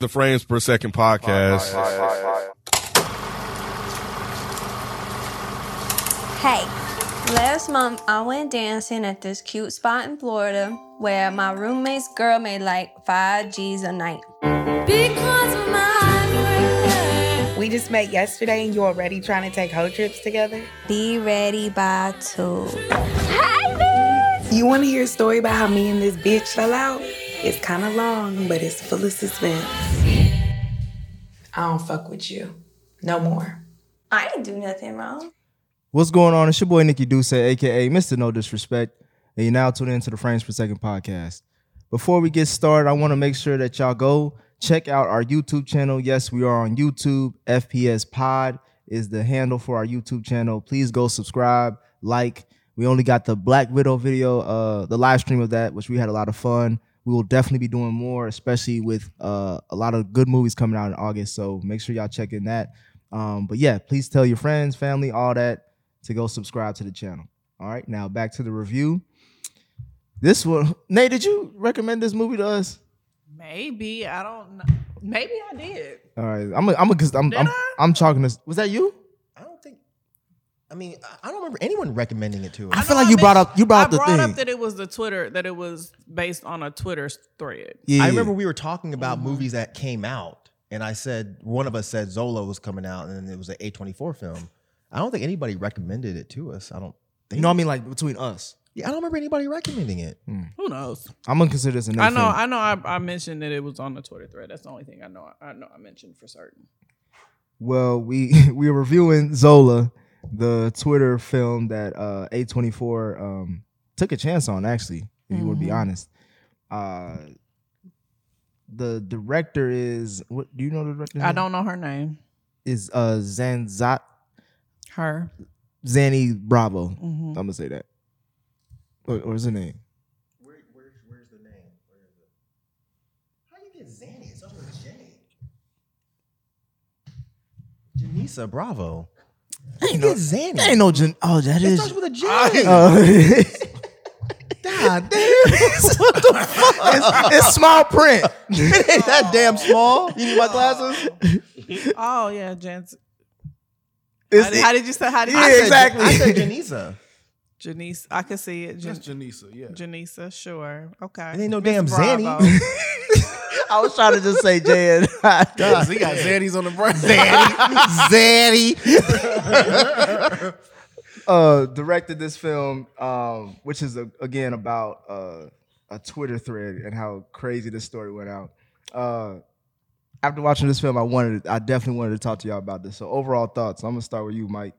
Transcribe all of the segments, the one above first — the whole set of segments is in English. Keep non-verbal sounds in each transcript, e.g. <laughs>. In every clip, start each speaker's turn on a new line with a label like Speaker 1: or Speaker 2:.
Speaker 1: the frames per second podcast.
Speaker 2: Hey, last month I went dancing at this cute spot in Florida where my roommate's girl made like five G's a night. Because of my
Speaker 3: We just met yesterday and you already trying to take whole trips together?
Speaker 2: Be ready by two.
Speaker 3: You want to hear a story about how me and this bitch fell out? It's kind of long, but it's full of suspense. I don't fuck with you. No more.
Speaker 2: I didn't do nothing wrong.
Speaker 4: What's going on? It's your boy Nikki Duce, aka Mr. No Disrespect, and you're now tuned into the Frames Per Second podcast. Before we get started, I want to make sure that y'all go check out our YouTube channel. Yes, we are on YouTube. FPS Pod is the handle for our YouTube channel. Please go subscribe, like. We only got the Black Widow video, uh, the live stream of that, which we had a lot of fun. We will definitely be doing more, especially with uh, a lot of good movies coming out in August. So make sure y'all check in that. Um, but yeah, please tell your friends, family, all that to go subscribe to the channel. All right, now back to the review. This one, <laughs> Nate, did you recommend this movie to us?
Speaker 5: Maybe I don't know. Maybe I did.
Speaker 4: All right, I'm a, I'm a, cause I'm, I'm, I'm chalking this. Was that you?
Speaker 6: I don't think. I mean, I- I don't remember anyone recommending it to
Speaker 4: I
Speaker 6: us.
Speaker 4: feel
Speaker 5: know
Speaker 4: like
Speaker 5: I
Speaker 4: you
Speaker 5: mentioned-
Speaker 4: brought up- you brought
Speaker 5: I
Speaker 4: up the
Speaker 5: brought
Speaker 4: thing.
Speaker 5: up that it was the Twitter that it was based on a Twitter s- thread.
Speaker 4: Yeah,
Speaker 6: I remember we were talking about movies that came out, and I said one of us said Zola was coming out, and it was an A24 film. I don't think anybody recommended it to us. I don't.
Speaker 4: You
Speaker 6: Think,
Speaker 4: know what I mean? Like between us,
Speaker 6: yeah, I don't remember anybody recommending it.
Speaker 5: Who knows?
Speaker 4: I'm gonna consider this a new
Speaker 5: I know.
Speaker 4: film.
Speaker 5: I know. I, I mentioned that it was on the Twitter thread. That's the only thing I know. I, know. I mentioned for certain.
Speaker 4: Well, we <laughs> we are reviewing Zola, the Twitter film that uh, A24 um, took a chance on. Actually, if you would be honest, uh, the director is what? Do you know the director?
Speaker 5: I don't know her name.
Speaker 4: Is uh, Zanzat
Speaker 5: Her.
Speaker 4: Zanny Bravo.
Speaker 6: Mm-hmm.
Speaker 5: Mhm.
Speaker 4: I'm gonna say that. Or, or is her name?
Speaker 6: Where, where's, where's the name? Where is it? How you get Zanny? It's always J. Janisa Bravo. How you get Zanny?
Speaker 4: Ain't no. Jan- oh, that
Speaker 6: it
Speaker 4: is.
Speaker 6: starts with a J.
Speaker 4: Uh, <laughs> it's,
Speaker 6: God damn.
Speaker 4: it's small <laughs> print.
Speaker 6: Ain't that damn small? You need my
Speaker 4: Uh,
Speaker 6: glasses?
Speaker 5: Oh yeah, Jans.
Speaker 4: It's-
Speaker 5: How, did- how did you say? How did you
Speaker 4: Yeah,
Speaker 5: say?
Speaker 4: exactly.
Speaker 6: I said <laughs> Janisa.
Speaker 5: Janice. I could see it. Jan-
Speaker 7: That's Janisa, yeah.
Speaker 5: Janisa. Sure. Okay.
Speaker 6: It ain't no damn
Speaker 5: Bravo. <laughs>
Speaker 6: Zanny.
Speaker 4: <laughs> I was trying to just say J and <laughs>
Speaker 7: Cause he got Zannies on the brain. <laughs>
Speaker 6: Zanny.
Speaker 4: uh, directed this film, um, which is a, again about uh, a Twitter thread and how crazy this story went out. Uh, after watching this film, I wanted, I definitely wanted to talk to y'all about this. So overall thoughts. I'm gonna start with you, Mike.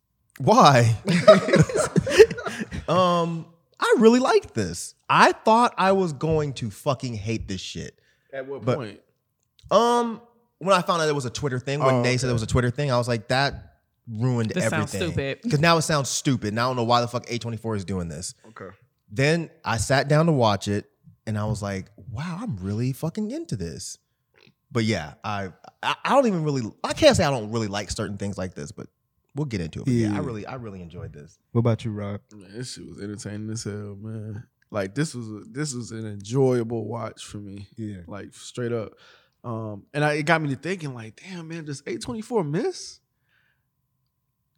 Speaker 6: <laughs> Why? <laughs> um, I really liked this. I thought I was going to fucking hate this shit.
Speaker 7: At what
Speaker 6: But-
Speaker 7: point?
Speaker 6: Um, when I found out it was a Twitter thing, when
Speaker 7: Oh,
Speaker 6: they said it was a Twitter thing, I was like, that ruined
Speaker 5: This
Speaker 6: everything.
Speaker 5: sounds
Speaker 4: <laughs>
Speaker 5: stupid.
Speaker 6: Because now it sounds stupid. And I don't know why the fuck A24 is doing this.
Speaker 4: Okay.
Speaker 6: Then I sat down to watch it and I was like, wow, I'm really fucking into this. But yeah, I I, I don't even really I can't say I don't really like certain things like this, but we'll get into it. But yeah,
Speaker 4: Yeah.
Speaker 6: I really, I really enjoyed this.
Speaker 4: What about you, Rob?
Speaker 7: Man, this shit was entertaining as hell, man. Like this was a, this was an enjoyable watch for me.
Speaker 4: Yeah.
Speaker 7: Like straight up. Um, and I, it got me to thinking, like, damn, man, does eight twenty four miss?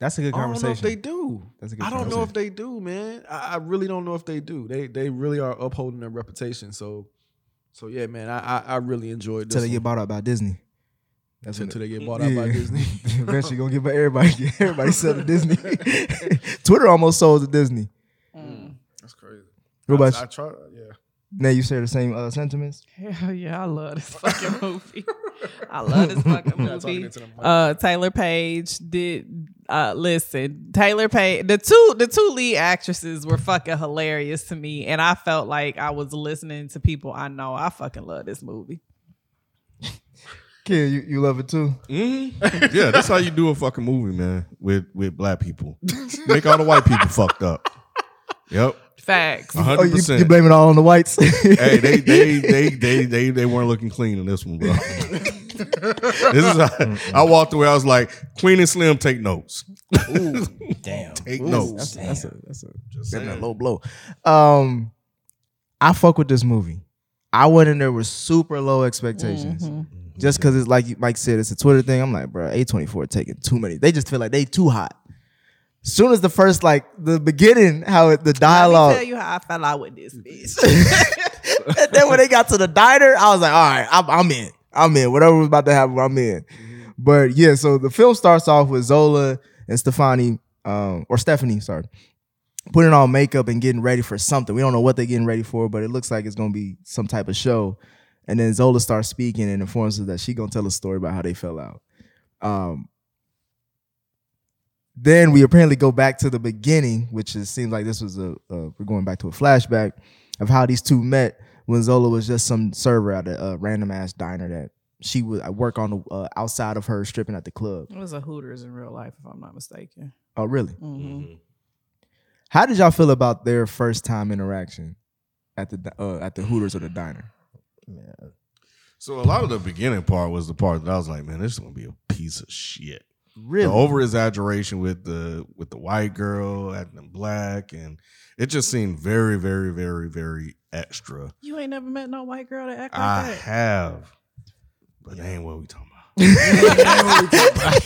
Speaker 4: That's a good
Speaker 7: I don't know if
Speaker 4: conversation.
Speaker 7: they do.
Speaker 4: That's a good
Speaker 7: I don't know
Speaker 4: conversation.
Speaker 7: if they do, man. I, I really don't know if they do. They they really are upholding their reputation. So, so yeah, man. I I, I really enjoyed
Speaker 4: Till
Speaker 7: this.
Speaker 4: they get
Speaker 7: one.
Speaker 4: bought out by Disney. That's
Speaker 7: Till-
Speaker 4: when
Speaker 7: till
Speaker 4: it-
Speaker 7: they get bought out by
Speaker 4: Yeah.
Speaker 7: Disney.
Speaker 4: <laughs> Eventually, gonna get by everybody.
Speaker 7: <laughs>
Speaker 4: Everybody sell to Disney. <laughs> Twitter almost sold to Disney.
Speaker 5: Mm.
Speaker 7: That's crazy.
Speaker 4: What about
Speaker 7: I, I
Speaker 4: you?
Speaker 7: try, yeah.
Speaker 4: Now you share the same uh, sentiments.
Speaker 5: Hell yeah, I love
Speaker 7: <laughs>
Speaker 5: this fucking movie. I love this fucking
Speaker 7: Yeah, talking
Speaker 5: movie.
Speaker 7: into the mic.
Speaker 5: Uh, Taylor Page did. Uh, listen, Taylor Page. The two the two lead actresses were fucking hilarious to me, and I felt like I was listening to people I know. I fucking love this movie.
Speaker 4: Kid, you, you love it too.
Speaker 1: yeah, that's how you do a fucking movie, man. With with black people, make all the white people fucked up.
Speaker 7: Oh,
Speaker 1: Yep,
Speaker 5: Facts.
Speaker 1: a
Speaker 4: Oh,
Speaker 1: hundred
Speaker 4: you,
Speaker 1: percent.
Speaker 4: you blame it all on the whites. hey,
Speaker 1: Hey, they they
Speaker 4: <laughs>
Speaker 1: they they they they weren't looking clean in this one,
Speaker 7: <laughs>
Speaker 1: bro. this is how, I walked away. I was like, Queen and Slim, take notes. <laughs>
Speaker 6: Damn.
Speaker 1: Take notes.
Speaker 4: that's a that's a,
Speaker 1: Just
Speaker 4: that's a
Speaker 1: saying.
Speaker 4: low blow. Um, I fuck with this movie. I went in there with super low expectations.
Speaker 5: Mhm.
Speaker 4: Just because it's like Mike said, it's a Twitter thing. I'm like, bro, A24 taking too many. They just feel like they too hot. Soon as the first, like the beginning, how it, the
Speaker 5: Let me
Speaker 4: dialogue.
Speaker 5: tell you how I fell out with this bitch.
Speaker 4: <laughs> and then when they got to the diner, I was like, all right, I'm, I'm in. I'm in. Whatever was about to happen, I'm in. But yeah, so the film starts off with Zola and Stefani, um, or Stephanie, sorry, putting on makeup and getting ready for something. We don't know what they're getting ready for, but it looks like it's going to be some type of show. And then Zola starts speaking and informs us that she's going to tell a story about how they fell out. Um, then we apparently go back to the beginning, which is, seems like this was a, a we're going back to a flashback of how these two met when Zola was just some server at a, uh random ass diner that she would I work on the uh, outside of her stripping at the club.
Speaker 5: It was a Hooters in real life, if I'm not mistaken.
Speaker 4: Oh, really?
Speaker 5: Mhm.
Speaker 7: Mm-hmm.
Speaker 4: How did y'all feel about their first time interaction at the di- uh, at the Hooters or the diner?
Speaker 1: So a lot of the beginning part was the part that I was like, man, this is gonna be a piece of shit.
Speaker 4: Really?
Speaker 1: The over exaggeration with the with the white girl acting black, and it just seemed very, very, very, very extra.
Speaker 5: You ain't never met no white girl that act like
Speaker 1: I
Speaker 4: Ah.
Speaker 5: that.
Speaker 1: have, but that ain't what we talking
Speaker 4: <laughs>
Speaker 1: about.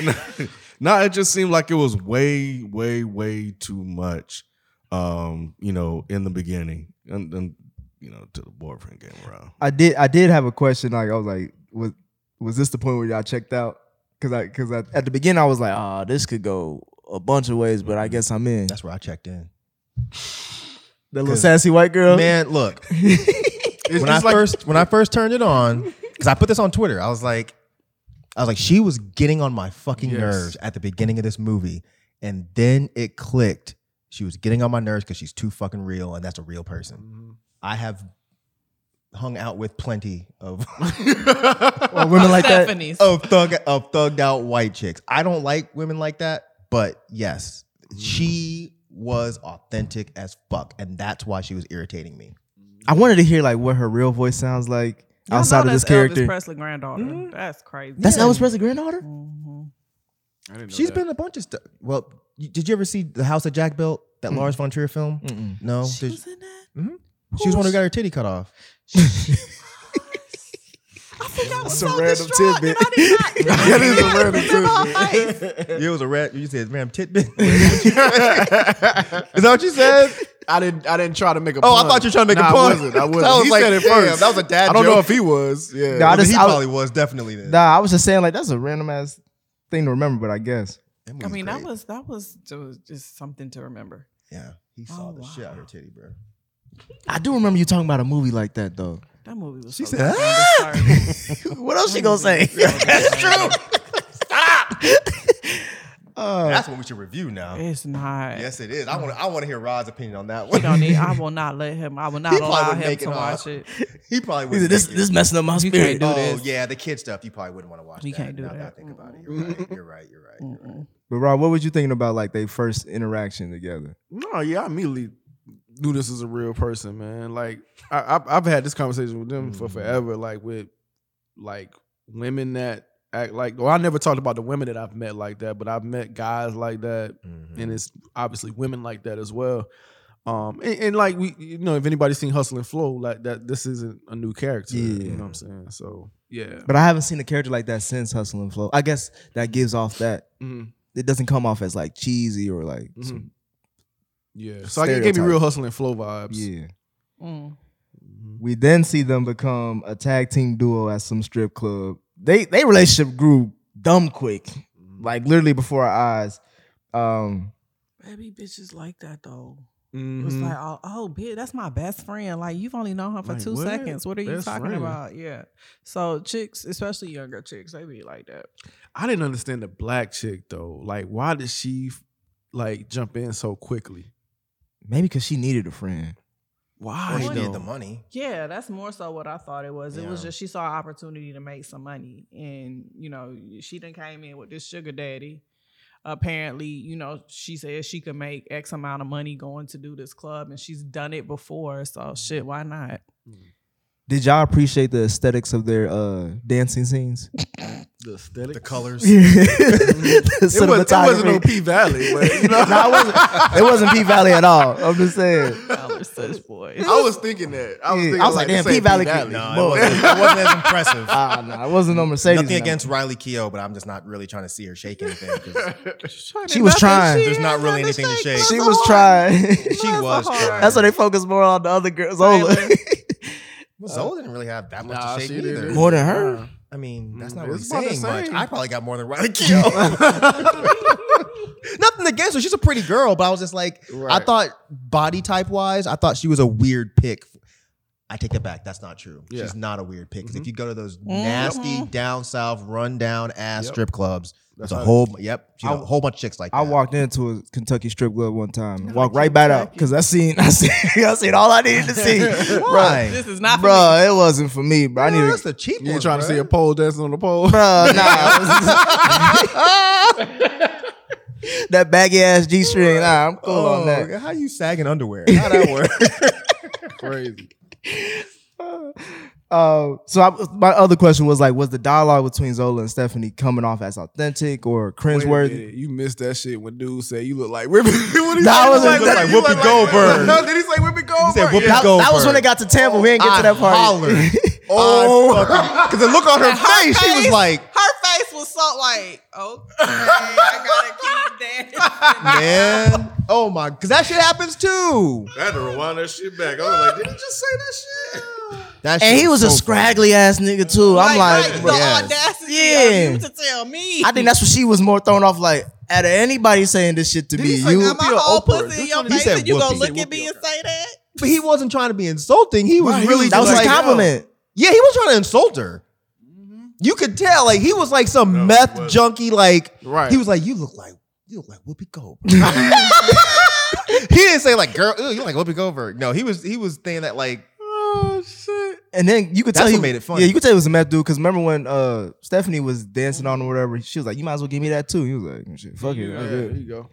Speaker 1: <laughs> no, it just seemed like it was way, way, way too much. Um, you know, in the beginning, and, and you know, to the boyfriend came around.
Speaker 4: I did I did have a question. Like I was like, was was this the point where y'all checked out? Because I because I, at the beginning I was like, ah, this could go a bunch of ways, but I guess I'm in.
Speaker 6: That's where I checked in.
Speaker 4: That little sassy white girl. <laughs>
Speaker 6: Man, look. when I first when I first turned it on, because I put this on Twitter, I was like, I was like, she was getting on my fucking
Speaker 7: Yes.
Speaker 6: nerves at the beginning of this movie, and then it clicked. She was getting on my nerves because she's too fucking real, and that's a real person. I have hung out with plenty of <laughs>
Speaker 4: Or women like that.
Speaker 5: Stephanie's.
Speaker 6: of thug of thugged out white chicks. I don't like women like that, but yes, she was authentic as fuck, and that's why she was irritating me.
Speaker 4: I wanted to hear like what her real voice sounds like
Speaker 5: Y'all
Speaker 4: outside
Speaker 5: know
Speaker 4: of this
Speaker 5: that's
Speaker 4: character.
Speaker 5: Elvis Presley granddaughter. Mm-hmm. That's crazy.
Speaker 4: That's Elvis Presley granddaughter.
Speaker 5: Mhm.
Speaker 7: I didn't know
Speaker 6: She's
Speaker 7: that.
Speaker 6: been in a bunch of stuff. Well, you, did you ever see the House that Jack built? That Lars von Trier film?
Speaker 4: Mm-mm.
Speaker 6: No,
Speaker 5: She
Speaker 6: Did-
Speaker 5: was
Speaker 6: Mm-hmm.
Speaker 5: in that.
Speaker 6: she was the one who got her titty cut off.
Speaker 5: I think I was so
Speaker 4: a random
Speaker 5: distraught
Speaker 4: tidbit.
Speaker 5: That, I
Speaker 4: <laughs>
Speaker 7: <laughs>
Speaker 5: did not,
Speaker 4: That is a
Speaker 5: I
Speaker 4: random
Speaker 5: remember my face.
Speaker 6: it was a rat. You said, "Ma'am, <laughs> titbit." Is that what you said?
Speaker 7: I didn't. I didn't try to make a.
Speaker 6: Oh, I
Speaker 7: pun.
Speaker 6: thought you were trying to make a
Speaker 7: Nah, I
Speaker 6: pun.
Speaker 7: wasn't. I
Speaker 6: <laughs>
Speaker 7: wasn't.
Speaker 6: I was
Speaker 7: he
Speaker 6: like,
Speaker 7: said it
Speaker 6: damn,
Speaker 7: first.
Speaker 6: that was a dad
Speaker 7: I don't
Speaker 6: joke.
Speaker 7: know if he was. Yeah.
Speaker 4: Nah, I
Speaker 6: Well,
Speaker 4: just-
Speaker 6: he
Speaker 4: I was-
Speaker 6: probably was definitely then.
Speaker 4: Nah, I was just saying like that's a random ass thing to remember, but I guess
Speaker 6: That
Speaker 5: I
Speaker 6: movie's
Speaker 5: mean, that
Speaker 6: great.
Speaker 5: was that was that was just something to remember.
Speaker 6: yeah. He saw
Speaker 5: Oh,
Speaker 6: the shit out of
Speaker 5: wow.
Speaker 6: her titty, bro.
Speaker 4: I do remember you talking about a movie like that though.
Speaker 5: That movie was.
Speaker 6: She
Speaker 5: so
Speaker 6: said,
Speaker 5: goddamn
Speaker 6: "Ah!"
Speaker 5: disturbing.
Speaker 4: what else she gonna say?
Speaker 6: <laughs>
Speaker 4: that's true. Stop. Uh,
Speaker 6: That's what we should review now.
Speaker 5: It's not.
Speaker 6: Yes, it is. I want.
Speaker 5: Mm-hmm.
Speaker 6: I want to hear Rod's opinion on that
Speaker 5: We
Speaker 6: one.
Speaker 5: don't need.
Speaker 6: <laughs>
Speaker 5: I will not let him. I will not
Speaker 6: He probably
Speaker 5: allow
Speaker 6: wouldn't
Speaker 5: him
Speaker 6: make
Speaker 5: to
Speaker 6: it
Speaker 5: watch
Speaker 6: off.
Speaker 5: it.
Speaker 6: <laughs> he probably
Speaker 4: He said,
Speaker 6: would.
Speaker 4: this this messing up my
Speaker 5: You can't
Speaker 4: spirit.
Speaker 5: do
Speaker 6: oh
Speaker 5: this.
Speaker 6: yeah, the kid stuff. You probably wouldn't want to watch.
Speaker 5: You
Speaker 6: that,
Speaker 5: can't do
Speaker 6: now I
Speaker 5: that.
Speaker 6: think about it. You're right. You're right. You're right.
Speaker 5: <laughs> Mm-mm.
Speaker 4: But Rob, what was you thinking about like their first interaction together?
Speaker 7: No, yeah, I immediately knew this is a real person, man. Like I, I've, I've had this conversation with them for
Speaker 4: Mm-hmm.
Speaker 6: Mhm.
Speaker 7: forever. Like with like women that act like. Well, I never talked about the women that I've met like that, but I've met guys like that,
Speaker 4: Mm-hmm.
Speaker 7: and it's obviously women like that as well. Um, and, and like we, you know, if anybody's seen Hustle and Flow, like that, this isn't a new character. You
Speaker 4: Yeah.
Speaker 7: know what I'm saying? So yeah,
Speaker 4: But I haven't seen a character like that since Hustle and Flow. I guess that gives off that.
Speaker 7: Mhm.
Speaker 4: It doesn't come off as like cheesy or like some,
Speaker 7: yeah. So I, it gave me
Speaker 4: Stereotype.
Speaker 7: real Hustle and Flow vibes.
Speaker 4: yeah.
Speaker 5: Mm.
Speaker 4: We then see them become a tag team duo at some strip club. They they relationship grew dumb quick, like literally before our eyes. Um,
Speaker 5: Baby bitches like that though.
Speaker 7: Mhm.
Speaker 5: It's like, oh, oh, bitch, that's my best friend. Like, you've only known her for
Speaker 7: Like,
Speaker 5: two
Speaker 7: what?
Speaker 5: seconds. What are you
Speaker 7: Best
Speaker 5: talking
Speaker 7: friend?
Speaker 5: about? Yeah. So chicks, especially younger chicks, they be like that.
Speaker 7: I didn't understand the black chick though. Like, why did she like jump in so quickly?
Speaker 4: maybe because she needed a friend.
Speaker 7: Why?
Speaker 6: Or she needed
Speaker 7: though?
Speaker 6: the money.
Speaker 5: Yeah, that's more so what I thought it was. It was
Speaker 6: Yeah.
Speaker 5: just she saw an opportunity to make some money, and you know she done came in with this sugar daddy. Apparently, you know she said she could make X amount of money going to do this club, and she's done it before. So shit, why
Speaker 7: <laughs>
Speaker 5: not?
Speaker 4: Did y'all appreciate the aesthetics of their uh, dancing scenes?
Speaker 7: The aesthetic.
Speaker 6: The colors.
Speaker 4: <laughs> The
Speaker 7: It, was,
Speaker 4: cinematography. <laughs>
Speaker 7: not no P Valley, but you know.
Speaker 6: <laughs>
Speaker 4: Nah, it wasn't. It wasn't P Valley at all. I'm just saying.
Speaker 5: We're such boys.
Speaker 7: I
Speaker 5: <laughs>
Speaker 7: was thinking that. I was
Speaker 4: Yeah,
Speaker 7: thinking
Speaker 4: I was like, damn, P Valley
Speaker 6: No,
Speaker 4: could-
Speaker 6: it
Speaker 4: Boy.
Speaker 6: wasn't, it wasn't as impressive.
Speaker 4: <laughs> Ah, nah, it wasn't no Mercedes.
Speaker 6: Nothing
Speaker 4: now.
Speaker 6: against Riley Keough, but I'm just not really trying to see her shake anything.
Speaker 5: <laughs>
Speaker 6: 'cause
Speaker 4: She was trying.
Speaker 6: There's not really anything to shake.
Speaker 4: <laughs> She was <laughs> trying.
Speaker 6: She
Speaker 5: hard.
Speaker 6: was. trying.
Speaker 4: That's why they focus more on the other girls. Zola.
Speaker 6: Well, Zola didn't really have that much
Speaker 7: Nah,
Speaker 6: to shake
Speaker 7: she
Speaker 6: either.
Speaker 7: didn't.
Speaker 4: more than her.
Speaker 6: I mean, that's
Speaker 7: Mm,
Speaker 6: not really
Speaker 7: it's about the
Speaker 6: saying much.
Speaker 7: same.
Speaker 6: I probably got more than
Speaker 7: <laughs>
Speaker 6: Riley Keough. Nothing against her. She's a pretty girl, but I was just like, I
Speaker 7: Right.
Speaker 6: thought body type wise, I thought she was a weird pick. I take that back. That's not true.
Speaker 7: Yeah.
Speaker 6: She's not a weird pick. Because
Speaker 7: Mhm.
Speaker 6: if you go to those
Speaker 4: Mm-hmm.
Speaker 6: nasty down south, run down ass
Speaker 7: Yep.
Speaker 6: strip clubs, there's
Speaker 7: That's
Speaker 6: a
Speaker 7: how-
Speaker 6: whole yep, she's a
Speaker 4: I-
Speaker 6: whole bunch of chicks like that.
Speaker 4: <laughs> I walked into a Kentucky strip club one time. Walked right back out because I seen, <laughs> I seen, I seen all I needed to see.
Speaker 6: Why?
Speaker 5: This is not for me.
Speaker 4: Bro, it wasn't for me. Bro, I
Speaker 6: Well,
Speaker 4: need
Speaker 6: that's
Speaker 4: to.
Speaker 6: the cheap
Speaker 7: You
Speaker 6: one.
Speaker 7: ain't trying to see a pole dancing on the pole?
Speaker 4: <laughs> Bro, nah. <laughs> that baggy ass G string. Nah, I'm cool on that.
Speaker 6: Oh, how you sagging underwear? How that
Speaker 7: <laughs>
Speaker 6: work?
Speaker 7: Crazy.
Speaker 4: Uh, so I, my other question was like, was the dialogue between Zola and Stephanie coming off as authentic or
Speaker 7: Wait a
Speaker 4: cringeworthy?
Speaker 7: minute, You missed that shit when dude said you look like <laughs> Whoopi. what did he
Speaker 4: That
Speaker 7: say?
Speaker 4: wasn't-
Speaker 7: You
Speaker 4: look
Speaker 6: like Whoopi Goldberg.
Speaker 7: No, did he say Whoopi Goldberg?
Speaker 6: said Whoopi
Speaker 7: Yeah.
Speaker 4: That,
Speaker 6: Goldberg. Ah,
Speaker 4: that was when it got to Tampa. We didn't get to that part. <laughs>
Speaker 6: Oh, because the look on her face, she was
Speaker 5: face-
Speaker 6: like,
Speaker 5: Her face was so like, oh. okay, I gotta keep dancing.
Speaker 6: man, oh my, because that shit happens too.
Speaker 1: I had to rewind that shit back. I was like, did he just say that shit?
Speaker 6: That
Speaker 4: And
Speaker 6: shit
Speaker 4: he was
Speaker 6: so
Speaker 4: a scraggly ass nigga too. I'm like,
Speaker 5: right,
Speaker 4: bro,
Speaker 5: the
Speaker 6: yes.
Speaker 5: audacity
Speaker 4: Yeah.
Speaker 5: of you to tell me.
Speaker 4: I think that's what she was more thrown off. Like, out of anybody saying this shit to me,
Speaker 5: Like,
Speaker 4: you
Speaker 5: got my whole pussy in your
Speaker 6: He
Speaker 5: face
Speaker 6: said
Speaker 5: and you gonna
Speaker 6: Whoopi.
Speaker 5: look at me and say that?
Speaker 6: funny. But he wasn't trying to be insulting. He was
Speaker 7: Right, he
Speaker 6: really
Speaker 7: was
Speaker 4: that was
Speaker 6: just
Speaker 4: his
Speaker 6: like,
Speaker 4: compliment.
Speaker 6: yeah, he was trying to insult her. You could tell, like he was like some
Speaker 1: No, he
Speaker 6: meth
Speaker 1: wasn't.
Speaker 6: junkie. Like
Speaker 7: Right.
Speaker 6: he was like, you look like you look like Whoopi Goldberg. <laughs> he didn't say like, girl, ew, you look like Whoopi Goldberg. No, he was he was saying that like,
Speaker 7: Oh shit.
Speaker 4: And then you could
Speaker 6: That's
Speaker 4: tell he
Speaker 6: what made it funny.
Speaker 4: Yeah, you could tell it was a meth dude. Because remember when uh, Stephanie was dancing on or whatever, she was like, "You might as well give me that too." He was like, "Shit, fuck it,
Speaker 7: Yeah,
Speaker 4: I'm
Speaker 7: there
Speaker 4: good."
Speaker 7: you go.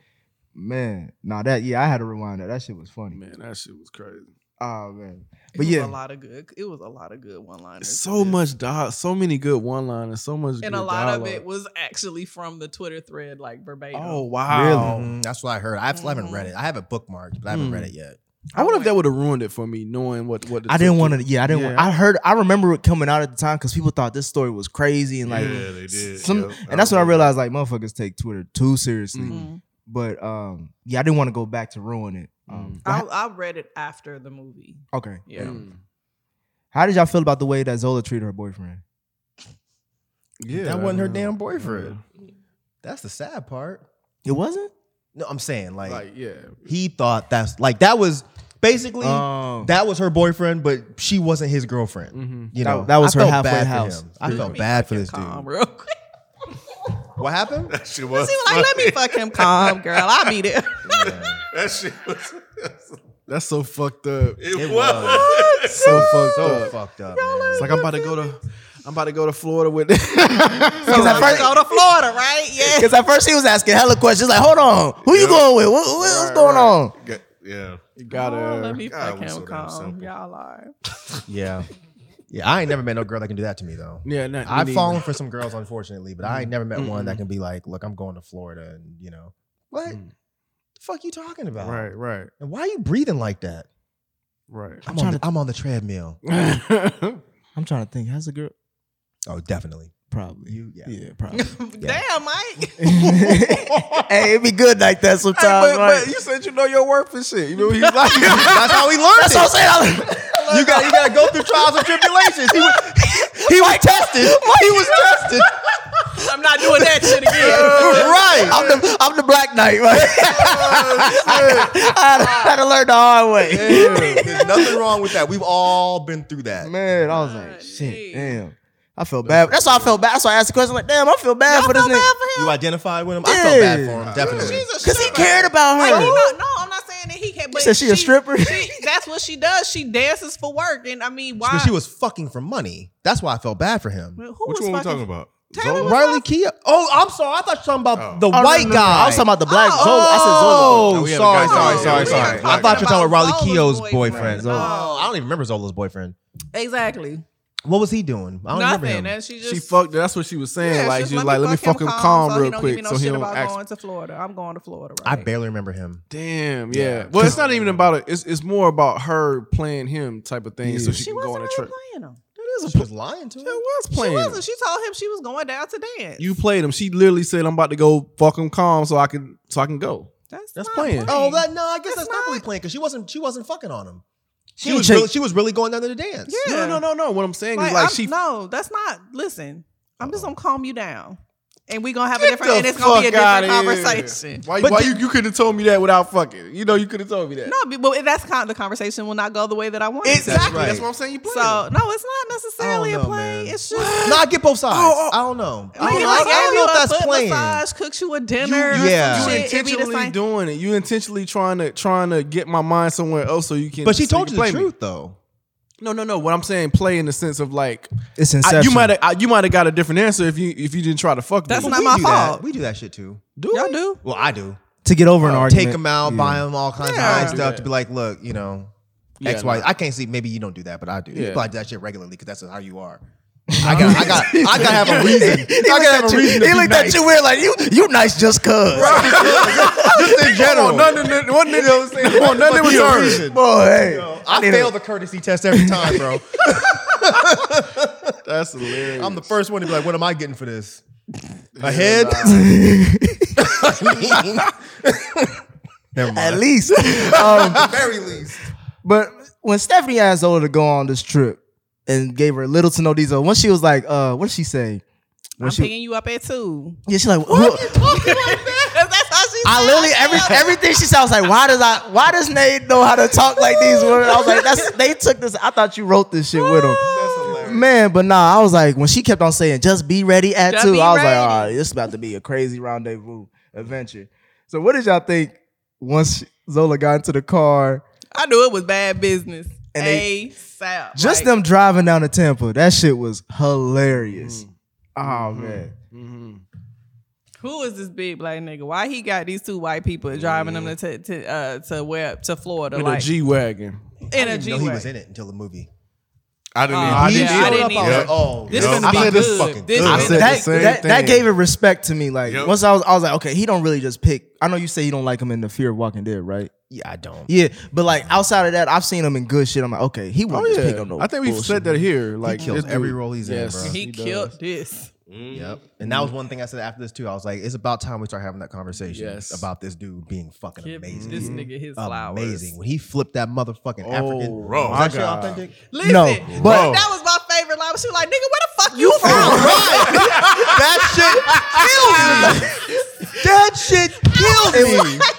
Speaker 4: man." Nah, that yeah, I had to rewind that. That shit was funny.
Speaker 7: Man, that shit was crazy.
Speaker 4: Oh man,
Speaker 5: It
Speaker 4: but
Speaker 5: was
Speaker 4: yeah,
Speaker 5: a lot of good. It was a lot of good one liners.
Speaker 7: So much dog, so many good one liners, so much
Speaker 5: and a lot of it was actually from the Twitter thread, like verbatim.
Speaker 7: Oh wow.
Speaker 6: Mhm, that's what I heard. I still haven't
Speaker 5: Mhm.
Speaker 6: read it. I have it bookmarked, but I haven't
Speaker 7: Mm.
Speaker 6: read it yet.
Speaker 7: I wonder if that would have ruined it for me knowing what what the
Speaker 4: I didn't
Speaker 7: tip
Speaker 4: want to.
Speaker 7: was.
Speaker 4: Yeah, I didn't. Want,
Speaker 7: Yeah.
Speaker 4: I heard. I remember it coming out at the time because people thought this story was crazy and like
Speaker 1: <laughs> yeah, they did.
Speaker 4: some.
Speaker 1: yeah.
Speaker 4: and that's when I realized like motherfuckers take Twitter too seriously.
Speaker 5: Mhm.
Speaker 4: But um, yeah, I didn't want to go back to ruin it. Um,
Speaker 5: Mm-hmm. I, I read it after the movie.
Speaker 4: okay.
Speaker 5: Yeah.
Speaker 7: Mm.
Speaker 4: How did y'all feel about the way that Zola treated her boyfriend?
Speaker 7: Yeah,
Speaker 6: that wasn't her
Speaker 7: yeah.
Speaker 6: damn boyfriend. That's the sad part.
Speaker 4: It wasn't.
Speaker 6: No, I'm saying
Speaker 7: Yeah.
Speaker 6: like,
Speaker 7: Like yeah,
Speaker 6: he thought that's like that was basically
Speaker 7: Uh.
Speaker 4: Oh.
Speaker 7: Um,
Speaker 6: that was her boyfriend, but she wasn't his girlfriend.
Speaker 7: Mhm.
Speaker 6: You
Speaker 4: That-
Speaker 6: know,
Speaker 4: that was
Speaker 6: I
Speaker 4: her
Speaker 6: felt
Speaker 4: halfway
Speaker 6: bad for
Speaker 4: house.
Speaker 6: him. I
Speaker 7: Mm.
Speaker 6: felt
Speaker 5: me
Speaker 6: bad for this
Speaker 5: Calm
Speaker 6: dude.
Speaker 5: real quick. <laughs>
Speaker 6: What
Speaker 1: <laughs>
Speaker 6: happened?
Speaker 1: That shit was.
Speaker 5: She was like, let me fuck him calm, girl. I'll be there.
Speaker 1: That shit was. <laughs>
Speaker 7: that's so fucked up.
Speaker 1: It, <laughs>
Speaker 6: It
Speaker 1: was.
Speaker 7: So fucked
Speaker 6: so
Speaker 7: up.
Speaker 6: fucked up. man.
Speaker 7: It's like I'm about to go to, I'm about to go to Florida with.
Speaker 4: Because at
Speaker 5: Let's go
Speaker 4: first,
Speaker 5: to Florida, right? Yeah.
Speaker 4: because at first he was asking hella questions. Like, hold on, who you
Speaker 1: Yeah.
Speaker 4: going with? What, what- what's
Speaker 1: Right,
Speaker 4: going
Speaker 1: right.
Speaker 4: on?
Speaker 1: Got- Yeah.
Speaker 7: <laughs> You gotta.
Speaker 5: Oh, <laughs> let me
Speaker 1: God,
Speaker 5: fuck
Speaker 1: it was
Speaker 5: him
Speaker 1: so damn
Speaker 5: calm.
Speaker 1: simple.
Speaker 5: Y'all are.
Speaker 6: yeah, yeah. I ain't never met no girl that can do that to <laughs> me though.
Speaker 7: yeah, not,
Speaker 6: I've
Speaker 7: me neither.
Speaker 6: fallen for some girls, unfortunately, but I ain't never met one
Speaker 7: Mm-mm.
Speaker 6: that can be like, "Look, I'm going to Florida," and you know, what
Speaker 7: Mm.
Speaker 6: the fuck you talking <laughs> about?
Speaker 7: Right, right,
Speaker 6: And why are you breathing like that?
Speaker 7: right.
Speaker 6: I'm, on the, I'm on the treadmill.
Speaker 7: <laughs>
Speaker 4: I'm trying to think. How's a girl?
Speaker 6: Oh, definitely.
Speaker 4: Probably.
Speaker 6: You- <laughs> yeah.
Speaker 5: <laughs>
Speaker 4: probably.
Speaker 5: Damn, Mike.
Speaker 4: <laughs> hey, it'd be good like that sometimes.
Speaker 7: but,
Speaker 4: right?
Speaker 7: but you said you know your worth and shit. You know what he was
Speaker 4: <laughs>
Speaker 7: like?
Speaker 6: That's how we learned
Speaker 4: That's
Speaker 6: it.
Speaker 4: what I'm saying.
Speaker 6: you got you got to go through trials and tribulations. He was, he was tested. He was tested.
Speaker 5: I'm not doing that shit
Speaker 4: <laughs>
Speaker 5: again.
Speaker 6: right.
Speaker 4: I'm the, I'm the Black Knight. Right? I, I, I had to learn the hard way.
Speaker 6: Dude, there's nothing wrong with that. We've all been through that.
Speaker 4: Man, I was like,
Speaker 5: God,
Speaker 4: shit,
Speaker 5: geez.
Speaker 4: damn. I felt bad. That's why I felt bad. That's why I asked the question. Like, damn, I feel bad for this nigga
Speaker 6: You identified with him. I felt bad for him. Definitely.
Speaker 5: She's a
Speaker 4: because he
Speaker 5: stripper.
Speaker 4: cared about
Speaker 5: Like,
Speaker 4: her.
Speaker 5: you know, no, I'm not saying that he can't. But
Speaker 4: said she a stripper?
Speaker 5: she- that's what she does. She dances for work, and I mean, why?
Speaker 6: But she was fucking for money. That's why I felt bad for him.
Speaker 5: Who
Speaker 1: Which
Speaker 5: was
Speaker 1: one we
Speaker 5: fucking-
Speaker 1: talking about?
Speaker 5: Taylor
Speaker 1: Zola?
Speaker 5: was-
Speaker 6: Riley Kia. Oh, I'm sorry. I thought you were talking about
Speaker 1: Oh.
Speaker 6: the
Speaker 4: Oh, no,
Speaker 6: white
Speaker 4: no, no, no.
Speaker 6: guy.
Speaker 4: I was talking about the black
Speaker 5: Oh.
Speaker 4: Zola. I said Zola.
Speaker 6: Oh,
Speaker 1: No, we had a
Speaker 6: sorry,
Speaker 1: guy-
Speaker 6: sorry,
Speaker 1: Oh,
Speaker 6: sorry,
Speaker 1: we
Speaker 6: sorry.
Speaker 1: are
Speaker 6: I thought you were talking about Riley
Speaker 5: talking about
Speaker 6: Keogh's
Speaker 5: Zola's
Speaker 6: boyfriend.
Speaker 5: boyfriend.
Speaker 6: Oh, I don't even remember Zola's boyfriend.
Speaker 5: Exactly.
Speaker 6: What was he doing? I don't
Speaker 5: Nothing.
Speaker 6: remember him.
Speaker 5: And she just
Speaker 7: she fucked. That's what she was saying.
Speaker 5: Yeah,
Speaker 7: like
Speaker 5: just
Speaker 7: she was like, "Let me fuck him calm, real quick, so he
Speaker 5: shit
Speaker 7: don't
Speaker 5: about
Speaker 7: act."
Speaker 5: going to Florida. I'm going to Florida. Right?
Speaker 6: I barely remember him.
Speaker 7: Damn.
Speaker 6: Yeah.
Speaker 7: Yeah. Well, it's not even about it. It's it's more about her playing him type of thing.
Speaker 1: Yeah.
Speaker 7: So she,
Speaker 5: She
Speaker 7: can go
Speaker 5: wasn't
Speaker 7: on a
Speaker 5: really
Speaker 7: trip.
Speaker 5: playing him.
Speaker 6: She was lying to
Speaker 7: She
Speaker 6: him.
Speaker 7: was
Speaker 5: She
Speaker 7: playing. him.
Speaker 5: wasn't. She told him she was going down to dance.
Speaker 7: You played him. She literally said, "I'm about to go fuck him calm, so I can so I can go."
Speaker 5: that's
Speaker 7: that's
Speaker 5: not
Speaker 7: playing.
Speaker 6: Oh, that no, I guess
Speaker 5: That's
Speaker 6: that's, not really
Speaker 5: not-
Speaker 6: playing because she wasn't she wasn't fucking on him. She,
Speaker 4: She
Speaker 6: was
Speaker 4: check-
Speaker 6: really, she was really going down to the dance.
Speaker 5: Yeah.
Speaker 7: No, no, no, no, no. What I'm saying
Speaker 5: Like,
Speaker 7: is like
Speaker 5: I'm-
Speaker 7: she
Speaker 5: no, that's not. Listen, I'm just gonna calm you down, and we gonna have a
Speaker 7: Get
Speaker 5: different,
Speaker 7: the
Speaker 5: and it's gonna be a
Speaker 7: fuck outta
Speaker 5: different
Speaker 7: here.
Speaker 5: conversation.
Speaker 7: Why,
Speaker 6: But
Speaker 7: why
Speaker 6: the-
Speaker 7: you, you couldn't have told me that without fucking? You know, you could have told me that.
Speaker 5: No, be- but that's kind of the conversation will not go the way that I want. it to.
Speaker 7: exactly. That's,
Speaker 6: right.
Speaker 7: what I'm saying. You played
Speaker 5: So
Speaker 7: him.
Speaker 5: no, it's not necessarily
Speaker 6: I don't
Speaker 5: a
Speaker 6: know,
Speaker 5: play.
Speaker 6: man.
Speaker 5: It's just.
Speaker 6: No, I get both sides.
Speaker 7: Oh, oh.
Speaker 6: I don't know. I
Speaker 5: Like,
Speaker 6: don't,
Speaker 5: he
Speaker 6: know.
Speaker 5: like,
Speaker 6: I don't
Speaker 5: gave
Speaker 6: know
Speaker 5: you
Speaker 6: if
Speaker 5: a
Speaker 6: that's
Speaker 5: foot
Speaker 6: playing.
Speaker 5: Massage, cooks you a dinner.
Speaker 6: you-
Speaker 5: or
Speaker 6: yeah.
Speaker 5: some
Speaker 7: You
Speaker 5: shit, it be the
Speaker 7: intentionally
Speaker 5: same-
Speaker 7: doing it. You intentionally trying to trying to get my mind somewhere else so you can.
Speaker 6: But she
Speaker 7: so
Speaker 6: told
Speaker 7: can
Speaker 6: you the
Speaker 7: play me.
Speaker 6: truth though.
Speaker 7: No, no, no. What I'm saying, play in the sense of like
Speaker 4: It's
Speaker 7: I,
Speaker 4: inception.
Speaker 7: you might have you might have got a different answer if you if you didn't try to fuck.
Speaker 5: That's
Speaker 7: me.
Speaker 5: not
Speaker 6: we
Speaker 5: my
Speaker 6: do
Speaker 5: fault.
Speaker 6: That. We do that shit too.
Speaker 5: Do y'all do?
Speaker 6: Well, I do.
Speaker 4: to get over an
Speaker 6: I'll
Speaker 4: argument.
Speaker 6: Uh, take them out,
Speaker 4: Yeah.
Speaker 6: buy them all kinds
Speaker 5: Yeah.
Speaker 6: of
Speaker 5: I
Speaker 6: nice
Speaker 5: do
Speaker 6: stuff
Speaker 7: that.
Speaker 6: to be like, look, you know,
Speaker 7: Yeah,
Speaker 6: X, Y.
Speaker 7: no.
Speaker 6: I can't see. Maybe you don't do that, but I do. You
Speaker 7: Yeah.
Speaker 6: probably do that shit regularly because that's how you <laughs> are. I got,
Speaker 4: <laughs>
Speaker 6: I got, I gotta <laughs> have a reason. I gotta have a reason. to be nice.
Speaker 4: you weird like you. You nice just cause.
Speaker 6: <laughs> just in general.
Speaker 7: Come on, none of them- one nigga was saying, come on, none of them was
Speaker 6: Fuck you.
Speaker 7: hurt.
Speaker 4: Boy, hey.
Speaker 6: <laughs> I fail the courtesy test every time, bro.
Speaker 7: That's hilarious.
Speaker 6: I'm the first one to be like, what am I getting for this? A head? Never mind.
Speaker 4: At
Speaker 6: <laughs>
Speaker 4: least. um,
Speaker 6: At the very least.
Speaker 4: but when Stephanie asked Ola to go on this trip and gave her little to no detail, when she was like, uh, what did she say? When
Speaker 5: I'm
Speaker 4: she,
Speaker 5: picking you up at two.
Speaker 4: yeah, she like, "Who-
Speaker 5: <laughs> that's how she.
Speaker 4: I
Speaker 5: said
Speaker 4: literally
Speaker 5: it.
Speaker 4: every everything she said, I was like, why does I why does Nate know how to talk like these women? I was like, that's they took this. I thought you wrote this shit with him. Man, but nah, I was like, when she kept on saying, just be ready at
Speaker 5: Just
Speaker 4: two,
Speaker 5: be
Speaker 4: I was
Speaker 5: ready.
Speaker 4: like, all right, this is about to be a crazy rendezvous adventure. So what did y'all think once Zola got into the car?
Speaker 5: I knew it was bad business.
Speaker 4: And they-
Speaker 5: ASAP.
Speaker 4: Just
Speaker 5: Like,
Speaker 4: them driving down to Tampa, that shit was hilarious. Oh man.
Speaker 5: Who is this big black nigga? Why he got these two white people driving them to to uh, to where to Florida?
Speaker 7: in a
Speaker 5: like
Speaker 7: G wagon.
Speaker 5: in a
Speaker 6: didn't
Speaker 5: G
Speaker 6: know he was
Speaker 5: wagon.
Speaker 6: in it until the movie.
Speaker 1: I didn't.
Speaker 5: Oh,
Speaker 1: even,
Speaker 5: I
Speaker 6: He
Speaker 5: didn't- I
Speaker 6: showed
Speaker 5: didn't
Speaker 6: up, I was
Speaker 5: either.
Speaker 6: like, oh,
Speaker 5: This
Speaker 6: no.
Speaker 5: gonna
Speaker 6: I
Speaker 5: be
Speaker 6: said this
Speaker 5: good.
Speaker 6: fucking
Speaker 5: This
Speaker 6: good.
Speaker 5: gonna
Speaker 6: I
Speaker 5: be
Speaker 6: said
Speaker 5: good.
Speaker 4: that,
Speaker 7: the same
Speaker 4: that, that
Speaker 7: thing.
Speaker 4: gave it respect to me. Like
Speaker 1: Yep.
Speaker 4: once I was, I was like, okay, he don't really just pick. I know you say you don't like him in the Fear of Walking Dead, right?
Speaker 6: Yeah, I don't.
Speaker 4: Yeah, but like outside of that, I've seen him in good shit. I'm like, okay, he won't
Speaker 7: Oh
Speaker 4: just pick
Speaker 7: yeah,
Speaker 4: on no.
Speaker 7: I think we've
Speaker 4: bullshit.
Speaker 7: said that here. Like
Speaker 6: kills
Speaker 7: this dude-
Speaker 6: every role he's in,
Speaker 7: Yes,
Speaker 6: bro.
Speaker 5: He,
Speaker 7: does.
Speaker 5: killed this.
Speaker 6: Yep. And that was one thing I said after this too. I was like, it's about time we start having that conversation
Speaker 7: Yes.
Speaker 6: about this dude being fucking
Speaker 5: Give
Speaker 6: amazing.
Speaker 5: this nigga his flowers.
Speaker 6: Amazing. When he flipped that motherfucking
Speaker 7: Oh
Speaker 6: African.
Speaker 1: bro,
Speaker 6: Was
Speaker 1: my
Speaker 6: that shit
Speaker 1: God.
Speaker 6: authentic?
Speaker 5: Listen,
Speaker 4: No,
Speaker 5: but
Speaker 4: but-
Speaker 5: that was my favorite line. She was like, "Nigga, where the fuck you, from?"
Speaker 6: that shit kills me.
Speaker 7: <laughs>
Speaker 6: that shit kills me.
Speaker 4: <laughs>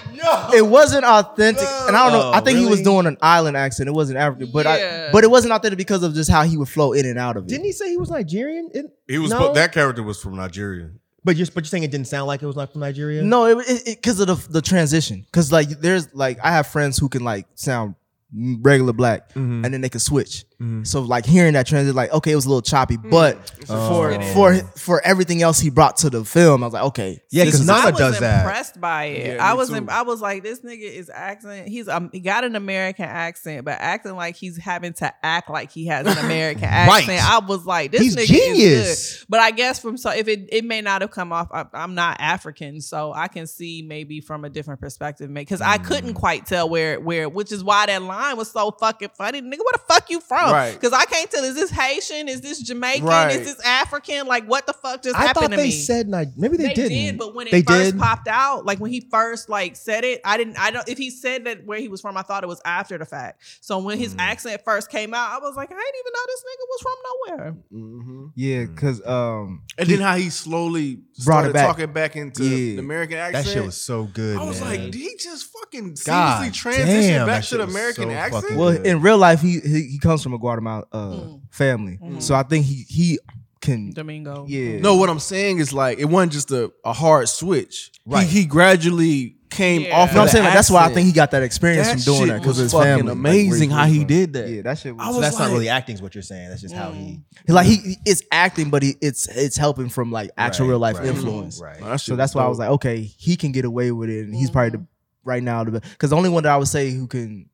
Speaker 4: It wasn't authentic, and I don't know.
Speaker 6: Oh,
Speaker 4: I think he was
Speaker 6: really?
Speaker 4: doing an island accent. It wasn't African, but
Speaker 5: Yeah.
Speaker 4: I but it wasn't authentic because of just how he would flow in and out of it.
Speaker 6: Didn't he say he was Nigerian? It-
Speaker 1: He was
Speaker 6: No?
Speaker 1: that character was from Nigeria.
Speaker 6: But you're but you're saying it didn't sound like it was like from Nigeria?
Speaker 4: No, it because of the, the transition. Because like there's like I have friends who can like sound regular black,
Speaker 6: Mm-hmm.
Speaker 4: and then they can switch. So like hearing that transition, like okay, it was a little choppy,
Speaker 5: Mm.
Speaker 4: but for for for everything else he brought to the film, I was like, okay,
Speaker 6: Yeah,
Speaker 4: this
Speaker 6: because
Speaker 4: is-
Speaker 5: I
Speaker 6: Nana
Speaker 5: was
Speaker 6: does that.
Speaker 5: impressed by it.
Speaker 7: Yeah,
Speaker 5: I
Speaker 7: me
Speaker 5: was
Speaker 7: too.
Speaker 5: im- I was like, this nigga is accent. He's um, he got an American accent, but acting like he's having to act like he has an American
Speaker 6: <laughs> Right.
Speaker 5: accent. I was like, this
Speaker 6: He's
Speaker 5: nigga is
Speaker 6: genius.
Speaker 5: good. But I guess from so if it it may not have come off. I, I'm not African, so I can see maybe from a different perspective, because I couldn't
Speaker 6: Mm.
Speaker 5: quite tell where where, which is why that line was so fucking funny. Nigga, where the fuck you from?
Speaker 7: Right.
Speaker 5: Because I can't tell. Is this Haitian? Is this Jamaican?
Speaker 7: Right.
Speaker 5: Is this African? Like what the fuck just
Speaker 6: I
Speaker 5: happened
Speaker 6: thought
Speaker 5: to
Speaker 6: they
Speaker 5: me?
Speaker 6: said Ni- maybe they,
Speaker 5: they
Speaker 6: didn't.
Speaker 5: did, but when it
Speaker 6: they
Speaker 5: first
Speaker 6: did.
Speaker 5: popped out, like when he first like said it, I didn't. I don't. If he said that where he was from, I thought it was after the fact. So when
Speaker 6: Mm.
Speaker 5: his accent first came out, I was like, I didn't even know this nigga was from nowhere.
Speaker 7: hmm
Speaker 4: yeah, because um,
Speaker 7: And then how he slowly
Speaker 4: Brought
Speaker 7: started
Speaker 4: it back.
Speaker 7: talking back into
Speaker 4: Yeah.
Speaker 7: the American
Speaker 6: that
Speaker 7: accent.
Speaker 6: shit was so good.
Speaker 7: I was
Speaker 6: man.
Speaker 7: like, did he just fucking
Speaker 6: God
Speaker 7: seamlessly transition
Speaker 6: damn, that
Speaker 7: back
Speaker 6: shit
Speaker 7: to the
Speaker 6: was
Speaker 7: American
Speaker 6: so
Speaker 7: accent?
Speaker 6: fucking
Speaker 4: well,
Speaker 6: good.
Speaker 4: in real life, he he, he comes from a Guatemala uh,
Speaker 5: Mm.
Speaker 4: family,
Speaker 5: Mhm.
Speaker 4: so I think he he can
Speaker 5: Domingo.
Speaker 4: yeah
Speaker 7: No, what I'm saying is like it wasn't just a, a hard switch.
Speaker 6: Right.
Speaker 7: He, he gradually came
Speaker 5: Yeah.
Speaker 7: off.
Speaker 4: You know what I'm
Speaker 7: of
Speaker 4: saying? Like, that's why I think he
Speaker 7: he
Speaker 4: got that experience
Speaker 7: that
Speaker 4: from doing
Speaker 7: shit
Speaker 4: that because
Speaker 7: was
Speaker 4: his
Speaker 7: fucking
Speaker 4: family.
Speaker 7: amazing how he did that.
Speaker 4: Yeah, that shit was
Speaker 7: I
Speaker 6: So
Speaker 7: was
Speaker 6: that's
Speaker 7: like-
Speaker 6: not really acting, is what you're saying. That's just how he
Speaker 4: like he it's acting, but he, it's it's helping from like actual
Speaker 6: Right,
Speaker 4: real life
Speaker 6: right,
Speaker 4: influence.
Speaker 6: Right.
Speaker 7: That shit
Speaker 4: So that's why I was like, okay, he can get away with it, and he's probably the, right now the because the only one that I would say who can,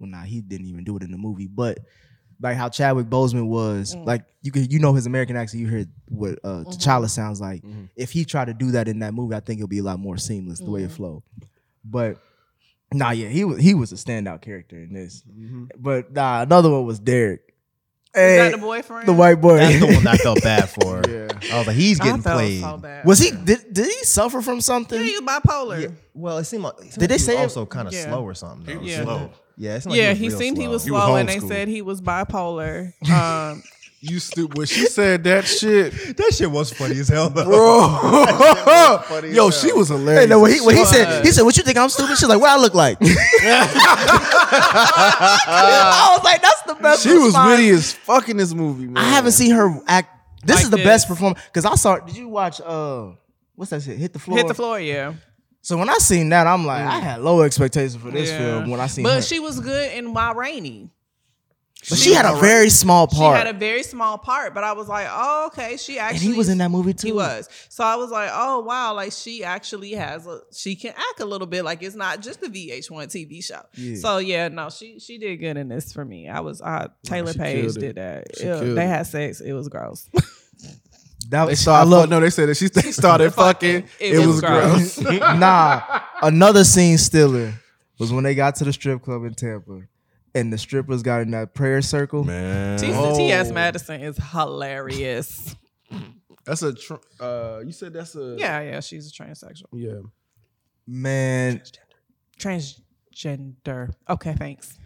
Speaker 4: well, nah, he didn't even do it in the movie, but like how Chadwick Boseman was.
Speaker 5: Mm.
Speaker 4: Like you could, you know his American accent. You hear what uh,
Speaker 5: Mhm.
Speaker 4: T'Challa sounds like.
Speaker 7: Mhm.
Speaker 4: If he tried to do that in that movie, I think it'll be a lot more seamless the way it
Speaker 5: Mhm.
Speaker 4: flowed. But nah, yeah, he was he was a standout character in this. But nah, another one was Derek.
Speaker 5: Is
Speaker 4: Hey,
Speaker 5: that the boyfriend?
Speaker 4: the white boy.
Speaker 6: That's the one I felt bad for.
Speaker 7: Yeah.
Speaker 6: I was like, he's
Speaker 5: I
Speaker 6: getting
Speaker 5: felt
Speaker 6: played.
Speaker 5: So bad.
Speaker 4: <laughs> was he? Did, did he suffer from
Speaker 5: Yeah,
Speaker 4: something?
Speaker 5: he was bipolar.
Speaker 6: Yeah, Well, it seemed like it seemed
Speaker 4: Did
Speaker 6: like
Speaker 4: they
Speaker 6: he was
Speaker 4: say it-
Speaker 6: also kind of
Speaker 5: Yeah.
Speaker 6: slow or something? though.
Speaker 1: He was
Speaker 5: Yeah.
Speaker 1: slow.
Speaker 6: Yeah, it seemed
Speaker 5: Yeah,
Speaker 6: like
Speaker 5: he
Speaker 6: was real
Speaker 5: seemed he
Speaker 6: slow.
Speaker 5: was
Speaker 1: He was
Speaker 5: slow, and they
Speaker 1: homeschooled.
Speaker 5: said he was bipolar. Um,
Speaker 1: You stupid. When she said that shit,
Speaker 6: <laughs> That shit was funny as hell,
Speaker 1: <laughs>
Speaker 6: though.
Speaker 1: bro.
Speaker 6: funny as
Speaker 1: Yo,
Speaker 6: hell.
Speaker 1: she was hilarious.
Speaker 4: Hey, no, when he, when he said
Speaker 5: was.
Speaker 4: he said, "What you think I'm stupid?" She's like, "What I look like?" I was like, "That's the best."
Speaker 1: she was
Speaker 4: response.
Speaker 1: witty as fuck in this movie, man.
Speaker 4: I haven't
Speaker 7: <laughs>
Speaker 4: seen her act. This
Speaker 5: Like
Speaker 4: is the best
Speaker 5: this.
Speaker 4: performance because I saw. Did you watch? Uh, what's that shit? Hit the floor.
Speaker 5: hit the floor, yeah.
Speaker 4: So when I seen that, I'm like, I had low expectations for this
Speaker 5: Yeah.
Speaker 4: film. When I seen,
Speaker 5: But
Speaker 4: her.
Speaker 5: she was good in Ma Rainey.
Speaker 4: but she had a very small
Speaker 5: She
Speaker 4: part,
Speaker 5: had a very small part, but I was like, oh, okay, she
Speaker 4: and
Speaker 5: actually
Speaker 4: he was in that movie too.
Speaker 5: He was. So I was like, oh wow, like she actually has a she can act a little bit. Like it's not just a VH1 TV show.
Speaker 4: Yeah.
Speaker 5: So yeah, no, she she did good in this for me. I was uh Taylor
Speaker 7: she
Speaker 5: Page
Speaker 7: killed it.
Speaker 5: did that.
Speaker 7: She
Speaker 5: Ew,
Speaker 7: killed
Speaker 5: they
Speaker 7: it. Uh-huh.
Speaker 5: had sex. It was gross.
Speaker 4: That
Speaker 1: They
Speaker 4: was, I
Speaker 1: started.
Speaker 4: love.
Speaker 1: no, they said that she they started fucking. It, was gross.
Speaker 4: <laughs> nah, another scene stealer was when they got to the strip club in Tampa, and the strippers got in that prayer circle.
Speaker 1: Man,
Speaker 5: T-
Speaker 7: Oh.
Speaker 5: T.S. Madison is
Speaker 7: <laughs>
Speaker 5: hilarious.
Speaker 7: That's a. Tr- uh, you said that's a.
Speaker 5: Yeah, yeah, she's a transsexual.
Speaker 7: Yeah.
Speaker 4: Man,
Speaker 5: Transgender. Okay, thanks.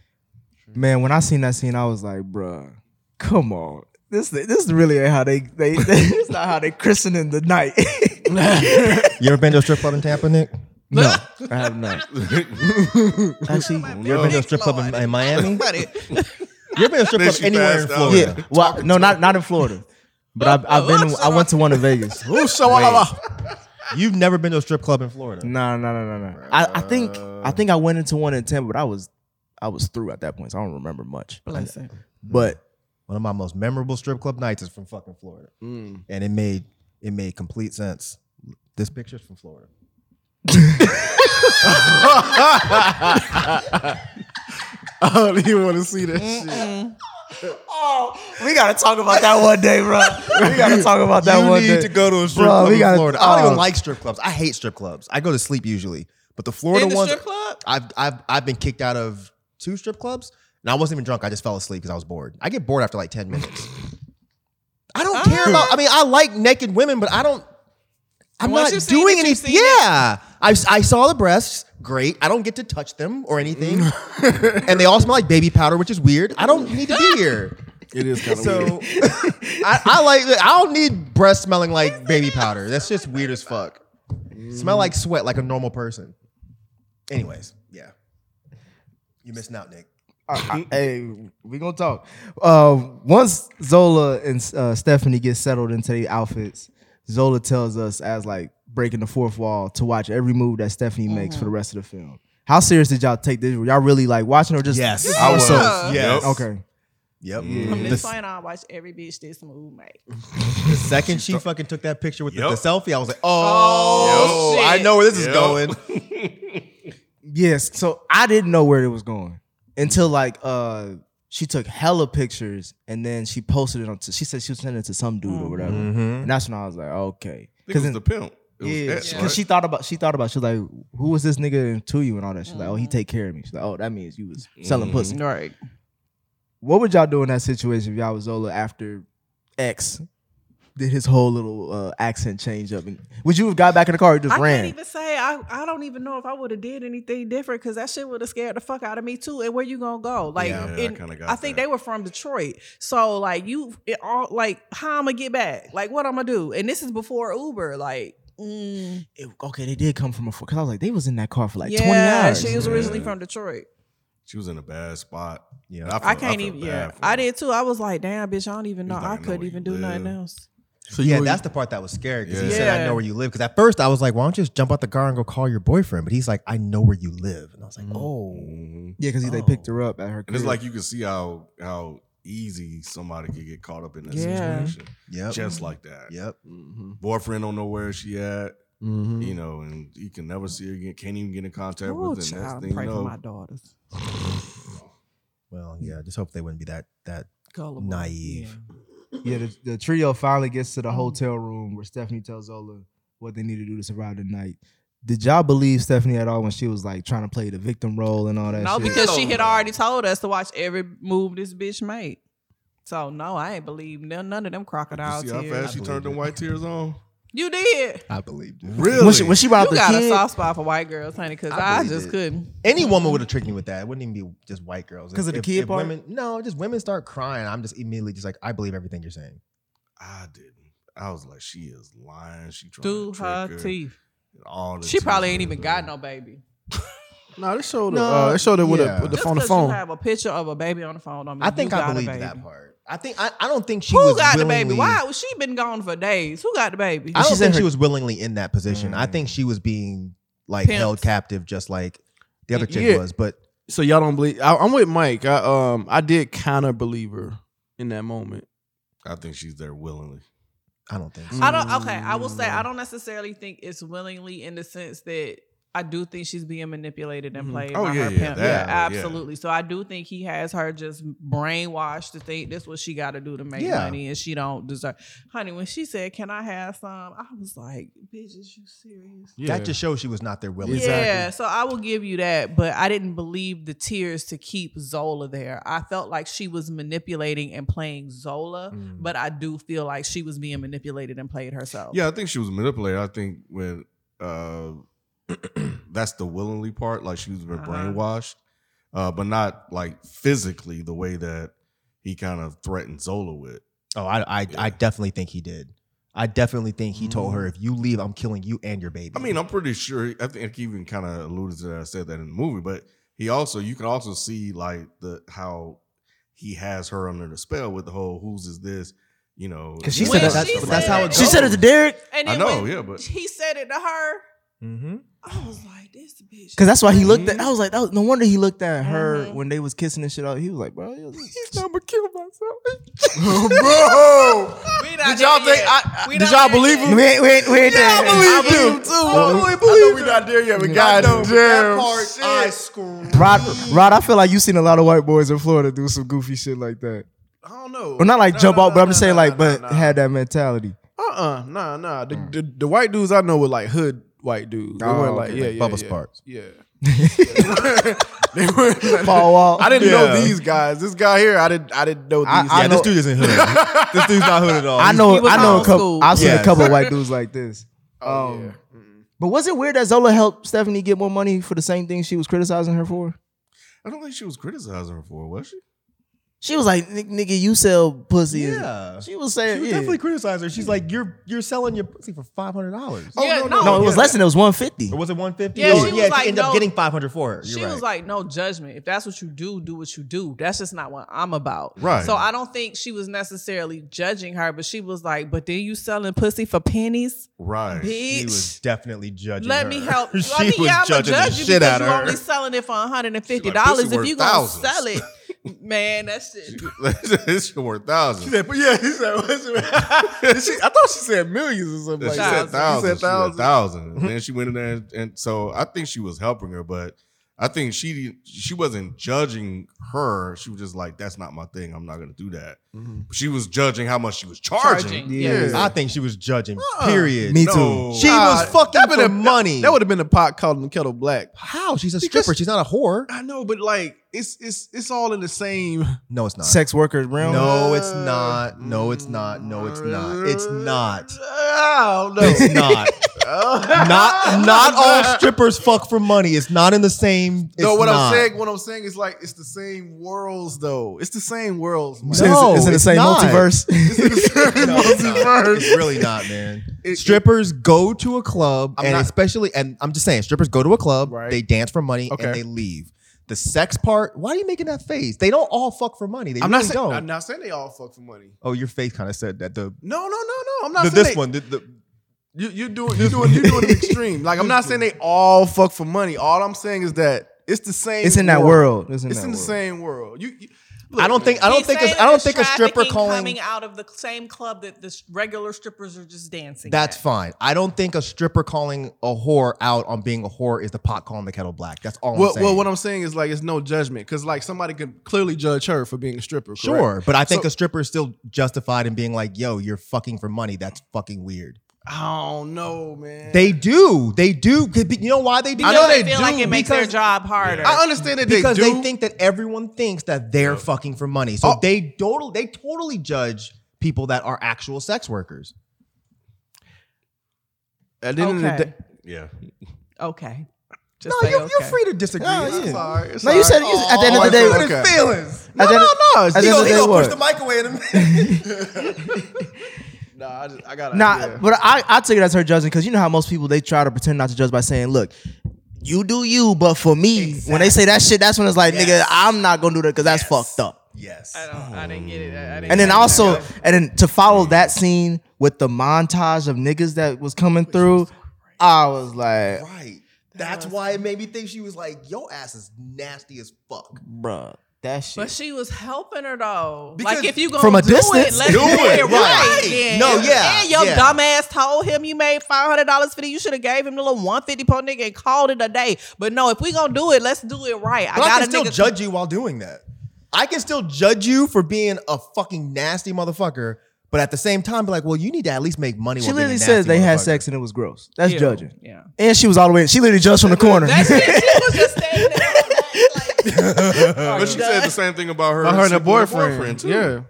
Speaker 4: man, when I seen that scene, I was like, bruh, come on. This this really ain't how they they <laughs> this is not how they christening the night. <laughs>
Speaker 6: You ever been to a strip club in Tampa, Nick?
Speaker 4: no, I have not. Actually,
Speaker 1: No.
Speaker 6: You ever been to a strip club in, in Miami? You ever been to a
Speaker 1: Then
Speaker 6: strip club
Speaker 1: she
Speaker 6: anywhere in
Speaker 1: passed out.
Speaker 6: Florida?
Speaker 4: yeah. Well, no, not not in Florida, but I've, I've been. I went to one in Vegas.
Speaker 6: You've never been to a strip club in Florida.
Speaker 4: No, no, no, no, no. I, I think I think I went into one in ten, but I was I was through at that point, so I don't remember much.
Speaker 7: <laughs>
Speaker 5: Listen.
Speaker 4: But
Speaker 6: One of my most memorable strip club nights is from fucking Florida,
Speaker 7: Mm,
Speaker 6: and it made it made complete sense. This picture's from Florida.
Speaker 1: I don't even want to see that shit.
Speaker 4: we gotta talk about that one day, bro. We <laughs> gotta talk about that
Speaker 6: you
Speaker 4: one
Speaker 6: need
Speaker 4: day.
Speaker 6: to go to a strip
Speaker 4: Bro,
Speaker 6: club
Speaker 4: we
Speaker 6: in
Speaker 4: gotta-
Speaker 6: Florida. I don't
Speaker 4: oh.
Speaker 6: even like strip clubs. I hate strip clubs. I go to sleep usually, but the Florida
Speaker 5: In the
Speaker 6: ones,
Speaker 5: strip club?
Speaker 6: I've I've I've been kicked out of two strip clubs, and I wasn't even drunk. I just fell asleep because I was bored. I get bored after like ten minutes. I don't
Speaker 5: Ah.
Speaker 6: care about. I mean, I like naked women, but I don't. I'm
Speaker 5: Once
Speaker 6: not
Speaker 5: you've seen
Speaker 6: doing
Speaker 5: it, you've
Speaker 6: anything.
Speaker 5: seen it.
Speaker 6: Yeah, I, I saw the breasts. Great. I don't get to touch them or
Speaker 5: <laughs>
Speaker 6: anything, and they all smell like baby powder, which is weird. I don't need to
Speaker 5: <laughs>
Speaker 6: be here.
Speaker 1: It is kind of
Speaker 6: So <laughs> I, I like I don't need breath smelling like baby powder. That's just weird as fuck. Smell like sweat like a normal person. Anyways, yeah. You missing out, Nick.
Speaker 4: I- I- uh, hey, we gonna talk. Uh, once Zola and uh, Stephanie get settled into their outfits, Zola tells us as like breaking the fourth wall to watch every move that Stephanie makes for the rest of the film. How serious did y'all take this? Were y'all really like watching or just
Speaker 6: Yes.
Speaker 1: I was. Mm.
Speaker 5: Yeah.
Speaker 1: Yes.
Speaker 4: Okay.
Speaker 6: Yep.
Speaker 5: From
Speaker 6: The,
Speaker 5: this
Speaker 6: s-
Speaker 5: point on, I watch every bitch this move make.
Speaker 6: the second she fucking took that picture with the-
Speaker 1: Yep.
Speaker 6: the, selfie, I was like, oh,
Speaker 5: Oh,
Speaker 6: I
Speaker 5: shit.
Speaker 6: know where this
Speaker 1: Yep.
Speaker 6: is going.
Speaker 4: Yes. So I didn't know where it was going until like uh she took hella pictures and then she posted it on. T- she said she was sending it to some dude or whatever, and that's when I was like, okay,
Speaker 1: Because
Speaker 4: in-
Speaker 1: the pimp. It was
Speaker 4: Yeah,
Speaker 1: X,
Speaker 4: because
Speaker 1: right?
Speaker 4: she thought about she thought about she was like, who was this nigga to you and all that? She's like, oh, he take care of me. She's like, oh, that means you was selling pussy.
Speaker 5: Right.
Speaker 4: What would y'all do in that situation if y'all was Zola after X did his whole little uh, accent change up? And would you have got back in the car or just
Speaker 5: I
Speaker 4: ran?
Speaker 5: can't even say I, I don't even know if I would have did anything different because that shit would have scared the fuck out of me too. And where you gonna go? Like
Speaker 1: Yeah, I
Speaker 5: in-
Speaker 1: kinda got
Speaker 5: I think
Speaker 1: that.
Speaker 5: they were from Detroit. So like you it all like how I'm gonna get back? Like what I'm gonna do? And this is before Uber, like mm,
Speaker 4: It- okay, they did come from afar because I was like, they was in that car for like twenty
Speaker 5: yeah,
Speaker 4: hours.
Speaker 5: she was originally
Speaker 1: Yeah.
Speaker 5: from Detroit.
Speaker 1: She was in a bad spot.
Speaker 6: Yeah.
Speaker 1: And felt-
Speaker 5: I can't
Speaker 1: felt
Speaker 5: even.
Speaker 1: bad
Speaker 5: Yeah,
Speaker 1: for
Speaker 5: I
Speaker 1: her.
Speaker 5: did too. I was like, damn, bitch, I don't even know.
Speaker 1: not
Speaker 5: I
Speaker 1: gonna know
Speaker 5: couldn't
Speaker 1: where
Speaker 5: even
Speaker 1: you
Speaker 5: do nothing
Speaker 1: live.
Speaker 5: else.
Speaker 4: So
Speaker 6: yeah, that's the part that was scary because he
Speaker 1: Yeah.
Speaker 6: said, I
Speaker 5: Yeah.
Speaker 6: know where you live. Because at first I was like, why don't you just jump out the car and go call your boyfriend? But he's like, I know where you live. And I was
Speaker 1: Mm.
Speaker 6: like, oh.
Speaker 1: Mhm.
Speaker 4: yeah, because they
Speaker 6: Oh.
Speaker 4: picked her up at her.
Speaker 1: And it's
Speaker 4: crib.
Speaker 1: like you can see how how easy somebody could get caught up in that
Speaker 5: Yeah.
Speaker 1: situation,
Speaker 6: Yep.
Speaker 1: just like that.
Speaker 6: yep.
Speaker 1: Boyfriend don't know where she at.
Speaker 7: Mm-hmm.
Speaker 1: You know, and you can never see her again. Can't even get in contact
Speaker 5: Oh,
Speaker 1: with her. Next
Speaker 5: child,
Speaker 1: thing you
Speaker 5: pray for
Speaker 1: know,
Speaker 5: my daughters.
Speaker 6: Well, yeah, just hope they wouldn't be that that
Speaker 5: Gullible.
Speaker 6: Naive.
Speaker 4: Yeah, the, the trio finally gets to
Speaker 5: Mm.
Speaker 4: the hotel room where Stephanie tells Zola what they need to do to survive the night. Did y'all believe Stephanie at all when she was like trying to play the victim role and all that?
Speaker 5: No,
Speaker 4: shit?
Speaker 5: Oh, because she had already told us to watch every move this bitch made. So no, I ain't believe none, none of them crocodile
Speaker 1: You see how
Speaker 5: tears.
Speaker 1: fast she
Speaker 6: I
Speaker 1: turned
Speaker 6: believe
Speaker 1: them
Speaker 6: it.
Speaker 1: white tears on?
Speaker 5: You did.
Speaker 6: I believed it.
Speaker 1: Really?
Speaker 4: when she when she robbed
Speaker 5: you
Speaker 4: the
Speaker 5: got a
Speaker 4: kid,
Speaker 5: soft spot for white girls, honey, because
Speaker 6: I
Speaker 5: I,
Speaker 6: believe
Speaker 5: just
Speaker 6: it.
Speaker 5: couldn't.
Speaker 6: Any woman would have tricked me with that. It wouldn't even be just white girls.
Speaker 4: 'Cause of the
Speaker 6: If-
Speaker 4: kid
Speaker 6: if
Speaker 4: part?
Speaker 6: Women, no, just women start crying. I'm just immediately just like, I believe everything you're saying.
Speaker 1: I didn't. I was like, she is lying. She trying
Speaker 5: Through
Speaker 1: to
Speaker 5: her
Speaker 1: trick her.
Speaker 5: teeth.
Speaker 1: All the
Speaker 5: She
Speaker 1: teeth
Speaker 5: probably ain't
Speaker 1: were
Speaker 5: even
Speaker 1: there.
Speaker 5: got no baby.
Speaker 7: No, they showed it.
Speaker 6: No,
Speaker 7: Uh, they showed it with,
Speaker 6: yeah.
Speaker 7: a, with the
Speaker 5: Just
Speaker 7: phone. The
Speaker 5: 'cause
Speaker 7: phone.
Speaker 5: You have a picture of a baby on the phone. Don't mean
Speaker 6: I think
Speaker 5: you
Speaker 6: I
Speaker 5: got a
Speaker 6: believed
Speaker 5: baby.
Speaker 6: that part. I think I, I don't think she
Speaker 5: Who
Speaker 6: was
Speaker 5: got the
Speaker 6: willingly,
Speaker 5: baby? Why? She been gone for days. Who got the baby?
Speaker 6: I
Speaker 4: She said
Speaker 6: don't think
Speaker 4: her-
Speaker 6: she was willingly in that position. I
Speaker 4: Mm.
Speaker 6: think she was being like
Speaker 5: Pimped.
Speaker 6: held captive, just like the other chick
Speaker 7: Yeah.
Speaker 6: was. But
Speaker 7: So y'all don't believe? I, I'm with Mike. I um I did kind of believe her in that moment.
Speaker 1: I think she's there willingly.
Speaker 6: I don't think so.
Speaker 5: I don't. Okay, I will say I
Speaker 7: Mm.
Speaker 5: don't necessarily think it's willingly in the sense that I do think she's being manipulated and
Speaker 7: Mhm.
Speaker 5: played
Speaker 1: Oh,
Speaker 5: by
Speaker 1: yeah,
Speaker 5: her
Speaker 1: yeah,
Speaker 5: pimp.
Speaker 1: that,
Speaker 5: yeah,
Speaker 1: yeah.
Speaker 5: absolutely. So I do think he has her just brainwashed to think this what she got to do to make
Speaker 6: Yeah.
Speaker 5: money, and she don't deserve. Honey, when she said, "Can I have some?" I was like, "Bitch, is you serious?"
Speaker 7: Yeah.
Speaker 6: That just shows she was not there willing.
Speaker 5: Yeah, so I will give you that, but I didn't believe the tears to keep Zola there. I felt like she was manipulating and playing Zola,
Speaker 6: Mm.
Speaker 5: but I do feel like she was being manipulated and played herself.
Speaker 1: Yeah, I think she was manipulated. I think when uh <clears throat> that's the willingly part, like she's been
Speaker 5: Uh-huh.
Speaker 1: brainwashed, uh, but not like physically the way that he kind of threatened Zola with.
Speaker 6: Oh, I, I,
Speaker 1: Yeah.
Speaker 6: I definitely think he did. I definitely think he told her, if you leave, I'm killing you and your baby.
Speaker 1: I mean, I'm pretty sure. I think he even kind of alluded to that. I said that in the movie, but he also you can also see like the how he has her under the spell with the whole "Whose is this?" You know,
Speaker 4: 'Cause she
Speaker 5: said
Speaker 1: that's-
Speaker 5: that- She
Speaker 1: but
Speaker 5: said it-
Speaker 4: she said it to Derek
Speaker 5: And
Speaker 1: I
Speaker 5: then
Speaker 1: know,
Speaker 5: when
Speaker 1: yeah, but-
Speaker 5: he said it to her.
Speaker 6: mm-hmm.
Speaker 5: I was like, this bitch.
Speaker 4: because that's why he looked
Speaker 5: Mm-hmm.
Speaker 4: at. I was like, that was, no wonder he looked at her
Speaker 5: Mhm.
Speaker 4: when they was kissing and shit. Out, he was like, bro,
Speaker 5: <laughs>
Speaker 4: you-
Speaker 7: gonna kill myself.
Speaker 1: bro.
Speaker 5: We not
Speaker 1: Did y'all
Speaker 5: there
Speaker 1: think?
Speaker 5: yet.
Speaker 1: I, I,
Speaker 5: We
Speaker 1: did
Speaker 5: not
Speaker 1: y'all
Speaker 5: there
Speaker 1: believe
Speaker 5: yet.
Speaker 1: him?
Speaker 4: we ain't, we ain't, we ain't there.
Speaker 1: I believe him too. I know we're not there yet, but goddamn,
Speaker 6: That part, I
Speaker 1: shit. <laughs>
Speaker 6: screamed.
Speaker 4: Rod, Rod, I feel like you seen a lot of white boys in Florida do some goofy shit like that.
Speaker 1: I don't know.
Speaker 4: Well, not like
Speaker 7: No,
Speaker 4: jump
Speaker 7: no,
Speaker 4: out, but
Speaker 7: no,
Speaker 4: I'm just
Speaker 7: no,
Speaker 4: saying,
Speaker 7: no,
Speaker 4: like,
Speaker 7: no,
Speaker 4: but
Speaker 7: no.
Speaker 4: had that mentality.
Speaker 7: Uh uh nah nah. The, the the white dudes I know were like hood white dudes. They
Speaker 4: Oh,
Speaker 7: weren't like
Speaker 4: okay,
Speaker 7: yeah
Speaker 6: like
Speaker 7: yeah
Speaker 6: Bubba
Speaker 7: yeah.
Speaker 6: Sparks.
Speaker 7: Yeah. they
Speaker 4: <laughs>
Speaker 7: were.
Speaker 4: Paul Wall.
Speaker 7: <laughs> I didn't know
Speaker 6: Yeah.
Speaker 7: these guys. This guy here, I didn't I didn't know these.
Speaker 4: I- I
Speaker 7: guys.
Speaker 6: Yeah, this dude isn't hood. this dude's not hood at all.
Speaker 4: I
Speaker 6: He's-
Speaker 5: He
Speaker 4: know.
Speaker 5: was
Speaker 4: I know a
Speaker 5: old
Speaker 4: couple.
Speaker 5: school.
Speaker 4: I've seen a <laughs>
Speaker 6: Yes.
Speaker 4: couple of white dudes like this.
Speaker 7: Oh,
Speaker 4: Um,
Speaker 7: yeah.
Speaker 4: But was it weird that Zola helped Stephanie get more money for the same thing she was criticizing her for?
Speaker 1: I don't think she was criticizing her for it, was she?
Speaker 4: She was like, "Nig- "Nigga, you sell pussy."
Speaker 6: Yeah.
Speaker 4: She was
Speaker 6: She
Speaker 4: saying,
Speaker 6: was
Speaker 4: yeah.
Speaker 6: definitely criticized her. She's like, you're you're selling your pussy for five hundred dollars.
Speaker 1: Oh,
Speaker 5: Yeah,
Speaker 1: no,
Speaker 5: no,
Speaker 1: no,
Speaker 4: "No, it was
Speaker 1: yeah.
Speaker 4: less than it was one fifty.
Speaker 6: Or was it one fifty?
Speaker 5: Yeah, she was
Speaker 6: yeah.
Speaker 5: like,
Speaker 6: she ended
Speaker 5: no.
Speaker 6: up getting five hundred for her. You're
Speaker 5: She
Speaker 6: right.
Speaker 5: was like, no judgment. If that's what you do, do what you do. That's just not what I'm about.
Speaker 1: Right.
Speaker 5: So I don't think she was necessarily judging her, but she was like, but then you selling pussy for pennies?
Speaker 1: Right.
Speaker 5: Bitch.
Speaker 6: he was definitely judging.
Speaker 5: Let
Speaker 6: her.
Speaker 5: me help.
Speaker 6: <laughs> she
Speaker 5: I mean,
Speaker 6: was
Speaker 5: yeah, I'm gonna
Speaker 6: judging the
Speaker 5: judge you
Speaker 6: shit
Speaker 5: because
Speaker 6: out
Speaker 5: you
Speaker 6: of her.
Speaker 5: only selling it for $150.
Speaker 1: She like,
Speaker 5: if
Speaker 1: pussy
Speaker 5: you
Speaker 1: worth
Speaker 5: gonna
Speaker 1: thousands.
Speaker 5: sell it, man, that shit.
Speaker 1: <laughs> it's worth thousands.
Speaker 6: She said,
Speaker 7: <laughs>
Speaker 6: but yeah, he said, what's it- She- I thought she said millions or something.
Speaker 1: She
Speaker 6: Like
Speaker 1: said
Speaker 6: that.
Speaker 1: thousands. She said
Speaker 6: thousands.
Speaker 1: thousand. And then she went in there, and, and so I think she was helping her, but I think she she wasn't judging her. She was just like, "That's not my thing. I'm not gonna do that." She was judging how much she was charging.
Speaker 5: Charging.
Speaker 4: Yeah.
Speaker 6: I think she was judging.
Speaker 7: Uh-uh.
Speaker 6: Period.
Speaker 4: Me
Speaker 1: No.
Speaker 6: She was fucking
Speaker 7: that
Speaker 6: for
Speaker 7: would've-
Speaker 6: money.
Speaker 7: That would have been a pot calling the kettle black.
Speaker 6: How? She's a
Speaker 7: Because-
Speaker 6: stripper. She's not a whore.
Speaker 7: I know, but like it's it's it's all in the same.
Speaker 6: No, it's not.
Speaker 4: Sex workers realm.
Speaker 6: No, it's not. No, it's not. No, it's not. It's not.
Speaker 7: Mm. I don't know.
Speaker 6: <laughs>
Speaker 7: Uh,
Speaker 6: It's not.
Speaker 7: <laughs>
Speaker 6: not not all strippers fuck for money. It's not in the same. It's
Speaker 7: no, what
Speaker 6: not.
Speaker 7: I'm saying, what I'm saying is like it's the same worlds though. It's the same worlds.
Speaker 4: You
Speaker 7: man.
Speaker 4: said it's-
Speaker 6: No,
Speaker 4: it's, in the
Speaker 6: it's
Speaker 4: same
Speaker 6: not.
Speaker 4: multiverse.
Speaker 6: No, it's, not. It's really not, man.
Speaker 7: <laughs> It-
Speaker 6: strippers go to a club,
Speaker 7: I'm
Speaker 6: and
Speaker 7: not-
Speaker 6: especially, and I'm just saying, strippers go to a club,
Speaker 7: Right.
Speaker 6: they dance for money,
Speaker 7: Okay.
Speaker 6: and they leave. The sex part, why are you making that face? They don't all fuck for money. They
Speaker 7: I'm not
Speaker 6: really
Speaker 7: saying
Speaker 6: don't.
Speaker 7: I'm not saying they all fuck for money.
Speaker 6: oh, your face kind of said that. The,
Speaker 7: No, no, no, no. I'm not
Speaker 6: the
Speaker 7: saying
Speaker 6: this
Speaker 7: they-
Speaker 6: one, the, the,
Speaker 7: You you doing you doing you doing an extreme. Like I'm not saying they all fuck for money. All I'm saying is that it's the same.
Speaker 4: it's in that world. It's in,
Speaker 7: It's
Speaker 4: that
Speaker 7: in the
Speaker 4: world.
Speaker 7: same world. You, you
Speaker 6: I don't think I don't think
Speaker 5: it's
Speaker 6: it's, I don't think a stripper calling
Speaker 5: coming out of the same club that the s- regular strippers are just dancing.
Speaker 6: that's
Speaker 5: at.
Speaker 6: fine. I don't think a stripper calling a whore out on being a whore is the pot calling the kettle black. That's all I'm
Speaker 7: Well,
Speaker 6: saying.
Speaker 7: well, what I'm saying is like it's no judgment because like somebody could clearly judge her for being a stripper. correct?
Speaker 6: sure, but I think
Speaker 7: So-
Speaker 6: a stripper is still justified in being like, "Yo, you're fucking for money. That's fucking weird."
Speaker 7: I don't know, man.
Speaker 6: They do. They do. 'Cause be- You know why they do?
Speaker 5: Because
Speaker 6: that?
Speaker 5: they, feel like
Speaker 6: do
Speaker 5: it makes their
Speaker 6: because-
Speaker 5: job harder.
Speaker 7: I understand that
Speaker 6: because
Speaker 7: they
Speaker 6: they,
Speaker 7: do.
Speaker 6: think that everyone thinks that they're fucking for money. So
Speaker 7: Oh.
Speaker 6: they total they totally judge people that are actual sex workers.
Speaker 7: at the end of the
Speaker 5: Okay.
Speaker 7: day,
Speaker 1: Yeah.
Speaker 5: Okay. Just
Speaker 6: No,
Speaker 5: say
Speaker 6: you're,
Speaker 5: okay.
Speaker 6: you're free to disagree.
Speaker 4: yeah.
Speaker 7: sorry, it's
Speaker 4: No, you
Speaker 7: all
Speaker 4: said
Speaker 7: right.
Speaker 4: you- at the
Speaker 1: Oh,
Speaker 4: end of the day.
Speaker 7: it's okay.
Speaker 6: feelings.
Speaker 4: At the end-
Speaker 6: no.
Speaker 4: the
Speaker 6: He
Speaker 4: end of
Speaker 6: gonna,
Speaker 4: the
Speaker 6: he
Speaker 4: day,
Speaker 6: gonna
Speaker 4: what?
Speaker 6: push the mic away in a minute.
Speaker 7: Nah, I, just, I got
Speaker 4: Nah,
Speaker 7: yeah.
Speaker 4: but I I tell you that's her judging because you know how most people they try to pretend not to judge by saying, "Look, you do you," but for me, when they say that shit, that's when it's like, "Nigga, I'm not gonna do that because that's fucked up."
Speaker 6: yes.
Speaker 5: I, don't, I didn't get it. I, I didn't
Speaker 4: And then
Speaker 5: get it.
Speaker 4: also, and then to follow that scene with the montage of niggas that was coming through, I was like,
Speaker 6: Right. That's why it made me think she was like, "Your ass is nasty as fuck."
Speaker 4: "Bruh, that shit."
Speaker 5: But she was helping her though.
Speaker 6: Because
Speaker 5: like if you gonna
Speaker 4: from a
Speaker 5: do
Speaker 4: distance,
Speaker 5: it, let's
Speaker 6: do
Speaker 5: do,
Speaker 6: it,
Speaker 5: it, right.
Speaker 6: right.
Speaker 5: then.
Speaker 6: No, yeah,
Speaker 5: And your
Speaker 6: yeah.
Speaker 5: dumb ass told him you made five hundred dollars for it. You should have gave him the little one fifty per nigga and called it a day. But no, if we gonna do it, let's do it right.
Speaker 6: But I,
Speaker 5: got
Speaker 6: can
Speaker 5: a
Speaker 6: still
Speaker 5: nigga.
Speaker 6: judge you while doing that. I can still judge you for being a fucking nasty motherfucker, but at the same time, be like, well, you need to at least make money.
Speaker 4: She
Speaker 6: while being a
Speaker 4: literally
Speaker 6: nasty
Speaker 4: says they had
Speaker 6: motherfucker.
Speaker 4: sex and it was gross. That's
Speaker 5: Ew.
Speaker 4: judging.
Speaker 5: Yeah.
Speaker 4: And she was all the way. She literally judged from the corner.
Speaker 5: That
Speaker 4: <laughs>
Speaker 5: shit, she was just standing there. all night, Like,
Speaker 1: But she said the same thing about her,
Speaker 7: About her and her
Speaker 1: sleeping with
Speaker 7: boyfriend.
Speaker 1: too.
Speaker 7: Yeah,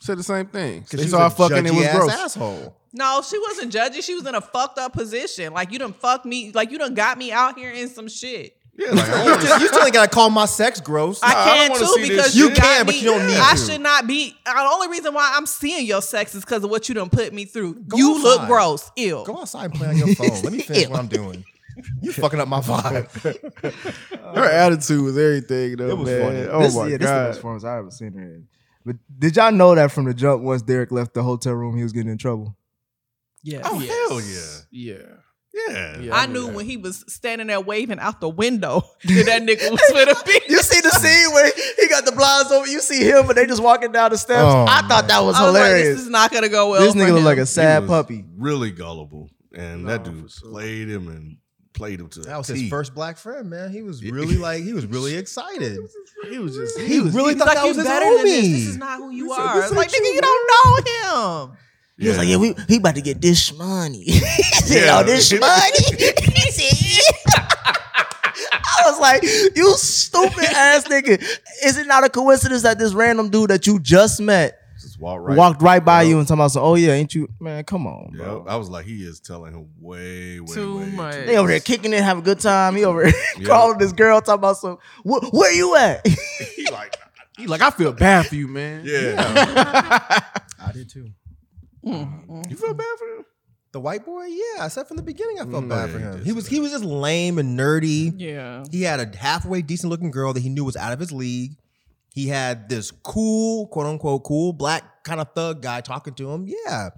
Speaker 7: said the same thing.
Speaker 6: Because
Speaker 7: They saw her fucking. It was gross.
Speaker 6: Asshole.
Speaker 5: No, she wasn't judging. She was in a fucked up position. Like you done fucked me. Like you done got me out here in some shit.
Speaker 1: Yeah, like, I
Speaker 6: you
Speaker 1: wanna
Speaker 6: still, you still ain't gotta call my sex gross.
Speaker 5: I
Speaker 1: I don't
Speaker 5: can
Speaker 1: wanna
Speaker 5: too
Speaker 1: see this
Speaker 5: because
Speaker 1: shit.
Speaker 5: you,
Speaker 1: You
Speaker 5: got
Speaker 6: can,
Speaker 5: me.
Speaker 6: but you don't need
Speaker 5: I
Speaker 6: to.
Speaker 5: should not be. uh, The only reason why I'm seeing your sex is because of what you done put me through.
Speaker 6: Go
Speaker 5: you look
Speaker 6: outside.
Speaker 5: gross. Ew.
Speaker 6: Go outside and play on your phone. Let me finish what I'm doing. You fucking up my vibe.
Speaker 7: <laughs> Her attitude was everything, though. It was man. funny. Oh
Speaker 4: this, yeah,
Speaker 7: my
Speaker 4: this is the
Speaker 7: god.
Speaker 4: most forms I ever seen her in. But did y'all know that from the jump? Once Derek left the hotel room, he was getting in trouble.
Speaker 5: Yeah.
Speaker 1: Oh hell yeah,
Speaker 7: yeah.
Speaker 1: yeah.
Speaker 7: Yeah.
Speaker 5: I knew when he was standing there waving out the window <laughs> that that nigga
Speaker 6: <laughs>
Speaker 5: was gonna be.
Speaker 4: You see the scene where he got the blinds over. You see him, and they just walking down the steps.
Speaker 6: Oh,
Speaker 4: I thought that was
Speaker 5: I was like, this
Speaker 4: hilarious.
Speaker 5: is not gonna go well.
Speaker 4: this
Speaker 5: for
Speaker 4: nigga looked
Speaker 5: him.
Speaker 4: like a
Speaker 1: He
Speaker 4: sad
Speaker 1: was
Speaker 4: puppy.
Speaker 1: Really gullible, and that
Speaker 7: No,
Speaker 1: dude
Speaker 7: for sure.
Speaker 1: played him and played him to
Speaker 6: That was
Speaker 1: a
Speaker 6: his
Speaker 1: T.
Speaker 6: first black friend, man. He was really like, he was really excited.
Speaker 7: He was
Speaker 6: <laughs>
Speaker 7: just.
Speaker 6: He really
Speaker 5: He's
Speaker 6: thought
Speaker 5: like,
Speaker 6: that
Speaker 5: you
Speaker 6: was his
Speaker 5: better than this. This is
Speaker 6: homie.
Speaker 5: not who you
Speaker 6: This-
Speaker 5: are.
Speaker 6: this
Speaker 5: It's
Speaker 6: ain't
Speaker 5: like, <laughs>
Speaker 6: you,
Speaker 5: nigga, you don't know him.
Speaker 4: He was like, yeah, we he about to get this money. <laughs> he said,
Speaker 1: Yeah.
Speaker 4: oh, this money. <laughs> He said, yeah. <laughs> I was like, you stupid ass nigga. Is it not a coincidence that this random dude that you just met
Speaker 1: Just walked right.
Speaker 4: walked right by
Speaker 1: Yep.
Speaker 4: you and talking about, some, oh yeah, ain't you? Man, come on,
Speaker 1: Yep.
Speaker 4: bro.
Speaker 1: I was like, he is telling him way, way,
Speaker 5: Too
Speaker 1: way
Speaker 5: much.
Speaker 4: They over there kicking it, have a good time. He <laughs> over
Speaker 1: Yeah.
Speaker 4: calling this girl, talking about some. "Wh- Where you at? <laughs>
Speaker 1: He
Speaker 5: <laughs>
Speaker 1: like,
Speaker 7: He like I feel bad for you, man.
Speaker 1: yeah.
Speaker 6: I did too.
Speaker 5: Mm-hmm.
Speaker 1: you feel bad for him?
Speaker 6: The white boy, yeah. I said from the beginning, I felt
Speaker 1: Mm,
Speaker 6: bad
Speaker 1: yeah,
Speaker 6: for
Speaker 1: he
Speaker 6: him.
Speaker 1: did
Speaker 6: He
Speaker 1: say
Speaker 6: was he was just lame and nerdy.
Speaker 5: Yeah.
Speaker 6: He had a halfway decent looking girl that he knew was out of his league. He had this cool, quote unquote, cool black kind of thug guy talking to him. Yeah.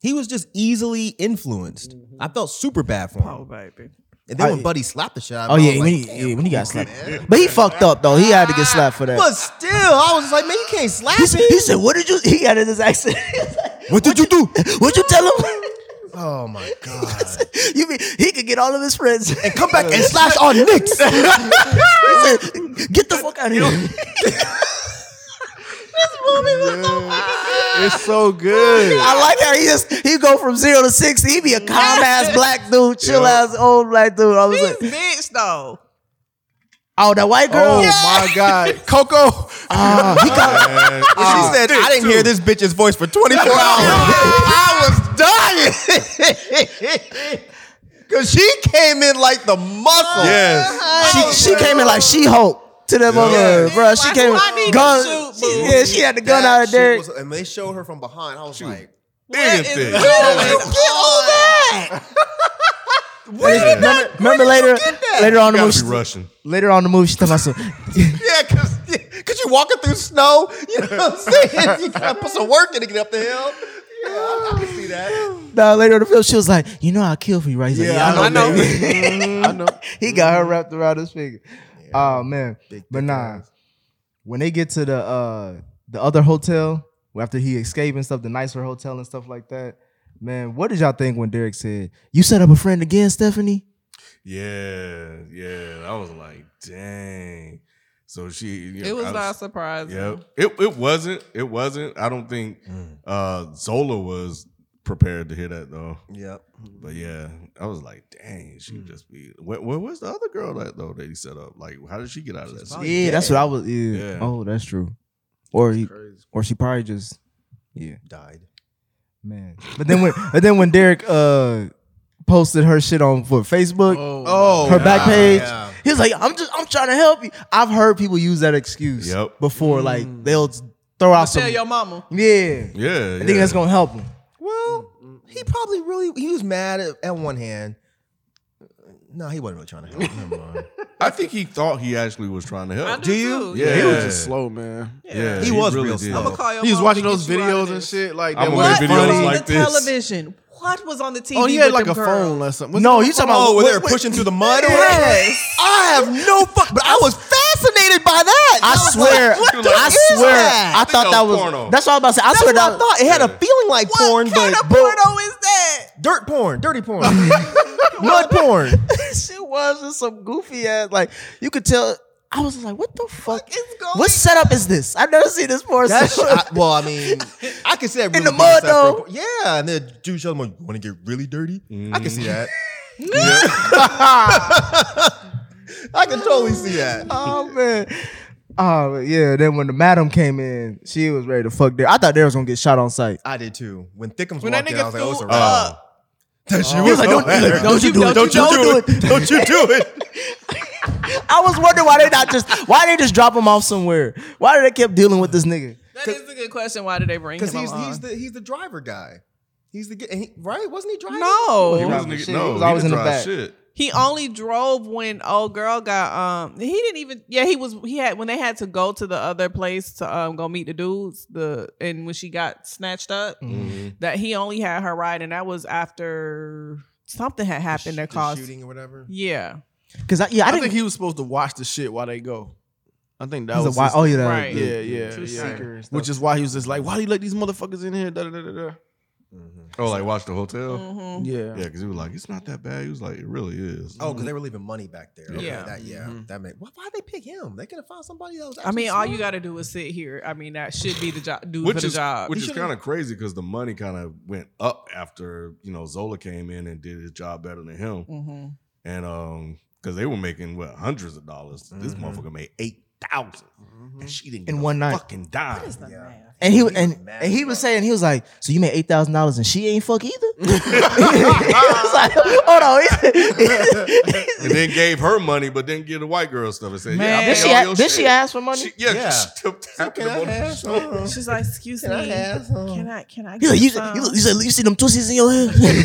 Speaker 6: He was just easily influenced. I felt super bad for him.
Speaker 5: Oh baby.
Speaker 6: And then
Speaker 4: I-
Speaker 6: when Buddy slapped the shit out
Speaker 4: Oh
Speaker 6: of him,
Speaker 4: yeah,
Speaker 6: I was
Speaker 4: when,
Speaker 6: like,
Speaker 4: he,
Speaker 6: "Damn,
Speaker 4: yeah, when he got
Speaker 6: come on,
Speaker 4: slapped.
Speaker 6: man."
Speaker 4: But he fucked up though. He had to get slapped for that.
Speaker 6: But still, I was just like, man, you can't slap
Speaker 4: He said,
Speaker 6: me.
Speaker 4: he
Speaker 6: <laughs>
Speaker 4: said, "What did you?" He got in his accent. <laughs> He was like,
Speaker 6: What did you do?
Speaker 4: What'd you tell him? <laughs>
Speaker 6: Oh my god!
Speaker 4: you mean he could get all of his friends <laughs> and
Speaker 6: Come back and slash our <laughs> nicks.
Speaker 4: he said, "Get the fuck out of here."
Speaker 7: It's so good.
Speaker 4: I like how he just he go from zero to sixty. He be a calm ass black dude, chill ass old black dude. I was
Speaker 5: This
Speaker 4: like,
Speaker 5: bitch though.
Speaker 4: "Oh, that white girl."
Speaker 7: Oh my
Speaker 6: <laughs>
Speaker 7: god, Coco.
Speaker 1: Man,
Speaker 6: she said, I didn't hear this bitch's voice for 24 <laughs> hours. I was dying. <laughs> Cause she came in like the muscle.
Speaker 1: yes.
Speaker 4: She, she came in like she Hulk to that mother,
Speaker 5: Yeah.
Speaker 4: bro. She
Speaker 5: Like,
Speaker 4: came
Speaker 5: who I need
Speaker 4: in
Speaker 5: to
Speaker 4: gun.
Speaker 5: shoot, boo.
Speaker 4: yeah, she had the gun out of there.
Speaker 6: Was, and they showed her from behind. I was like,
Speaker 1: Anything.
Speaker 5: What is
Speaker 1: Yeah.
Speaker 5: going on?
Speaker 4: remember, remember later, later on
Speaker 1: Gotta
Speaker 4: the
Speaker 1: be
Speaker 4: movie,
Speaker 1: Russian.
Speaker 4: later on the movie, she talking about some. <laughs>
Speaker 6: yeah, cause, yeah, cause you walking through snow. You know <laughs> what I'm saying? You gotta put some work in to get up the hill. Yeah, I, I can see that.
Speaker 4: Nah, later on the film, she was like, "You know, I'll kill for you, right?" He's like, yeah, I know. baby."
Speaker 7: I know.
Speaker 4: he got her wrapped around his finger. Oh man, but nah, when they get to the uh the other hotel after he escaped and stuff, the nicer hotel and stuff like that. Man, what did y'all think when Derek said, "You set up a friend again, Stephanie"?
Speaker 1: Yeah, yeah. I was like, dang. So she, you know,
Speaker 5: It was
Speaker 1: I
Speaker 5: not surprising.
Speaker 1: Yeah, it it wasn't. It wasn't. I don't think uh Zola was prepared to hear that though.
Speaker 6: Yep.
Speaker 1: But yeah, I was like, dang, she just be. Where, where was the other girl at though that he set up? Like, how did she get out of that?
Speaker 4: Oh, yeah,
Speaker 1: scene?
Speaker 4: that's what I was. Yeah.
Speaker 1: Yeah.
Speaker 4: Oh, that's true. Or he,
Speaker 7: Crazy.
Speaker 4: or she probably just, yeah,
Speaker 6: Died.
Speaker 4: man. But then when, <laughs> but then when Derek uh posted her shit on for Facebook,
Speaker 7: Oh,
Speaker 4: her back
Speaker 6: Ah,
Speaker 4: page.
Speaker 6: yeah.
Speaker 4: He was like, I'm just I'm trying to help you. I've heard people use that excuse
Speaker 1: Yep.
Speaker 4: before. Like they'll throw out some
Speaker 5: Mm. Tell your mama.
Speaker 4: Yeah.
Speaker 1: Yeah, yeah.
Speaker 4: I think that's gonna help him.
Speaker 6: Well, he
Speaker 4: Mm-hmm.
Speaker 6: probably really he was mad at, at one hand. No, he wasn't really trying to help. Never
Speaker 4: <laughs>
Speaker 6: mind.
Speaker 1: I think he thought he actually was trying to help.
Speaker 5: do you?
Speaker 1: Yeah.
Speaker 7: yeah. He was just slow, man.
Speaker 1: Yeah,
Speaker 6: He was
Speaker 1: really
Speaker 6: real
Speaker 1: did.
Speaker 6: slow.
Speaker 5: I'ma call your
Speaker 7: He was
Speaker 5: mama
Speaker 7: watching
Speaker 5: to
Speaker 7: those
Speaker 5: get you out of
Speaker 7: videos and
Speaker 5: this.
Speaker 7: shit. Like
Speaker 1: I'm
Speaker 7: that
Speaker 1: gonna
Speaker 7: was
Speaker 1: make
Speaker 5: What
Speaker 1: videos
Speaker 5: was
Speaker 7: funny.
Speaker 5: on
Speaker 1: like
Speaker 5: the
Speaker 1: this.
Speaker 5: television? What was on the TV?
Speaker 7: Oh, he had
Speaker 5: with
Speaker 7: like a
Speaker 5: them girls?
Speaker 7: phone last something.
Speaker 6: no, you talking about
Speaker 4: Oh,
Speaker 6: what-
Speaker 4: where they were <laughs>
Speaker 6: what-
Speaker 4: pushing through the mud or
Speaker 6: <laughs> Yes. I have no fuck, but I was fascinated by that.
Speaker 4: I
Speaker 6: was
Speaker 4: swear,
Speaker 6: like, what the
Speaker 4: I
Speaker 6: is
Speaker 4: swear,
Speaker 6: that?
Speaker 4: I
Speaker 1: think
Speaker 4: thought
Speaker 1: that
Speaker 4: that
Speaker 1: was
Speaker 4: was.
Speaker 1: porno.
Speaker 4: That's what I was about to say. I
Speaker 6: That's
Speaker 4: swear
Speaker 6: what
Speaker 4: that
Speaker 6: I thought. It had a feeling like
Speaker 5: What
Speaker 6: porn,
Speaker 5: kind
Speaker 6: but,
Speaker 5: of
Speaker 6: but
Speaker 5: porno is that?
Speaker 6: dirt porn, dirty porn, <laughs> mud porn.
Speaker 4: she was just some goofy ass. Like you could tell. I was like, what the fuck?
Speaker 5: is going
Speaker 4: what setup is this? I've never seen this porn.
Speaker 6: That's
Speaker 4: setup.
Speaker 6: I, well, I
Speaker 5: <laughs>
Speaker 6: mean, I could see that really
Speaker 4: the
Speaker 6: being
Speaker 4: mud,
Speaker 6: separate
Speaker 4: though.
Speaker 6: por- Yeah, and then dude, showed him like, "Want to get really dirty?" I can see that.
Speaker 5: Mm-hmm. <laughs>
Speaker 6: <laughs> I can totally see that.
Speaker 4: <laughs> oh man. Oh yeah. Then when the madam came in, she was ready to fuck there. I thought there was gonna get shot on sight.
Speaker 6: I did too. When Thickums
Speaker 5: When that
Speaker 6: walked in,
Speaker 5: nigga
Speaker 6: I was like, "Oh, it's a
Speaker 5: flew
Speaker 6: wrap."
Speaker 5: up.
Speaker 6: That shit
Speaker 4: He was like, "Don't,
Speaker 6: hilarious.
Speaker 4: don't, you do it?
Speaker 6: Don't you do it? Don't you do it?
Speaker 4: <laughs> I was wondering why they not just why they just drop him off somewhere. Why did they kept dealing with this nigga?
Speaker 5: That is a good question. Why did they bring him
Speaker 6: Because he's
Speaker 5: along?
Speaker 6: he's the he's the driver guy. He's the g- and he, right? Wasn't he driving?
Speaker 5: no,
Speaker 1: Oh, He
Speaker 5: he,
Speaker 1: wasn't.
Speaker 4: Shit,
Speaker 1: even- No,
Speaker 4: he was always
Speaker 1: didn't
Speaker 4: in the
Speaker 1: try
Speaker 4: back.
Speaker 1: Shit.
Speaker 5: only drove when old girl got um. He didn't even. Yeah, he was. He had when they had to go to the other place to um go meet the dudes. The and when she got snatched up,
Speaker 1: Mm.
Speaker 5: that he only had her ride, and that was after something had happened that
Speaker 6: The
Speaker 5: caused.
Speaker 6: shooting or whatever.
Speaker 5: Yeah,
Speaker 4: Because I, yeah, I,
Speaker 7: I,
Speaker 4: didn't.
Speaker 7: think he was supposed to watch the shit while they go. I think that
Speaker 4: he's a
Speaker 7: was
Speaker 4: wi-
Speaker 7: his-
Speaker 4: oh yeah, that-
Speaker 5: Right.
Speaker 7: yeah, yeah,
Speaker 6: Two
Speaker 7: yeah.
Speaker 6: seeker and stuff.
Speaker 7: Which is why he was just like, "Why do you let these motherfuckers in here?" Da, da, da, da, da.
Speaker 1: Oh, like watch the hotel.
Speaker 5: Mm-hmm.
Speaker 7: Yeah.
Speaker 1: Yeah, because he was like, it's not that bad. He was like, it really is.
Speaker 6: Oh, because they were leaving money back there. Okay,
Speaker 5: Yeah.
Speaker 6: that, yeah, that made. Why why they pick him? They could have found somebody that was.
Speaker 5: Mm-hmm. I mean,
Speaker 6: actually
Speaker 5: all you
Speaker 6: smart.
Speaker 5: got to do is sit here. I mean, that should be the job. Do
Speaker 1: which
Speaker 5: for the
Speaker 1: is
Speaker 5: job.
Speaker 1: which
Speaker 6: He
Speaker 1: is
Speaker 6: should've-
Speaker 1: kind of crazy because the money kind of went up after you know Zola came in and did his job better than him,
Speaker 5: hmm
Speaker 1: and um because they were making what hundreds of dollars. This
Speaker 6: Mm-hmm.
Speaker 1: motherfucker made eight thousand,
Speaker 5: <laughs>
Speaker 1: and she didn't get
Speaker 4: Mm. In
Speaker 1: a
Speaker 4: one night.
Speaker 1: fucking dime.
Speaker 4: and he and,
Speaker 6: was
Speaker 4: and,
Speaker 6: mad
Speaker 4: he was
Speaker 6: about
Speaker 4: saying he was like, so you made eight thousand dollars and she ain't fuck either. <laughs> it's like, hold on,
Speaker 1: <laughs>
Speaker 4: <laughs>
Speaker 1: and then gave her money, but didn't give the white girl stuff. And said,
Speaker 5: Man.
Speaker 1: yeah,
Speaker 4: did
Speaker 5: Hey,
Speaker 4: she
Speaker 1: all
Speaker 4: a-
Speaker 1: your
Speaker 4: did she
Speaker 1: shit.
Speaker 4: ask for money?
Speaker 1: She, yeah,
Speaker 6: Yeah.
Speaker 1: she tipped tapped
Speaker 6: Can
Speaker 1: him on
Speaker 6: I
Speaker 1: the
Speaker 6: have
Speaker 1: shoulder.
Speaker 6: <laughs> some?
Speaker 5: She's like, "Excuse
Speaker 6: Can
Speaker 5: me,
Speaker 6: I have some?
Speaker 5: Oh, can I? Can I?"
Speaker 4: He's like,
Speaker 5: get
Speaker 4: you,
Speaker 5: some?"
Speaker 4: you, you, said, you see them twisties in your hair?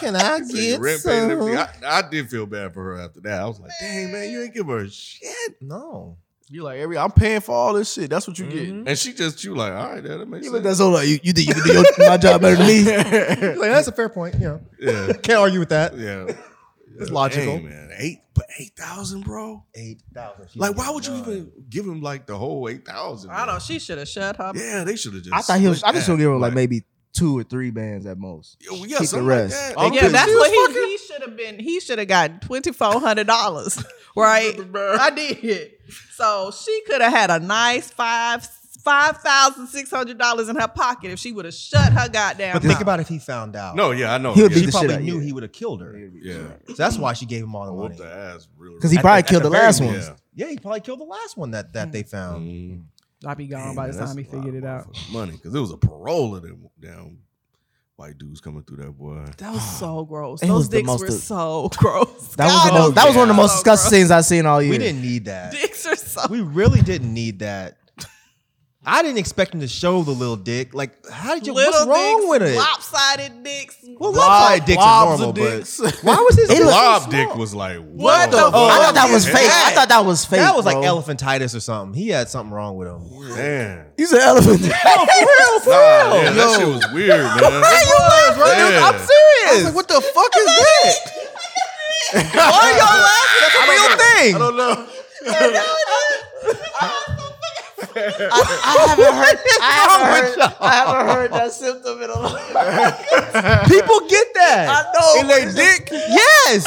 Speaker 6: Can I
Speaker 1: She
Speaker 6: get
Speaker 1: rent paid and everything.
Speaker 6: some?
Speaker 1: I, I did feel bad for her after that. I was like, dang man, you ain't give her a shit.
Speaker 6: No.
Speaker 7: You like every? I'm paying for all this shit. That's what you get.
Speaker 1: And she just you like, all right, yeah, that makes
Speaker 4: you
Speaker 1: sense.
Speaker 4: looked at Zola, you, you think you can do your, my job better than
Speaker 7: <laughs>
Speaker 4: me?
Speaker 6: Like, that's a fair point. Yeah.
Speaker 1: yeah.
Speaker 6: Can't argue with that.
Speaker 1: Yeah.
Speaker 6: It's
Speaker 1: Yeah,
Speaker 6: logical.
Speaker 1: dang, man. Eight but eight thousand, bro.
Speaker 6: Eight thousand.
Speaker 1: Like, why would you even give him like the whole eight thousand?
Speaker 5: I don't. She should have shut her.
Speaker 1: Yeah, they should have just.
Speaker 4: <laughs> I thought he was. I
Speaker 1: split
Speaker 4: just
Speaker 1: that.
Speaker 4: would give him like maybe two or three bands at most.
Speaker 1: Yo, yeah,
Speaker 4: keep the
Speaker 1: something like
Speaker 4: rest.
Speaker 1: that.
Speaker 7: Oh,
Speaker 1: They
Speaker 5: Yeah,
Speaker 1: could've-
Speaker 5: that's what he, he should have been. He should have got twenty four hundred dollars, right? I did. So she could have had a nice five five thousand six hundred dollars in her pocket if she would have shut her goddamn.
Speaker 6: But think
Speaker 5: mouth.
Speaker 6: about if he found out.
Speaker 1: No, yeah, I know.
Speaker 4: He would
Speaker 1: yeah,
Speaker 4: be
Speaker 6: She
Speaker 4: the
Speaker 6: probably
Speaker 4: shit out,
Speaker 6: knew
Speaker 4: yeah.
Speaker 6: he would have killed her.
Speaker 1: Yeah,
Speaker 6: So that's why she gave him all the money.
Speaker 1: whooped the ass really.
Speaker 4: Because he
Speaker 6: At the-
Speaker 4: probably
Speaker 6: at
Speaker 4: killed
Speaker 6: the
Speaker 4: the,
Speaker 6: very
Speaker 4: last
Speaker 6: least.
Speaker 4: one.
Speaker 1: yeah.
Speaker 6: Yeah, he probably killed the last one that that they found.
Speaker 1: Mm.
Speaker 5: I'll be gone
Speaker 1: Damn,
Speaker 5: by the
Speaker 1: that's
Speaker 5: time he
Speaker 1: a lot
Speaker 5: figured it
Speaker 1: of
Speaker 5: out.
Speaker 1: motherfucking Mm-hmm. Money, because it was a parole of them damn white dudes coming through that boy.
Speaker 5: That
Speaker 4: <sighs>
Speaker 5: was so gross.
Speaker 4: It
Speaker 5: Those
Speaker 4: was the
Speaker 5: dicks
Speaker 4: most
Speaker 5: were
Speaker 4: of-
Speaker 5: so <laughs> gross.
Speaker 4: That was
Speaker 5: God,
Speaker 4: one of,
Speaker 5: those
Speaker 4: that was one of
Speaker 5: dicks
Speaker 4: the most
Speaker 5: are so gross.
Speaker 4: disgusting scenes I've seen all year.
Speaker 6: We didn't need
Speaker 4: <laughs>
Speaker 6: that.
Speaker 5: Dicks are so.
Speaker 6: We really didn't need that. I didn't expect him to show the little dick. Like, how did you? what's wrong
Speaker 5: dicks,
Speaker 6: with it?
Speaker 5: Lopsided dicks.
Speaker 6: Well,
Speaker 5: What
Speaker 6: why
Speaker 5: the-
Speaker 6: dicks are
Speaker 7: Lobs
Speaker 6: normal,
Speaker 7: of dicks.
Speaker 6: but why was his
Speaker 1: The
Speaker 6: dick so
Speaker 1: blob
Speaker 6: small?
Speaker 1: dick was like,
Speaker 5: What
Speaker 1: whoa.
Speaker 5: the
Speaker 4: Oh, I
Speaker 5: fuck
Speaker 4: thought that was
Speaker 5: is
Speaker 4: fake. I thought that was fake.
Speaker 6: That was like
Speaker 4: bro.
Speaker 6: elephantitis or something. He had something wrong with him.
Speaker 1: Man.
Speaker 4: You said <laughs> elephant.
Speaker 6: real, for
Speaker 1: Nah, yeah, that shit was weird,
Speaker 4: <laughs>
Speaker 1: man.
Speaker 6: was, right?
Speaker 1: Yeah.
Speaker 6: I'm serious. like, what the fuck is that? Why are y'all laughing? That's a real thing.
Speaker 1: I don't know.
Speaker 7: I, I haven't heard. I haven't heard, I haven't heard that symptom in
Speaker 4: <laughs>
Speaker 7: a long time.
Speaker 6: People get that.
Speaker 7: I know.
Speaker 1: And they dick.
Speaker 7: <laughs>
Speaker 6: Yes.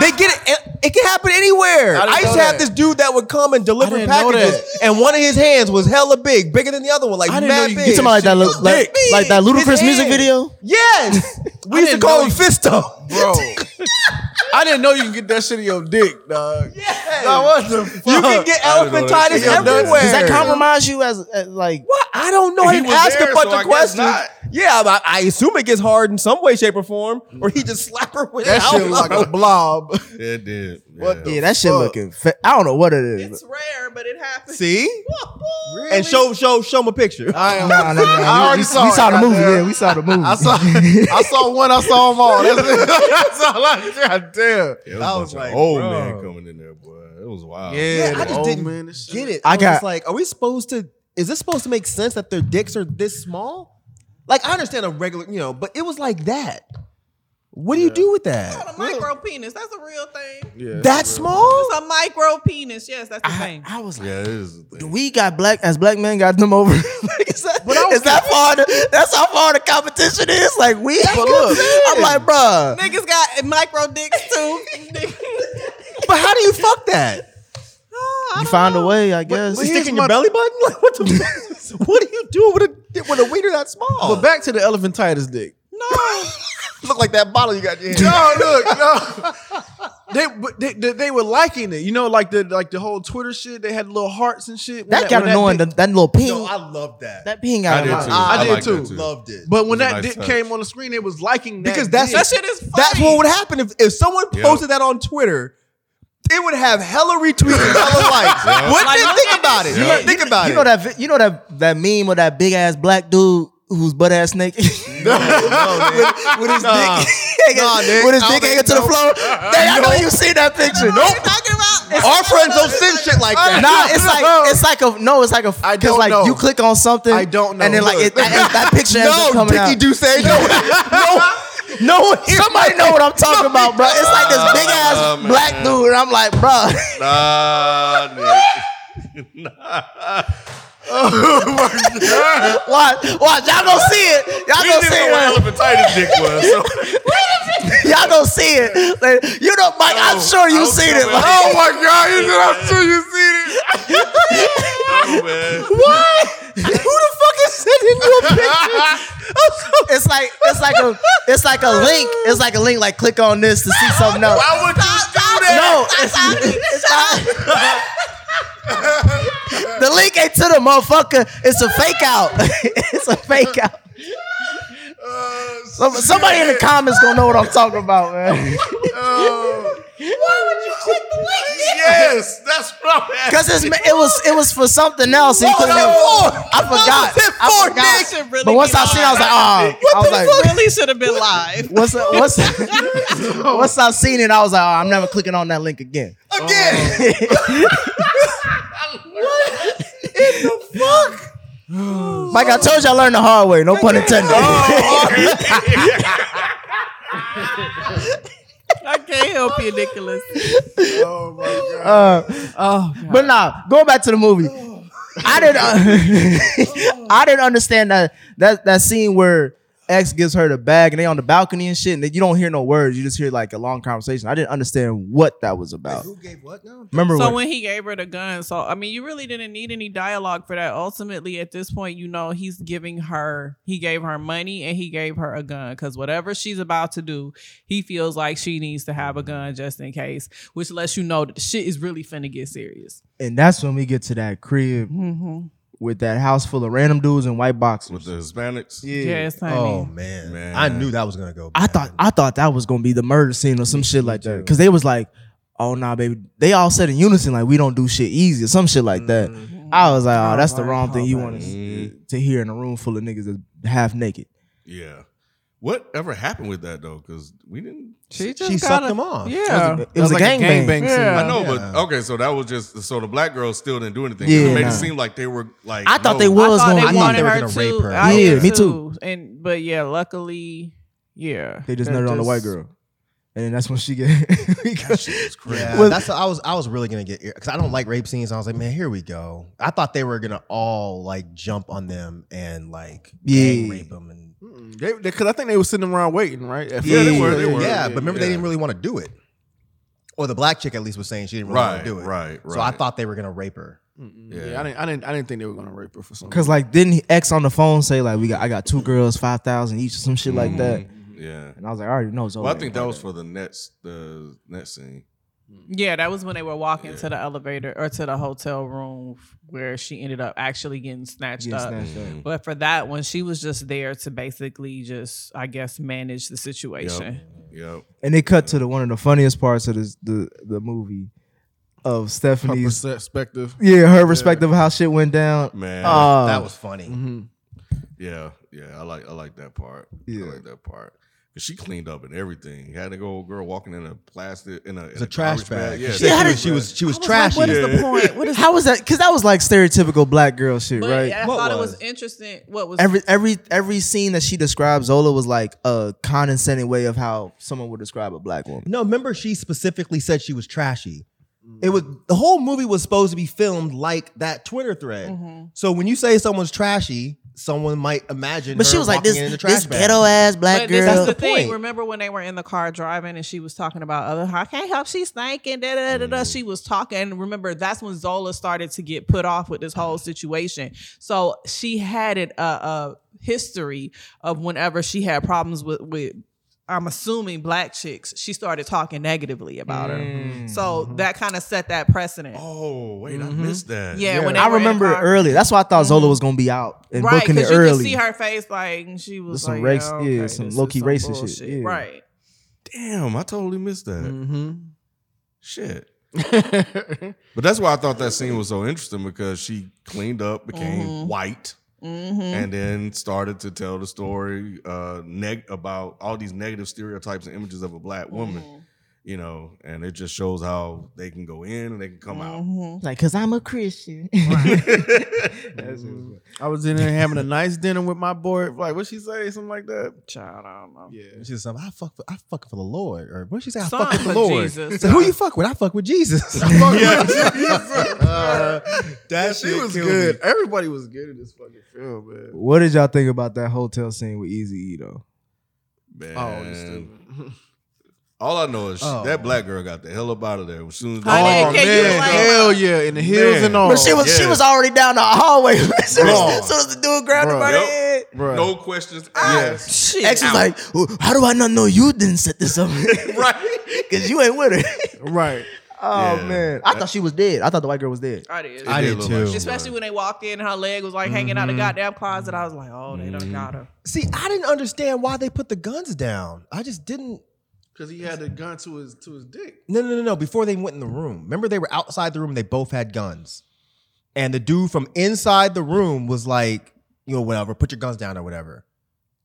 Speaker 6: they get it. it- It can happen anywhere.
Speaker 7: I
Speaker 6: I,
Speaker 7: didn't
Speaker 6: used
Speaker 7: know
Speaker 6: to have
Speaker 7: that.
Speaker 6: this dude that would come and deliver
Speaker 7: I didn't know
Speaker 6: packages, and one of his hands was hella big, bigger than the other one, like
Speaker 7: I didn't know
Speaker 6: mad
Speaker 7: you could
Speaker 6: big.
Speaker 7: get
Speaker 6: Shit.
Speaker 7: somebody
Speaker 4: like that,
Speaker 6: Look
Speaker 4: look, like,
Speaker 6: big.
Speaker 4: like that
Speaker 6: His
Speaker 4: ludicrous music
Speaker 6: hand.
Speaker 4: video.
Speaker 7: <laughs>
Speaker 6: Yes, we used to
Speaker 7: didn't
Speaker 6: call
Speaker 7: know
Speaker 6: him
Speaker 7: you-
Speaker 6: Fisto.
Speaker 7: Bro, <laughs> I didn't know you can get that shit in your dick, dog.
Speaker 6: Yes.
Speaker 7: Now, what the fuck?
Speaker 6: You can get
Speaker 7: <laughs>
Speaker 1: I didn't know that
Speaker 6: elephantitis
Speaker 1: shit. Yeah,
Speaker 6: everywhere.
Speaker 4: Does that compromise you as, as like?
Speaker 6: What? I don't know. I
Speaker 1: He
Speaker 6: didn't
Speaker 1: was
Speaker 6: ask
Speaker 1: there,
Speaker 6: a bunch
Speaker 1: so I
Speaker 6: of
Speaker 1: guess
Speaker 6: questions.
Speaker 1: not.
Speaker 6: Yeah, but I assume it gets hard in some way, shape, or form, or he just slap her with
Speaker 7: that
Speaker 6: it. I
Speaker 7: shit
Speaker 6: don't
Speaker 7: was like
Speaker 6: know.
Speaker 7: a blob.
Speaker 1: Yeah, it did. Yeah.
Speaker 7: What the-
Speaker 4: Yeah, that shit
Speaker 7: Fuck.
Speaker 4: looking. Fa- I don't know what it is.
Speaker 5: It's rare, but it happens.
Speaker 6: See?
Speaker 7: Really?
Speaker 6: And show, show, show him a picture.
Speaker 7: I am.
Speaker 4: Nah, nah, nah.
Speaker 7: I
Speaker 4: We-
Speaker 7: already
Speaker 4: we,
Speaker 7: saw.
Speaker 4: We
Speaker 7: it,
Speaker 4: saw the movie.
Speaker 7: goddamn.
Speaker 4: Yeah, we saw the movie.
Speaker 7: I saw.
Speaker 6: <laughs>
Speaker 7: I saw one. I saw them all. That's, it. <laughs> that's all I. Goddamn.
Speaker 1: Yeah, it was
Speaker 6: I
Speaker 1: I
Speaker 6: was like,
Speaker 1: old
Speaker 6: bro.
Speaker 1: man coming in there, boy. It was wild.
Speaker 6: Yeah, I
Speaker 7: the
Speaker 6: just
Speaker 7: old
Speaker 6: didn't
Speaker 7: man and shit.
Speaker 6: get it.
Speaker 4: I
Speaker 6: I, was
Speaker 4: got-
Speaker 6: just like, are we supposed to? Is this supposed to make sense that their dicks are this small? Like, I understand a regular, you know, but it was like that. What do you do with
Speaker 5: It's
Speaker 6: that?
Speaker 5: called a micro penis. That's a real thing.
Speaker 8: Yeah,
Speaker 6: That small?
Speaker 5: It's a micro penis. Yes, that's the
Speaker 4: I,
Speaker 5: thing.
Speaker 4: I was like,
Speaker 1: Yeah, it is. a
Speaker 4: do
Speaker 1: thing.
Speaker 4: we got black as black men got them over. <laughs> like, is that, is that far? The, that's how far the competition is. Like we.
Speaker 6: look.
Speaker 4: I'm like, bruh.
Speaker 5: Niggas got micro dicks
Speaker 4: <laughs>
Speaker 5: too. <laughs>
Speaker 6: But how do you fuck that?
Speaker 5: Ah,
Speaker 4: You find a way, I guess.
Speaker 6: You sticking your belly
Speaker 7: <laughs>
Speaker 6: button? Like, what the? what do you do with a with a wiener that small?
Speaker 8: But back to the elephantitis dick.
Speaker 6: look like that bottle you got in
Speaker 1: <laughs>
Speaker 6: your hand.
Speaker 8: No, look, no. They, but they, they they were liking it, you know, like the like the whole Twitter shit. They had little hearts and shit. When
Speaker 4: that got
Speaker 8: when
Speaker 4: annoying.
Speaker 8: dick-
Speaker 4: That, that little ping.
Speaker 6: No, I love that.
Speaker 4: that ping
Speaker 1: I
Speaker 4: got
Speaker 1: did too.
Speaker 4: annoying. Uh,
Speaker 8: I did
Speaker 1: liked that
Speaker 8: too.
Speaker 6: Loved it.
Speaker 8: but when
Speaker 1: It
Speaker 8: that
Speaker 1: was a nice
Speaker 8: dick
Speaker 1: touch.
Speaker 8: came on the screen, it was liking that
Speaker 6: Because that's-
Speaker 8: dick.
Speaker 5: that shit is funny.
Speaker 6: That's what would happen if, if someone
Speaker 1: Yeah.
Speaker 6: posted that on Twitter. It would have hella retweets and hella likes.
Speaker 1: Yeah.
Speaker 6: Wouldn't
Speaker 5: Like,
Speaker 6: it?
Speaker 5: look
Speaker 6: Think
Speaker 5: at
Speaker 6: about it.
Speaker 1: this. Yeah.
Speaker 6: Think about
Speaker 4: You
Speaker 6: it.
Speaker 4: know that. vi- You know that that meme of that big ass black dude who's butt ass naked.
Speaker 6: with, with his dick.
Speaker 4: <laughs>
Speaker 6: Nah, Nick,
Speaker 4: with his
Speaker 6: I
Speaker 4: dick
Speaker 6: don't
Speaker 4: hanging to the
Speaker 6: think
Speaker 4: floor. Dang, I know you seen that picture.
Speaker 5: Nope. Talking about
Speaker 6: Our friends don't send shit like that.
Speaker 4: Nah, it's like it's like a no, it's like a
Speaker 7: I
Speaker 4: because
Speaker 7: don't
Speaker 4: like
Speaker 7: know.
Speaker 4: you click on something,
Speaker 7: I don't know.
Speaker 4: and then like it, that, that picture ends up
Speaker 6: no,
Speaker 4: coming
Speaker 6: Dickie
Speaker 4: out.
Speaker 6: do say <laughs> Oh, no, no, no one here.
Speaker 4: Somebody know what I'm talking about, bro. It's like this big ass
Speaker 1: Oh, man.
Speaker 4: black dude, and I'm like, bro,
Speaker 1: Nah, Nick. nah.
Speaker 4: <laughs> watch, watch, y'all gonna see it, y'all
Speaker 1: We
Speaker 4: gonna
Speaker 1: didn't
Speaker 4: see
Speaker 1: know
Speaker 4: it,
Speaker 1: what elephantitis dick was. So. <laughs>
Speaker 4: y'all gonna see it. Like, you know, Mike, I'm sure you seen it. Like,
Speaker 1: oh my god, you said I'm sure you seen
Speaker 4: <laughs>
Speaker 1: it. no, man.
Speaker 4: it's like it's like a it's like a link. It's like a link. Like click on this to see something else.
Speaker 1: Why would you do that?
Speaker 4: No, it's, it's not. the link ain't to the motherfucker. It's a fake out. <laughs> it's a fake out. Some- Somebody in the comments gonna know what I'm talking about, man.
Speaker 1: Yes, that's what I'm asking.
Speaker 4: Because it was it was for something else. and you couldn't have- I forgot. I forgot.
Speaker 5: Should really
Speaker 4: But once
Speaker 5: be
Speaker 4: I seen, I was like,
Speaker 5: live.
Speaker 4: oh, I was like,
Speaker 5: really should have been live.
Speaker 6: <laughs>
Speaker 4: once I- once once I seen it, I was like, oh, I'm never clicking on that link again.
Speaker 6: again.
Speaker 4: <sighs> Mike, I told you I learned the hard way. No pun intended.
Speaker 6: Oh,
Speaker 4: <laughs>
Speaker 5: I can't help you, Nicholas.
Speaker 6: oh.
Speaker 4: Uh, but nah, going back to the movie, I didn't, uh, <laughs> I didn't understand that that that scene where X gives her the bag and they on the balcony and shit, and you don't hear no words, you just hear like a long conversation. I didn't understand what that was about.
Speaker 6: Who gave what now?
Speaker 4: Remember
Speaker 5: So
Speaker 4: when?
Speaker 5: when he gave her the gun, so I mean, you really didn't need any dialogue for that. Ultimately, at this point, you know he's giving her, he gave her money and he gave her a gun because whatever she's about to do, he feels like she needs to have a gun just in case, which lets you know that the shit is really finna get serious.
Speaker 4: And that's when we get to that crib
Speaker 5: Mm-hmm.
Speaker 4: with that house full of random dudes in white boxers.
Speaker 1: With the Hispanics,
Speaker 5: Yes, honey.
Speaker 6: Oh man.
Speaker 1: Man.
Speaker 6: I knew that was gonna go.
Speaker 4: I thought I thought that was gonna be the murder scene or some shit like that. Cause they was like, oh nah, baby. They all said in unison, like, we don't do shit easy or some shit like that.
Speaker 1: Mm.
Speaker 5: Mm-hmm.
Speaker 4: I was like, oh, that's the wrong thing you want to,
Speaker 1: Mhm.
Speaker 4: to hear in a room full of niggas that's half naked.
Speaker 1: yeah. Whatever happened with that though? Because we didn't.
Speaker 5: just
Speaker 6: she
Speaker 5: got
Speaker 6: sucked
Speaker 5: a-
Speaker 6: him off.
Speaker 5: Yeah.
Speaker 4: It was, a gangbang.
Speaker 8: gangbang scene.
Speaker 5: Yeah.
Speaker 1: I know,
Speaker 6: Yeah.
Speaker 1: but okay. So that was just so the black girls still didn't do anything.
Speaker 4: Yeah,
Speaker 1: it made
Speaker 4: nah.
Speaker 1: it seem like they were like.
Speaker 4: I thought
Speaker 1: no.
Speaker 4: they
Speaker 5: I
Speaker 4: was
Speaker 5: thought
Speaker 4: going.
Speaker 5: they
Speaker 4: to
Speaker 5: wanted
Speaker 6: they were
Speaker 5: her
Speaker 6: gonna
Speaker 5: to.
Speaker 6: rape her.
Speaker 5: I
Speaker 4: Yeah,
Speaker 5: did
Speaker 4: me
Speaker 5: too. And but yeah, luckily, yeah,
Speaker 4: They just
Speaker 5: they're
Speaker 4: nutted on the white
Speaker 5: just-
Speaker 4: girl. and then that's when she get. <laughs>
Speaker 6: Yeah, that's I was I was really gonna get because I don't like rape scenes. I was like, man, here we go. I thought they were gonna all like jump on them and like gang
Speaker 4: Yeah.
Speaker 6: rape them and
Speaker 7: Because I think they were sitting around waiting, right? At
Speaker 6: yeah,
Speaker 7: first.
Speaker 6: they were, they were. yeah, but remember they
Speaker 1: yeah.
Speaker 6: didn't really want to do it. Or the black chick at least was saying she didn't really want
Speaker 1: Right,
Speaker 6: to do it.
Speaker 1: right,
Speaker 6: So I
Speaker 1: right.
Speaker 6: thought they were gonna rape her.
Speaker 7: Mm-mm.
Speaker 1: Yeah.
Speaker 7: Yeah. I didn't, I didn't, I didn't think they were gonna rape her for some.
Speaker 4: <laughs> Cause like didn't X on the phone say like we got I got two girls five thousand each or some shit like that,
Speaker 1: Yeah.
Speaker 4: and I was like I already know it's over.
Speaker 1: Mm-hmm. Well, I think that
Speaker 4: Like
Speaker 1: was for the next the next scene.
Speaker 5: Yeah, that was when they were walking to the elevator or to the hotel room where she ended up actually getting snatched
Speaker 4: Getting
Speaker 5: up.
Speaker 4: snatched up.
Speaker 5: But for that one, she was just there to basically just, I guess, manage the situation.
Speaker 1: Yep.
Speaker 4: and they cut to the one of the funniest parts of this, the the movie of Stephanie's
Speaker 7: perspective.
Speaker 4: yeah her perspective of how shit went down.
Speaker 1: Man.
Speaker 4: Uh,
Speaker 6: that Oh. was funny.
Speaker 7: Mm-hmm. <laughs>
Speaker 1: yeah. Yeah. I like I like that part.
Speaker 4: Yeah.
Speaker 1: I like that part. 'Cause She cleaned up and everything. Had to go girl walking in a plastic in a, in
Speaker 6: It's a trash
Speaker 1: garbage
Speaker 6: bag.
Speaker 1: Yeah,
Speaker 6: She, had a, she was she was trashy.
Speaker 5: What is the point? What is
Speaker 4: <laughs> How was that? Because that was like stereotypical black girl shit,
Speaker 5: But
Speaker 4: right?
Speaker 5: I
Speaker 6: What
Speaker 5: thought it
Speaker 6: was?
Speaker 5: was interesting. What was
Speaker 4: Every every every scene that she described Zola was like a condescending way of how someone would describe a black woman.
Speaker 6: No, remember she specifically said she was trashy. It was the whole movie was supposed to be filmed like that Twitter thread.
Speaker 4: Mm-hmm.
Speaker 6: So when you say someone's trashy, someone might imagine.
Speaker 4: But she
Speaker 6: her
Speaker 4: was like
Speaker 6: walking
Speaker 4: this,
Speaker 6: in the trash
Speaker 4: this
Speaker 6: bag.
Speaker 4: ghetto ass black
Speaker 5: But
Speaker 4: girl.
Speaker 5: this is the,
Speaker 6: the
Speaker 5: thing.
Speaker 6: point.
Speaker 5: Remember when they were in the car driving and she was talking about other, I can't help she's thinking, da da da da.
Speaker 4: Mm.
Speaker 5: da. She was talking. And remember, that's when Zola started to get put off with this whole situation. So she had it a, a history of whenever she had problems with with. I'm assuming black chicks. She started talking negatively about
Speaker 4: Mm-hmm.
Speaker 5: her, so that kind of set that precedent.
Speaker 1: Oh, wait, I missed that.
Speaker 5: yeah, when they
Speaker 4: I
Speaker 5: were in the
Speaker 4: remember it
Speaker 5: car.
Speaker 4: earlier. That's why I thought Zola was gonna be out and
Speaker 5: right?
Speaker 4: booking it
Speaker 5: Because you could
Speaker 4: early.
Speaker 5: see her face, like and she was
Speaker 4: With some
Speaker 5: like,
Speaker 4: race-
Speaker 5: yeah,
Speaker 4: yeah,
Speaker 5: okay,
Speaker 4: some
Speaker 5: this is
Speaker 4: low-key
Speaker 5: some
Speaker 4: racist shit,
Speaker 5: bullshit.
Speaker 4: yeah.
Speaker 5: right?
Speaker 1: Damn, I totally missed that.
Speaker 7: Mm-hmm.
Speaker 1: Shit. but that's why I thought that scene was so interesting because she cleaned up, became white,
Speaker 5: Mm-hmm.
Speaker 1: and then started to tell the story uh, neg- about all these negative stereotypes and images of a black woman. You know, and it just shows how they can go in and they can come
Speaker 5: Mm-hmm. <laughs>
Speaker 4: like, cause I'm a Christian.
Speaker 1: <laughs>
Speaker 7: I was in there having a nice dinner with my boy. Like, what she say? Something like that.
Speaker 5: Child, I don't know.
Speaker 7: Yeah.
Speaker 6: She said, "I fuck, for, I fuck for the Lord," or what she say? I
Speaker 5: Son
Speaker 6: fuck with the
Speaker 5: of
Speaker 6: Lord.
Speaker 5: Jesus.
Speaker 6: So who you fuck with? I fuck with Jesus.
Speaker 7: <laughs>
Speaker 6: Uh, <laughs> that
Speaker 7: She
Speaker 6: shit
Speaker 7: was
Speaker 6: killed
Speaker 7: good.
Speaker 6: me.
Speaker 7: Everybody was good in this fucking film, man.
Speaker 4: what did y'all think about that hotel scene with Easy E though?
Speaker 1: out.
Speaker 7: Oh, it's
Speaker 1: Man.
Speaker 5: <laughs>
Speaker 7: stupid.
Speaker 1: all I know is she-
Speaker 6: Oh.
Speaker 1: that black girl got the hell up out of there as soon as.
Speaker 5: Honey, can you, like-
Speaker 7: Oh, hell yeah, in the hills
Speaker 1: Man.
Speaker 7: and all.
Speaker 9: But she was she
Speaker 1: yeah.
Speaker 9: was already down the hallway. <laughs> as soon as as soon as the dude grabbed her
Speaker 7: Bruh.
Speaker 9: by the
Speaker 1: Yup.
Speaker 9: head.
Speaker 7: Bruh.
Speaker 1: no questions asked.
Speaker 5: Shit.
Speaker 9: X is like, "Well, how do I not know you didn't set this
Speaker 1: <laughs>
Speaker 9: up? <laughs> right? Because you ain't with her.
Speaker 7: right.
Speaker 4: Oh
Speaker 1: Yeah.
Speaker 4: man, I thought she was dead. I thought the white girl was dead.
Speaker 5: I did.
Speaker 6: I did
Speaker 1: look
Speaker 6: too.
Speaker 1: like she
Speaker 5: Especially
Speaker 1: was.
Speaker 5: when they walked in and her leg was like hanging out the goddamn closet. I was like, oh, they done got her.
Speaker 6: See, I didn't understand why they put the guns down. I just didn't.
Speaker 7: Because he had a gun to his to his dick.
Speaker 6: No, no, no, no. Before they went in the room, remember they were outside the room. They both had guns, and the dude from inside the room was like, "You know, whatever. Put your guns down or whatever."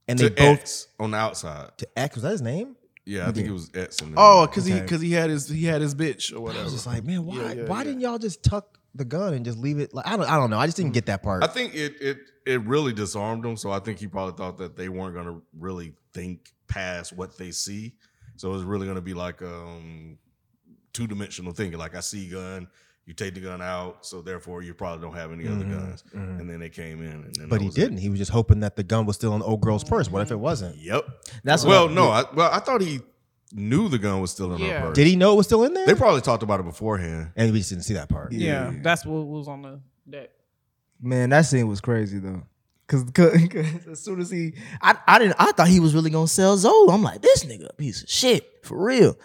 Speaker 6: And they
Speaker 1: to
Speaker 6: both
Speaker 1: X on the outside.
Speaker 6: to X was that his name?
Speaker 1: Yeah, I think it was X. in there.
Speaker 7: Oh, because he
Speaker 6: Okay.
Speaker 7: because he had his he had his bitch or
Speaker 6: I
Speaker 7: whatever.
Speaker 6: was just like, man, why?
Speaker 7: Yeah, yeah,
Speaker 6: why
Speaker 7: yeah.
Speaker 6: didn't y'all just tuck the gun and just leave it? Like, I don't, I don't know. I just didn't get that part.
Speaker 1: Mm. I think it it it really disarmed him. So I think he probably thought that they weren't gonna really think past what they see. So it's really gonna be like um two dimensional thinking. Like I see gun, you take the gun out, so therefore you probably don't have any other guns. And then they came in, and then
Speaker 6: Mm-hmm. but
Speaker 1: that
Speaker 6: he
Speaker 1: was it. Mm.
Speaker 6: didn't. He was just hoping that the gun was still in the old girl's purse. What if it wasn't?
Speaker 1: Yep.
Speaker 4: That's
Speaker 1: well,
Speaker 4: what-
Speaker 1: no. I, well, I thought he knew the gun was still in
Speaker 5: Yeah.
Speaker 1: her purse.
Speaker 6: Did he know it was still in there?
Speaker 1: They probably talked about it beforehand.
Speaker 6: and we just didn't see that part.
Speaker 5: Yeah, that's what was on the deck.
Speaker 4: Man, that scene was crazy though. Cause, 'cause- 'cause as soon as he, I, I didn't, I thought he was really gonna sell Zola. I'm like, this nigga a piece of shit for real,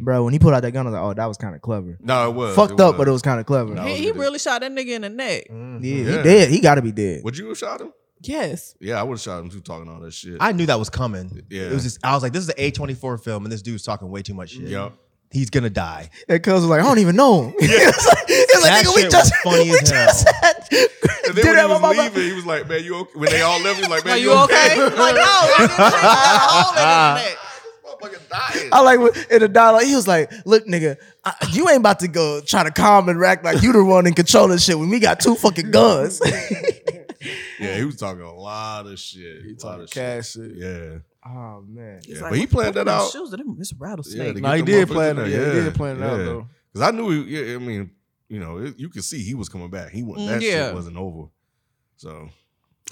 Speaker 4: bro. When he pulled out that gun, I was like, oh, that was kind of clever.
Speaker 1: No, Mm-hmm. Uh, it was
Speaker 4: Fucked
Speaker 1: it
Speaker 4: up, but
Speaker 1: was.
Speaker 4: it was Mm-hmm. kind of clever.
Speaker 1: No.
Speaker 5: He,
Speaker 1: was
Speaker 5: he
Speaker 1: good.
Speaker 5: really shot that nigga in the neck.
Speaker 4: Yeah, he
Speaker 1: Yeah.
Speaker 4: dead. He got to be dead.
Speaker 1: Would you have shot him?
Speaker 5: Yes.
Speaker 1: Yeah, I would have shot him too. Talking all that shit.
Speaker 6: I knew that was coming.
Speaker 1: Yeah.
Speaker 6: It was just I was like, this is an A twenty four film, and this dude's talking way too much shit.
Speaker 1: Yep.
Speaker 6: He's gonna die.
Speaker 4: And Cuz was like, I don't even know him. <laughs> it's like, it's like
Speaker 6: That
Speaker 4: nigga, we
Speaker 6: shit
Speaker 4: just,
Speaker 6: was
Speaker 4: <laughs>
Speaker 6: funny
Speaker 4: we
Speaker 6: as hell.
Speaker 4: just had,
Speaker 1: And then when
Speaker 4: did that with
Speaker 1: he
Speaker 4: my
Speaker 1: was
Speaker 4: mom.
Speaker 1: leaving, he was like, "Man, you okay?" When they all left, he was <laughs> like, "Man,
Speaker 5: Are
Speaker 1: you,
Speaker 5: you okay? like, no, I didn't shoot that hole in his neck.
Speaker 1: okay?" Motherfucker
Speaker 4: I like when- in the dialogue, he was like, look, nigga, I, you ain't about to go try to calm and act like you the one in control of shit when we got two fucking guns. <laughs>
Speaker 1: dying. Yeah, he was talking a lot of shit.
Speaker 7: He
Speaker 1: a lot
Speaker 7: talking
Speaker 1: of
Speaker 7: cash shit.
Speaker 1: shit. Yeah,
Speaker 10: Oh man.
Speaker 1: Yeah, but he planned that out.
Speaker 11: Shoes to them, Mr.
Speaker 1: Yeah,
Speaker 11: Rattlesnake.
Speaker 1: to
Speaker 7: No, he
Speaker 1: get them
Speaker 7: did
Speaker 1: motherfuckers
Speaker 7: plan
Speaker 1: in
Speaker 7: it. Yeah,
Speaker 1: there.
Speaker 7: he did plan it out
Speaker 1: yeah.
Speaker 7: though.
Speaker 1: Because I knew, he, yeah, I mean, you know, it, you could see he was coming back. He was,
Speaker 5: Mm,
Speaker 1: that
Speaker 5: yeah.
Speaker 1: shit wasn't over. So,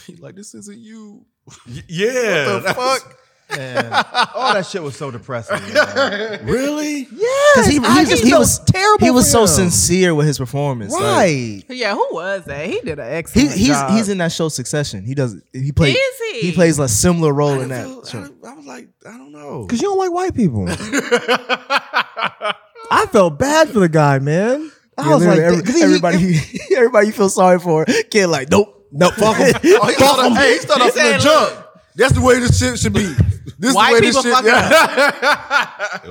Speaker 7: He's like, this isn't you.
Speaker 1: y- yeah.
Speaker 7: What the
Speaker 1: that's- <laughs>
Speaker 7: fuck?
Speaker 6: Man, all that shit was so depressing.
Speaker 4: <laughs>
Speaker 6: man.
Speaker 1: Really?
Speaker 6: Yes,
Speaker 4: he- he
Speaker 6: I-
Speaker 4: just- he
Speaker 6: felt
Speaker 4: was-
Speaker 6: terrible.
Speaker 4: He was
Speaker 6: for
Speaker 4: so
Speaker 6: him.
Speaker 4: sincere with his performance. like,
Speaker 6: right? Oh
Speaker 5: Yeah, who was that? He did an
Speaker 4: he,
Speaker 5: excellent
Speaker 4: he's
Speaker 5: job.
Speaker 4: he's in that show Succession. He does he plays
Speaker 5: Is he?
Speaker 4: he plays a similar role in
Speaker 1: I,
Speaker 4: that.
Speaker 1: felt-
Speaker 4: show.
Speaker 1: I- I was like, I don't know.
Speaker 6: Because you don't like white
Speaker 4: <laughs>
Speaker 6: people. I felt bad for the guy, man. I
Speaker 4: Yeah,
Speaker 6: was like,
Speaker 4: literally every-
Speaker 6: "Cause he-
Speaker 4: everybody, <laughs> everybody you feel sorry for, kid, like, nope, nope, fuck
Speaker 6: <laughs>
Speaker 4: him.
Speaker 1: Oh, he started, Hey, he started off from the jump. That's the way this shit should be. This
Speaker 5: White
Speaker 1: is the way this
Speaker 5: people
Speaker 1: shit.
Speaker 5: fucking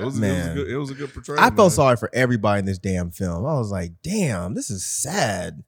Speaker 1: <laughs> It, was, it
Speaker 6: Man.
Speaker 1: was a good. It was a good portrayal.
Speaker 6: I
Speaker 1: man.
Speaker 6: felt sorry for everybody in this damn film. I was like, damn, this is sad.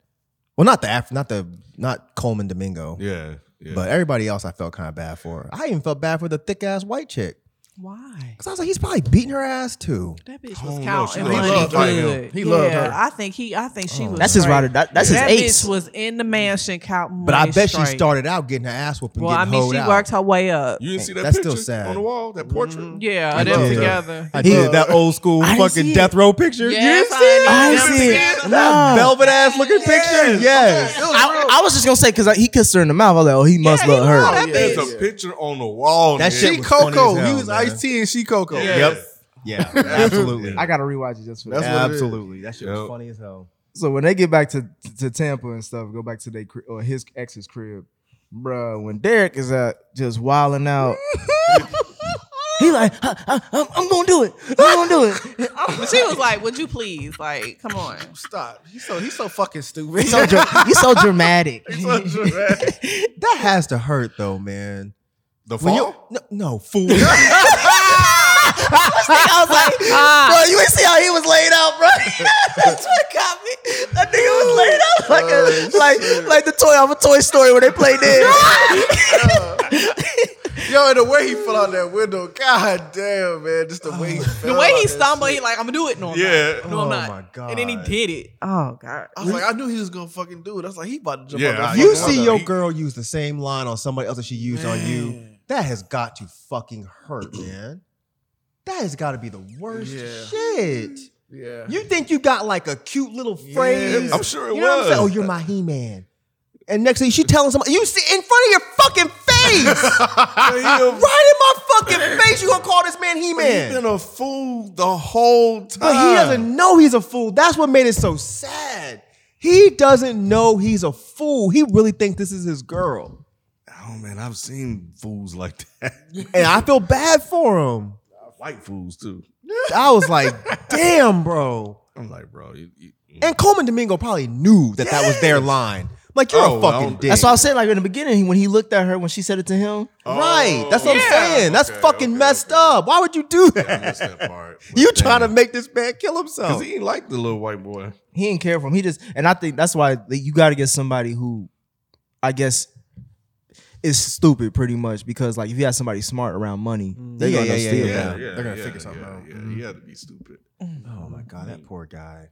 Speaker 6: Well, not the Af- not the not Coleman Domingo,
Speaker 1: Yeah, yeah.
Speaker 6: but everybody else I felt kind of bad for. I even felt bad for the thick ass white chick
Speaker 5: Why?
Speaker 6: because I was like, he's probably beating her ass too.
Speaker 5: That bitch
Speaker 1: I
Speaker 5: was
Speaker 1: don't know. She
Speaker 5: counting
Speaker 1: loved-
Speaker 5: money
Speaker 1: she loved him.
Speaker 5: good.
Speaker 7: He loved
Speaker 5: yeah,
Speaker 7: her.
Speaker 5: I think he. I think she was.
Speaker 4: That's his
Speaker 5: straight.
Speaker 4: rider. That, that's
Speaker 5: that
Speaker 4: his
Speaker 5: bitch
Speaker 4: ace.
Speaker 5: was in the mansion counting money.
Speaker 6: But I bet she
Speaker 5: straight.
Speaker 6: started out getting her ass whooped. And
Speaker 5: Well, I
Speaker 6: getting
Speaker 5: mean, she
Speaker 6: hoed
Speaker 5: worked
Speaker 6: out.
Speaker 5: her way up.
Speaker 1: you didn't see that
Speaker 6: That's
Speaker 1: picture
Speaker 6: still sad.
Speaker 1: on the wall. That portrait.
Speaker 6: Mm-hmm.
Speaker 5: Yeah,
Speaker 6: I
Speaker 5: them
Speaker 6: did.
Speaker 5: together.
Speaker 6: I
Speaker 7: Uh,
Speaker 6: did that old school
Speaker 4: I didn't see
Speaker 6: fucking
Speaker 4: it.
Speaker 6: death row picture.
Speaker 5: Yes,
Speaker 6: you
Speaker 5: honey,
Speaker 4: I
Speaker 5: them
Speaker 4: see it.
Speaker 5: together.
Speaker 4: No.
Speaker 6: velvet ass looking picture. Yes.
Speaker 4: I, I was just gonna say because he kissed her in the mouth. I was like, oh, he must
Speaker 5: he
Speaker 4: love her.
Speaker 5: loved that
Speaker 1: There's
Speaker 5: bitch.
Speaker 1: a picture on the wall.
Speaker 6: That
Speaker 1: nigga.
Speaker 6: shit
Speaker 7: She
Speaker 6: was funny
Speaker 7: Coco.
Speaker 6: as hell,
Speaker 7: he was
Speaker 6: man.
Speaker 7: Ice T and she Coco.
Speaker 1: Yes.
Speaker 4: <laughs>
Speaker 6: Yeah, absolutely.
Speaker 4: I gotta rewatch it just for
Speaker 7: That's
Speaker 4: that.
Speaker 7: what it is.
Speaker 6: absolutely. That shit
Speaker 1: Yep.
Speaker 6: was funny as hell.
Speaker 4: So when they get back to, to, Tampa and stuff, go back to their cri- or his ex's crib, bruh, When Derek is out just wilding <laughs> out, he like, "Huh, huh, I'm, I'm gonna do it. I'm gonna do it.
Speaker 5: But she was like, "Would you please? Like, come
Speaker 6: <laughs>
Speaker 5: on."
Speaker 7: Stop. He's so he's so fucking stupid.
Speaker 4: So dra- he's so dramatic. <laughs>
Speaker 6: That has to hurt though, man.
Speaker 1: The
Speaker 6: <laughs> When you
Speaker 1: fall.
Speaker 6: no, no <laughs> fool. I
Speaker 4: I was like,
Speaker 5: Ah,
Speaker 4: bro, you ain't see how he was laid out, bro. <laughs> That's what got me. That nigga was laid out like a, like like the toy off a Toy Story where they played this.
Speaker 7: Yo, and the way he fell out that window, <laughs> god damn, man. Just Uh, the way he fell
Speaker 5: the way
Speaker 7: out
Speaker 5: he
Speaker 7: that
Speaker 5: stumbled,
Speaker 7: shit.
Speaker 5: he like, "I'm gonna do it." No, I'm
Speaker 1: Yeah.
Speaker 5: not. No, I'm
Speaker 6: Oh,
Speaker 5: not.
Speaker 6: my God.
Speaker 5: And then he did it. Oh God.
Speaker 7: I was like, I knew he was gonna fucking do it. I was like, he about to jump
Speaker 1: Yeah,
Speaker 7: out that
Speaker 1: I-
Speaker 7: fucking
Speaker 6: you
Speaker 1: Fucking
Speaker 6: see
Speaker 1: hell,
Speaker 6: your
Speaker 1: he-
Speaker 6: E girl use the same line on somebody else that she used on you. That has got to fucking hurt, man. That has got to be the worst
Speaker 7: Yeah.
Speaker 6: shit.
Speaker 7: Yeah.
Speaker 6: You think you got like a cute little phrase?
Speaker 1: I'm sure it
Speaker 6: you know what I'm
Speaker 1: was.
Speaker 6: saying? Oh, you're my He-Man. And next thing she telling somebody, you see in front of your fucking
Speaker 1: <laughs>
Speaker 6: face, right in my fucking face. You gonna call this man He-Man?
Speaker 1: He's been a fool the whole time.
Speaker 6: But he doesn't know he's a fool. That's what made it so sad. He doesn't know he's a fool. He really thinks this is his girl.
Speaker 1: Oh man, I've seen fools like
Speaker 6: <laughs>
Speaker 1: that.
Speaker 6: And I feel bad for him.
Speaker 1: <laughs> White fools too.
Speaker 6: I
Speaker 1: <laughs>
Speaker 6: was like, damn, bro.
Speaker 1: I'm like, bro, you, you,
Speaker 6: <laughs> And Coleman Domingo probably knew that that was their line. Like, you're
Speaker 1: Oh,
Speaker 6: a
Speaker 1: well, I
Speaker 6: fucking
Speaker 1: don't-
Speaker 6: dick.
Speaker 4: That's what I was saying. Like in the beginning, when he looked at her, when she said it to him,
Speaker 6: Right. That's what I'm
Speaker 5: Yeah.
Speaker 6: saying. That's
Speaker 1: Oh, Okay,
Speaker 6: fucking
Speaker 1: okay,
Speaker 6: messed
Speaker 1: okay.
Speaker 6: up. Why would you do
Speaker 1: I missed
Speaker 6: that?
Speaker 1: that part.
Speaker 6: you trying to make this man kill
Speaker 1: because
Speaker 6: himself.
Speaker 1: he ain't like the little white boy.
Speaker 4: he didn't care for him. He just, and I think that's why like, you got to get somebody who, I guess, is stupid pretty much because like if you have somebody smart around money, they're
Speaker 6: Yeah,
Speaker 4: gonna
Speaker 6: yeah, yeah,
Speaker 4: steal
Speaker 6: yeah.
Speaker 4: that.
Speaker 6: they're gonna figure something out.
Speaker 1: Yeah,
Speaker 6: Mhm.
Speaker 1: he had to be stupid.
Speaker 6: oh my God, that poor guy.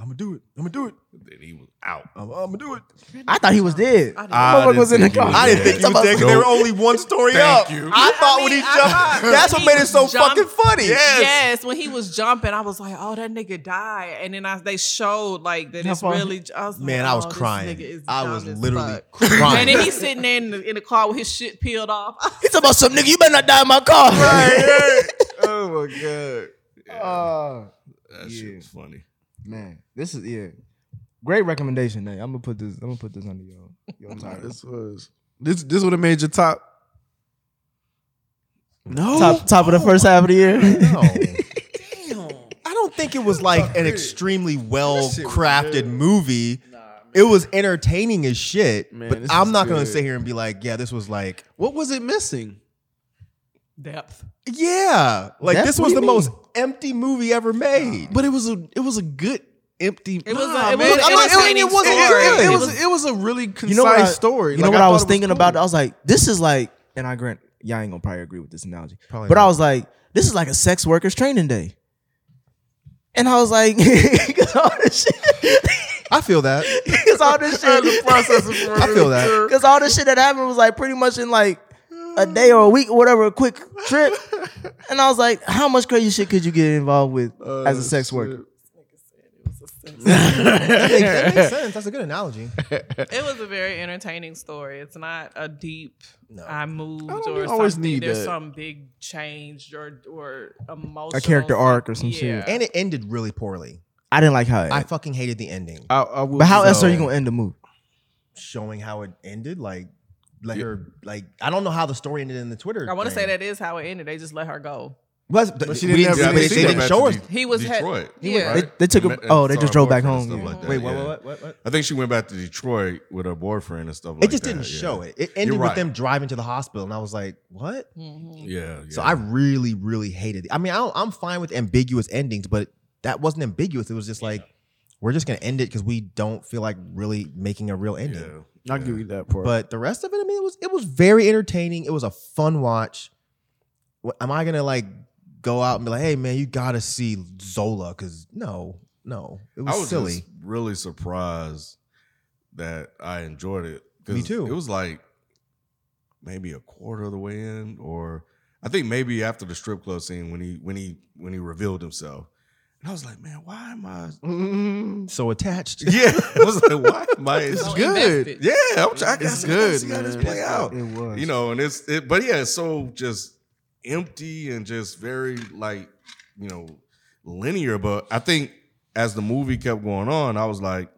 Speaker 6: I'm going to do it. I'm going to do it.
Speaker 1: Then he was out.
Speaker 6: I'm, I'm going to do it.
Speaker 4: I thought he was dead.
Speaker 1: Oh. I
Speaker 4: Motherfucker was in
Speaker 1: didn't think
Speaker 4: the
Speaker 1: he
Speaker 4: car.
Speaker 1: was
Speaker 6: I didn't
Speaker 1: Yeah.
Speaker 6: think you was there 'cause
Speaker 1: Nope.
Speaker 6: they were only one story up.
Speaker 1: you.
Speaker 5: I
Speaker 6: I thought
Speaker 5: mean,
Speaker 6: when he
Speaker 5: I
Speaker 6: jumped,
Speaker 5: thought
Speaker 6: <laughs> that's what
Speaker 5: he
Speaker 6: made it so
Speaker 5: jumped-
Speaker 6: fucking funny.
Speaker 5: Yes. when he was jumping, I was like, "Oh, that nigga died," and then I, they showed like that it's
Speaker 4: How far-
Speaker 5: really. I was like,
Speaker 6: Man, I was
Speaker 5: "Oh, this nigga
Speaker 6: crying.
Speaker 5: is
Speaker 6: I
Speaker 5: dumb
Speaker 6: was
Speaker 5: as
Speaker 6: literally
Speaker 5: fuck."
Speaker 6: crying.
Speaker 5: And then
Speaker 6: <laughs>
Speaker 5: he's sitting there in the, in the car with his shit peeled off. <laughs>
Speaker 4: He's talking about some nigga. You better not die in my car.
Speaker 1: <laughs> Oh my god. Yeah,
Speaker 4: Uh,
Speaker 6: Ah.
Speaker 1: that
Speaker 4: yeah.
Speaker 1: shit was funny.
Speaker 4: man, this is yeah. Great recommendation, Nate. I'm gonna put this. I'm gonna put this under your your
Speaker 7: Nah,
Speaker 4: title.
Speaker 7: this was this this would have made your top. No.
Speaker 4: top top of the first half of the year.
Speaker 6: <laughs> <laughs> No. I don't think it was like an extremely well crafted movie. It was entertaining as shit,
Speaker 7: Man,
Speaker 6: but
Speaker 7: this
Speaker 6: I'm
Speaker 7: is
Speaker 6: not going to
Speaker 7: good.
Speaker 6: sit here and be like, "Yeah, this was like,
Speaker 7: What was it missing?
Speaker 5: Depth.
Speaker 6: yeah, like
Speaker 4: That's-
Speaker 6: this
Speaker 4: what
Speaker 6: was
Speaker 4: do
Speaker 6: the
Speaker 4: you
Speaker 6: most empty movie ever made."
Speaker 7: But it was a it was a good empty.
Speaker 5: It was a-
Speaker 7: Nah,
Speaker 5: it was
Speaker 7: man.
Speaker 5: an
Speaker 7: I'm not-
Speaker 5: entertaining
Speaker 7: it was- it-
Speaker 5: story.
Speaker 7: <laughs> It, it
Speaker 5: It
Speaker 7: was it was a
Speaker 4: <laughs>
Speaker 7: really concise
Speaker 4: You know what I-
Speaker 7: story.
Speaker 4: You know
Speaker 7: Like,
Speaker 4: what I,
Speaker 7: thought
Speaker 4: was
Speaker 7: it
Speaker 4: thinking
Speaker 7: cool.
Speaker 4: about? I
Speaker 7: <laughs>
Speaker 4: was like, this is like, and I grant y'all ain't gonna probably agree with this analogy,
Speaker 6: Probably
Speaker 4: but
Speaker 6: not.
Speaker 4: I was like, this is like a sex workers training day, and I was like, <laughs> because all this shit,
Speaker 6: I feel that.
Speaker 7: <laughs>
Speaker 4: because all this shit,
Speaker 6: I feel that.
Speaker 4: because all this shit that happened was like pretty much in like.
Speaker 9: a day or a week or whatever, a quick
Speaker 7: <laughs>
Speaker 9: trip. And I was like, how much crazy shit could you get involved with
Speaker 7: Oh,
Speaker 9: as a sex worker?
Speaker 6: that, makes, that makes sense. That's a good analogy.
Speaker 5: It was a very entertaining story. It's not a deep. I moved
Speaker 7: don't
Speaker 5: or
Speaker 7: always
Speaker 5: something.
Speaker 7: need
Speaker 5: There's
Speaker 7: that.
Speaker 5: some big change or or emotional
Speaker 4: A character arc or some
Speaker 5: something.
Speaker 4: shit.
Speaker 5: Yeah.
Speaker 6: And it ended really poorly.
Speaker 4: I didn't like how it
Speaker 6: I
Speaker 4: ended.
Speaker 6: fucking hated the ending.
Speaker 4: Uh,
Speaker 7: I, I uh, will
Speaker 4: But how else
Speaker 6: So-
Speaker 4: are you gonna end the movie?
Speaker 6: Showing how it ended, like let her like I don't know how the story ended in the Twitter.
Speaker 5: I want to
Speaker 6: thing.
Speaker 5: say that is how it ended. They just let her go.
Speaker 6: Was,
Speaker 7: But she
Speaker 6: we
Speaker 7: didn't
Speaker 6: didn't-
Speaker 7: ever
Speaker 6: but
Speaker 7: see
Speaker 6: they
Speaker 7: that.
Speaker 6: didn't show us.
Speaker 5: He was head-
Speaker 1: Detroit.
Speaker 5: Yeah.
Speaker 1: right?
Speaker 4: They- they took a-
Speaker 1: And
Speaker 4: oh, they
Speaker 1: saw
Speaker 4: just
Speaker 1: her
Speaker 4: drove back
Speaker 1: boyfriend and stuff
Speaker 4: home, yeah.
Speaker 1: like that,
Speaker 6: Wait, what,
Speaker 1: yeah.
Speaker 6: what, what, what, what?
Speaker 1: I think she went back to Detroit with her boyfriend and stuff like
Speaker 6: It
Speaker 1: that.
Speaker 6: just didn't show it. It ended
Speaker 1: You're
Speaker 6: with
Speaker 1: right.
Speaker 6: them driving to the hospital, and I was like, "What?"
Speaker 5: Mm-hmm.
Speaker 1: Yeah.
Speaker 6: So
Speaker 1: yeah.
Speaker 6: I really, really hated it. I mean, I don't, I'm fine with ambiguous endings, but that wasn't ambiguous. It was just like, we're just gonna end it because we don't feel like really making a real ending.
Speaker 1: Yeah.
Speaker 7: I'll give you that part. <laughs>
Speaker 6: But the rest of it, I mean, it was it was very entertaining. It was a fun watch. What, am I gonna like go out and be like, hey man, you gotta see Zola? Because no, no, it was,
Speaker 1: I was
Speaker 6: silly.
Speaker 1: just really surprised that I enjoyed it. 'cause
Speaker 6: Me too.
Speaker 1: It was like maybe a quarter of the way in, or I think maybe after the strip club scene when he when he when he revealed himself, and I was like, man, why am I?
Speaker 6: so attached.
Speaker 1: <laughs> Yeah, I was like, why am I?
Speaker 5: So invested.
Speaker 1: Yeah, I'm trying.
Speaker 7: It's
Speaker 1: It's good.
Speaker 7: good,
Speaker 1: See how this
Speaker 7: man.
Speaker 1: play out.
Speaker 4: It was.
Speaker 1: You know, and it's it, but yeah, it's so just empty and just very like you know linear. But I think as the movie kept going on, I was like,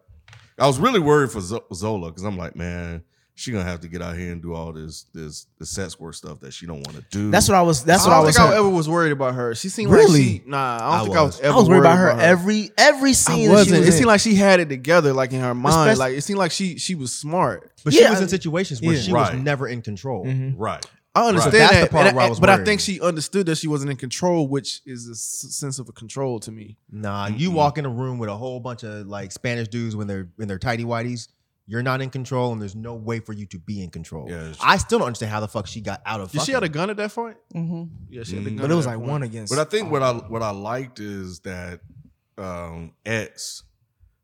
Speaker 1: I was really worried for Zo- Zola because I'm like, man, she gonna have to get out here and do all this this the sex work stuff that she don't want to do.
Speaker 9: That's what I was that's what
Speaker 7: I
Speaker 9: I
Speaker 7: don't
Speaker 9: was
Speaker 7: think I
Speaker 9: hurt.
Speaker 7: ever was worried about her. She seemed
Speaker 9: Really?
Speaker 7: like she, nah. I don't
Speaker 6: I
Speaker 7: think I
Speaker 6: was.
Speaker 7: was ever
Speaker 9: I was worried about her,
Speaker 7: every.
Speaker 9: every every scene
Speaker 7: I
Speaker 9: that she
Speaker 7: wasn't.
Speaker 9: was
Speaker 7: It
Speaker 9: in.
Speaker 7: seemed like she had it together, like in her mind.
Speaker 9: Especially-
Speaker 7: like it seemed like she she was smart.
Speaker 6: But she
Speaker 9: Yeah,
Speaker 6: was
Speaker 9: I-
Speaker 6: in situations where
Speaker 4: yeah. Mm-hmm.
Speaker 6: she
Speaker 1: Right.
Speaker 6: was never in control.
Speaker 7: Mm-hmm.
Speaker 1: right.
Speaker 7: I understand
Speaker 6: That's
Speaker 7: that,
Speaker 6: the part
Speaker 7: and
Speaker 6: where I
Speaker 7: I-
Speaker 6: was
Speaker 7: but I
Speaker 6: worried.
Speaker 7: think she understood that she wasn't in control, which is a s- sense of a control to me.
Speaker 6: Nah, you walk in a room with a whole bunch of like Spanish dudes when they're in their tidy whities. You're not in control, and there's no way for you to be in control.
Speaker 1: Yeah, it's-
Speaker 6: I still don't understand how the fuck she got out of.
Speaker 7: Did she
Speaker 6: fucking.
Speaker 7: had a gun at that point?
Speaker 5: Mm-hmm.
Speaker 7: Yeah, she had a
Speaker 1: Mm.
Speaker 7: gun.
Speaker 4: But
Speaker 7: at
Speaker 4: it was
Speaker 7: that
Speaker 4: like
Speaker 7: point.
Speaker 4: one against.
Speaker 1: But I think what I what I liked is that um X